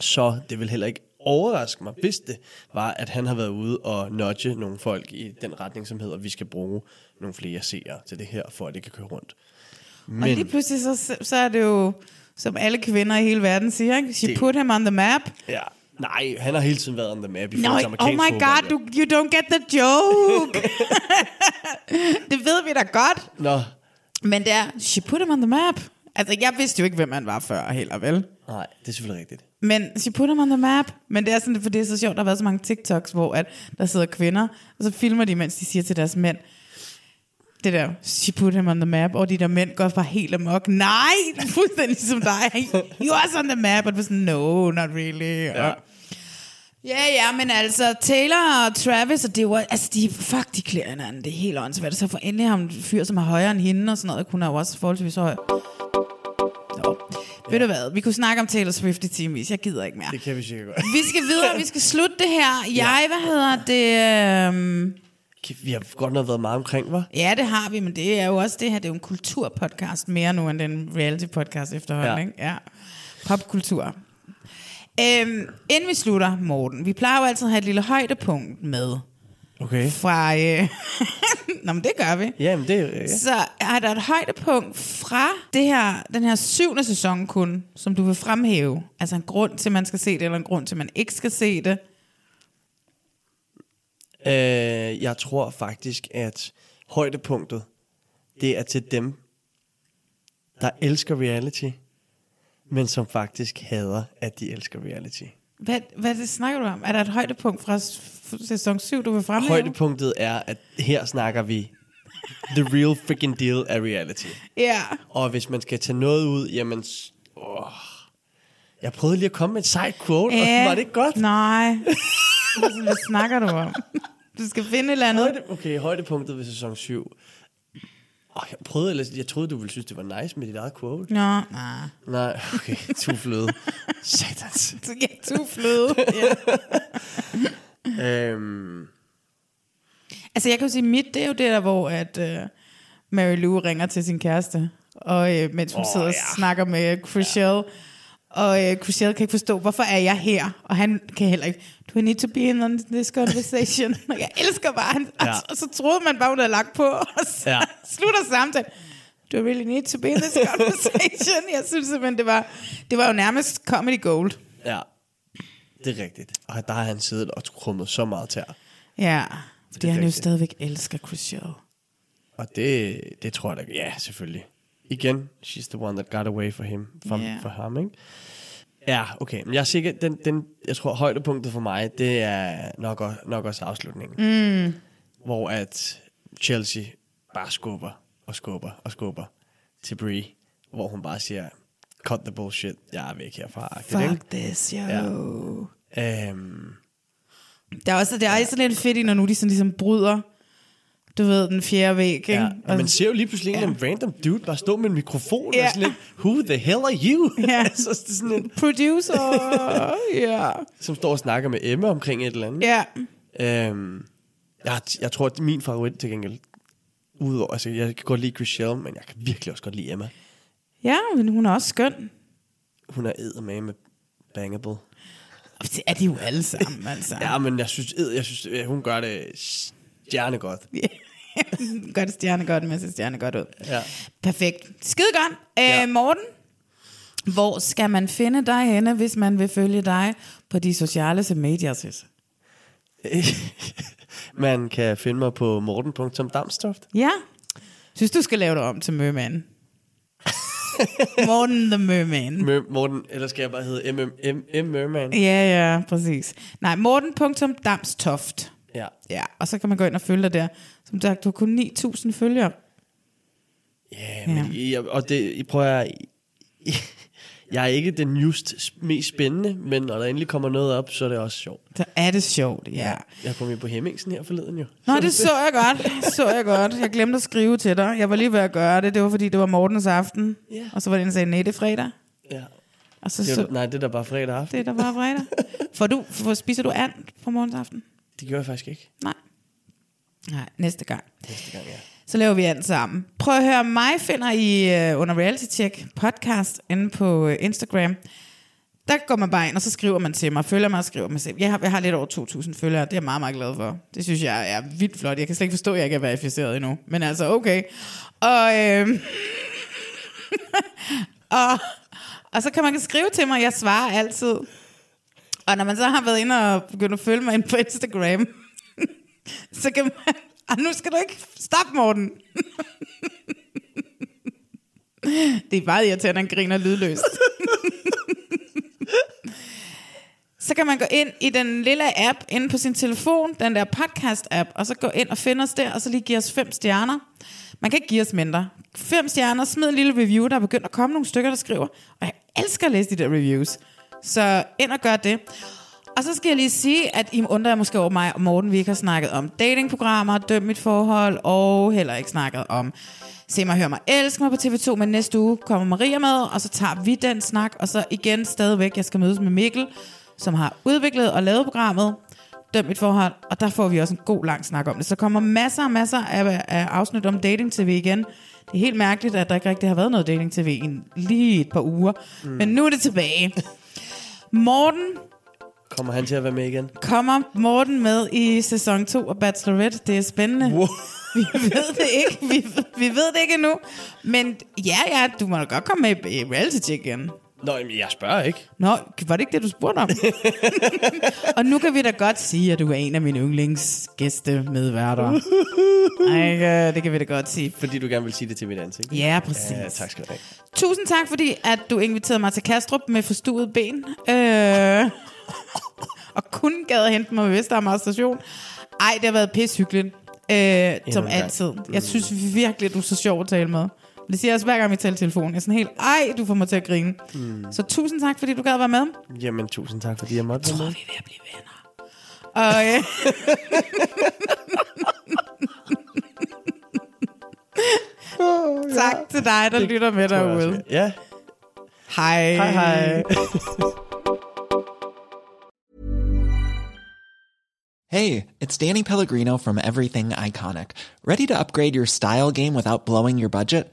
Speaker 2: Så det vil heller ikke overraske mig, hvis det var, at han har været ude og nudge nogle folk i den retning, som hedder, at vi skal bruge nogle flere seere til det her, for at det kan køre rundt.
Speaker 1: Men. Og lige pludselig, så, så er det jo, som alle kvinder i hele verden siger, ikke? She det. put him on the map.
Speaker 2: Ja. Nej, han har hele tiden været on the map i
Speaker 1: No,
Speaker 2: forhold til
Speaker 1: oh
Speaker 2: amerikansk
Speaker 1: my god,
Speaker 2: fodbold,
Speaker 1: du, you don't get the joke. det ved vi da godt.
Speaker 2: jo. Nå,
Speaker 1: Men det er, she put him on the map. Altså, jeg vidste jo ikke, hvem han var før heller, vel?
Speaker 2: nej, det er selvfølgelig rigtigt.
Speaker 1: Men she put him on the map. Men det er sådan, for det er så sjovt, der har været så mange TikToks, hvor at der sidder kvinder, og så filmer de, mens de siger til deres mænd, det der, she put him on the map, og de der mænd går bare helt amok. Nej, det er fuldstændig som dig. You are on the map. Og det var sådan, no, not really. Ja. Ja, ja, men altså, Taylor og Travis, og det var, altså, de, fuck, de klæder hinanden, det er helt åndssvagt. Så for endelig ham en fyr, som er højere end hende og sådan noget, hun er jo også forholdsvis høj. Ja. Ved du hvad, vi kunne snakke om Taylor Swift i timevis, jeg gider ikke mere.
Speaker 2: Det kan vi sikkert godt.
Speaker 1: Vi skal videre, vi skal slutte det her. Jeg, hvad hedder det? øhm,
Speaker 2: Kæft, Vi har godt nok været meget omkring, var?
Speaker 1: Ja, det har vi, men det er jo også det her, det er jo en kulturpodcast mere nu, end den reality-podcast efterhånden,
Speaker 2: Ja.
Speaker 1: ja. ikke? Ja. Popkultur. Øhm, inden vi slutter, Morten, vi plejer jo altid at have et lille højdepunkt med
Speaker 2: Okay.
Speaker 1: fra... Øh... Nå, men det gør vi.
Speaker 2: Jamen, det er ja.
Speaker 1: Så er der et højdepunkt fra det her, den her syvende sæson kun, som du vil fremhæve? Altså en grund til, at man skal se det, eller en grund til, at man ikke skal se det?
Speaker 2: Øh, jeg tror faktisk, at højdepunktet, det er til dem, der elsker reality, men som faktisk hader, at de elsker reality.
Speaker 1: Hvad, hvad det snakker du om? Er der et højdepunkt fra s- f- sæson 7, du vil fremhæve?
Speaker 2: Højdepunktet er, at her snakker vi the real freaking deal af reality.
Speaker 1: Ja.
Speaker 2: Og hvis man skal tage noget ud, jamen... s- Åh, jeg prøvede lige at komme med et sejt quote,
Speaker 1: Ja.
Speaker 2: og var det ikke godt?
Speaker 1: Nej. Hvad hvad snakker du om? Du skal finde et eller andet.
Speaker 2: Højde, okay, højdepunktet ved sæson 7. Åh, jeg prøvede ellers... Jeg troede, du ville synes, det var nice med dit eget quote.
Speaker 1: Nå, nej.
Speaker 2: Nej, okay, to fløde. Satans.
Speaker 1: Ja, du fløde. Ja.
Speaker 2: øhm,
Speaker 1: Altså, jeg kan jo sige, mit, det er jo det der, hvor at, øh, Mary Lou ringer til sin kæreste, og øh, mens hun oh, sidder og ja. snakker med Crucial, ja. og øh, Crucial kan ikke forstå, hvorfor er jeg her? Og han kan heller ikke, do I need to be in this conversation? og jeg elsker bare, han, ja.
Speaker 2: Ja.
Speaker 1: og så troede man bare, hun havde lagt på, og så ja.
Speaker 2: Ja.
Speaker 1: slutter samtalen. Do I really need to be in this conversation? jeg synes simpelthen, det var, det var jo nærmest comedy gold.
Speaker 2: ja, det er rigtigt. Og der har han siddet og krummet så meget tær.
Speaker 1: Ja, fordi han jo
Speaker 2: rigtigt.
Speaker 1: stadigvæk elsker Crucial.
Speaker 2: Og det, det tror jeg da... Ja, selvfølgelig. Igen, she's the one that got away for him. For,
Speaker 1: Ja.
Speaker 2: yeah. for ham, ikke? Ja, okay. Men jeg er sikker, den, den, jeg tror, højdepunktet for mig, det er nok, o- nok også afslutningen.
Speaker 1: Mm.
Speaker 2: Hvor at Chelsea bare skubber og skubber og skubber til Brie. Hvor hun bare siger, cut the bullshit, jeg er væk herfra.
Speaker 1: Fuck this, yo.
Speaker 2: Ja. Øhm,
Speaker 1: Der er også, det er også sådan lidt fedt, i, når nu de sådan ligesom bryder du ved, den fjerde væg, ikke?
Speaker 2: Ja, og man
Speaker 1: Altså,
Speaker 2: ser jo lige pludselig ja. en random dude bare stå med en mikrofon ja.
Speaker 1: Ja.
Speaker 2: og sådan lidt, who the hell are you?
Speaker 1: Ja.
Speaker 2: så er det sådan en,
Speaker 1: Producer, ja.
Speaker 2: som står og snakker med Emma omkring et eller andet.
Speaker 1: Ja.
Speaker 2: Øhm, jeg, jeg tror, at min favorit til gengæld, udover, altså jeg kan godt lide Chriselle, men jeg kan virkelig også godt lide Emma.
Speaker 1: Ja, men hun er også skøn.
Speaker 2: Hun er eddermame bangable.
Speaker 1: Det er de jo alle sammen, altså.
Speaker 2: ja, men jeg synes, ed, jeg synes øh, hun gør det stjernegodt.
Speaker 1: gør det stjerne godt, men jeg synes, stjerne godt ud.
Speaker 2: Ja.
Speaker 1: Perfekt. Skide godt. Ja. Øh, Morten, hvor skal man finde dig henne, hvis man vil følge dig på de sociale medier? sis?
Speaker 2: Man kan finde mig på morten.damstoft.
Speaker 1: Ja. Synes du skal lave det om til Mømanden? Morten the Merman.
Speaker 2: Mø- Morten, eller skal jeg bare hedde M- M- M- Merman?
Speaker 1: Ja, ja, præcis. Nej, morten.damstoft.
Speaker 2: Ja.
Speaker 1: Ja, og så kan man gå ind og følge dig der. Som sagt, du har kun 9.000 følgere.
Speaker 2: Ja, men jeg, og det, I prøver jeg, jeg er ikke den just sp- mest spændende, men når der endelig kommer noget op, så er det også sjovt.
Speaker 1: Så er det sjovt, ja. ja.
Speaker 2: Jeg kom ind på Hemmingsen her forleden jo.
Speaker 1: Nå, det så jeg godt. Så jeg godt. Jeg glemte at skrive til dig. Jeg var lige ved at gøre det. Det var fordi, det var Mortens aften.
Speaker 2: Ja.
Speaker 1: Og så var det en, der sagde, nej, det er fredag.
Speaker 2: Ja.
Speaker 1: Og så,
Speaker 2: det er,
Speaker 1: så
Speaker 2: jo- nej, det er da bare fredag aften.
Speaker 1: det er der bare fredag. For du, for, spiser du and på morgens aften?
Speaker 2: Det gjorde jeg faktisk ikke.
Speaker 1: Nej. Nej, næste gang.
Speaker 2: Næste gang, ja.
Speaker 1: Så laver vi alt sammen. Prøv at høre, mig finder I øh, under Reality Check podcast inde på øh, Instagram. Der går man bare ind, og så skriver man til mig, følger mig og skriver mig selv. Jeg har, jeg har lidt over 2.000 følgere, det er jeg meget, meget glad for. Det synes jeg er vildt flot. Jeg kan slet ikke forstå, at jeg ikke er verificeret endnu. Men altså, okay. Og, øh, og, og så kan man skrive til mig, jeg svarer altid. Og når man så har været inde og begyndt at følge mig ind på Instagram, så kan man... Og nu skal du ikke... Stop, Morten! Det er meget irriterende, at han griner lydløst. så kan man gå ind i den lille app inde på sin telefon, den der podcast-app, og så gå ind og finde os der, og så lige give os fem stjerner. Man kan ikke give os mindre. Fem stjerner, smid en lille review, der er begyndt at komme nogle stykker, der skriver. Og jeg elsker at læse de der reviews. Så ind og gør det. Og så skal jeg lige sige, at I undrer jer måske over mig og Morten, vi ikke har snakket om datingprogrammer, døm mit forhold, og heller ikke snakket om se mig, hør mig, elsk mig på TV2, men næste uge kommer Maria med, og så tager vi den snak, og så igen stadigvæk, jeg skal mødes med Mikkel, som har udviklet og lavet programmet, døm mit forhold, og der får vi også en god lang snak om det. Så kommer masser og masser af, af afsnit om dating-tv igen. Det er helt mærkeligt, at der ikke rigtig har været noget dating-tv i en- lige et par uger, mm. men nu er det tilbage. Morten,
Speaker 2: Kommer han til at være med igen?
Speaker 1: Kommer Morten med i sæson 2 af Bachelorette? Det er spændende. Wow. Vi ved det ikke. Vi, vi ved det ikke endnu. Men ja, ja, du må da godt komme med i reality check igen.
Speaker 2: Nå, jamen, jeg spørger ikke.
Speaker 1: Nå, var det ikke det, du spurgte om? og nu kan vi da godt sige, at du er en af mine yndlingsgæstemedværter. Ej, øh, det kan vi da godt sige.
Speaker 2: Fordi du gerne vil sige det til mit ansigt.
Speaker 1: Ja, præcis.
Speaker 2: Ja, tak skal du have.
Speaker 1: Tusind tak, fordi at du inviterede mig til Kastrup med forstuet ben. Øh, og kun gad at hente mig ved Vestamager station. Ej, det har været pishyggeligt. Øh, som
Speaker 12: en gang.
Speaker 1: altid. Jeg synes virkelig, du er så sjov at tale med. Det siger jeg også hver gang, vi taler i telefon. Jeg er sådan helt, ej, du får mig til at grine. Mm. Så tusind tak, fordi du gad at være med.
Speaker 2: Jamen, tusind tak, fordi jeg måtte være
Speaker 1: tror,
Speaker 2: med.
Speaker 1: vi er ved at blive venner. Og, øh, tak til dig, der lytter med derude.
Speaker 2: Ja.
Speaker 1: Hej.
Speaker 2: Hej, hej.
Speaker 13: Hey, it's Danny Pellegrino from Everything Iconic. Ready to upgrade your style game without blowing your budget?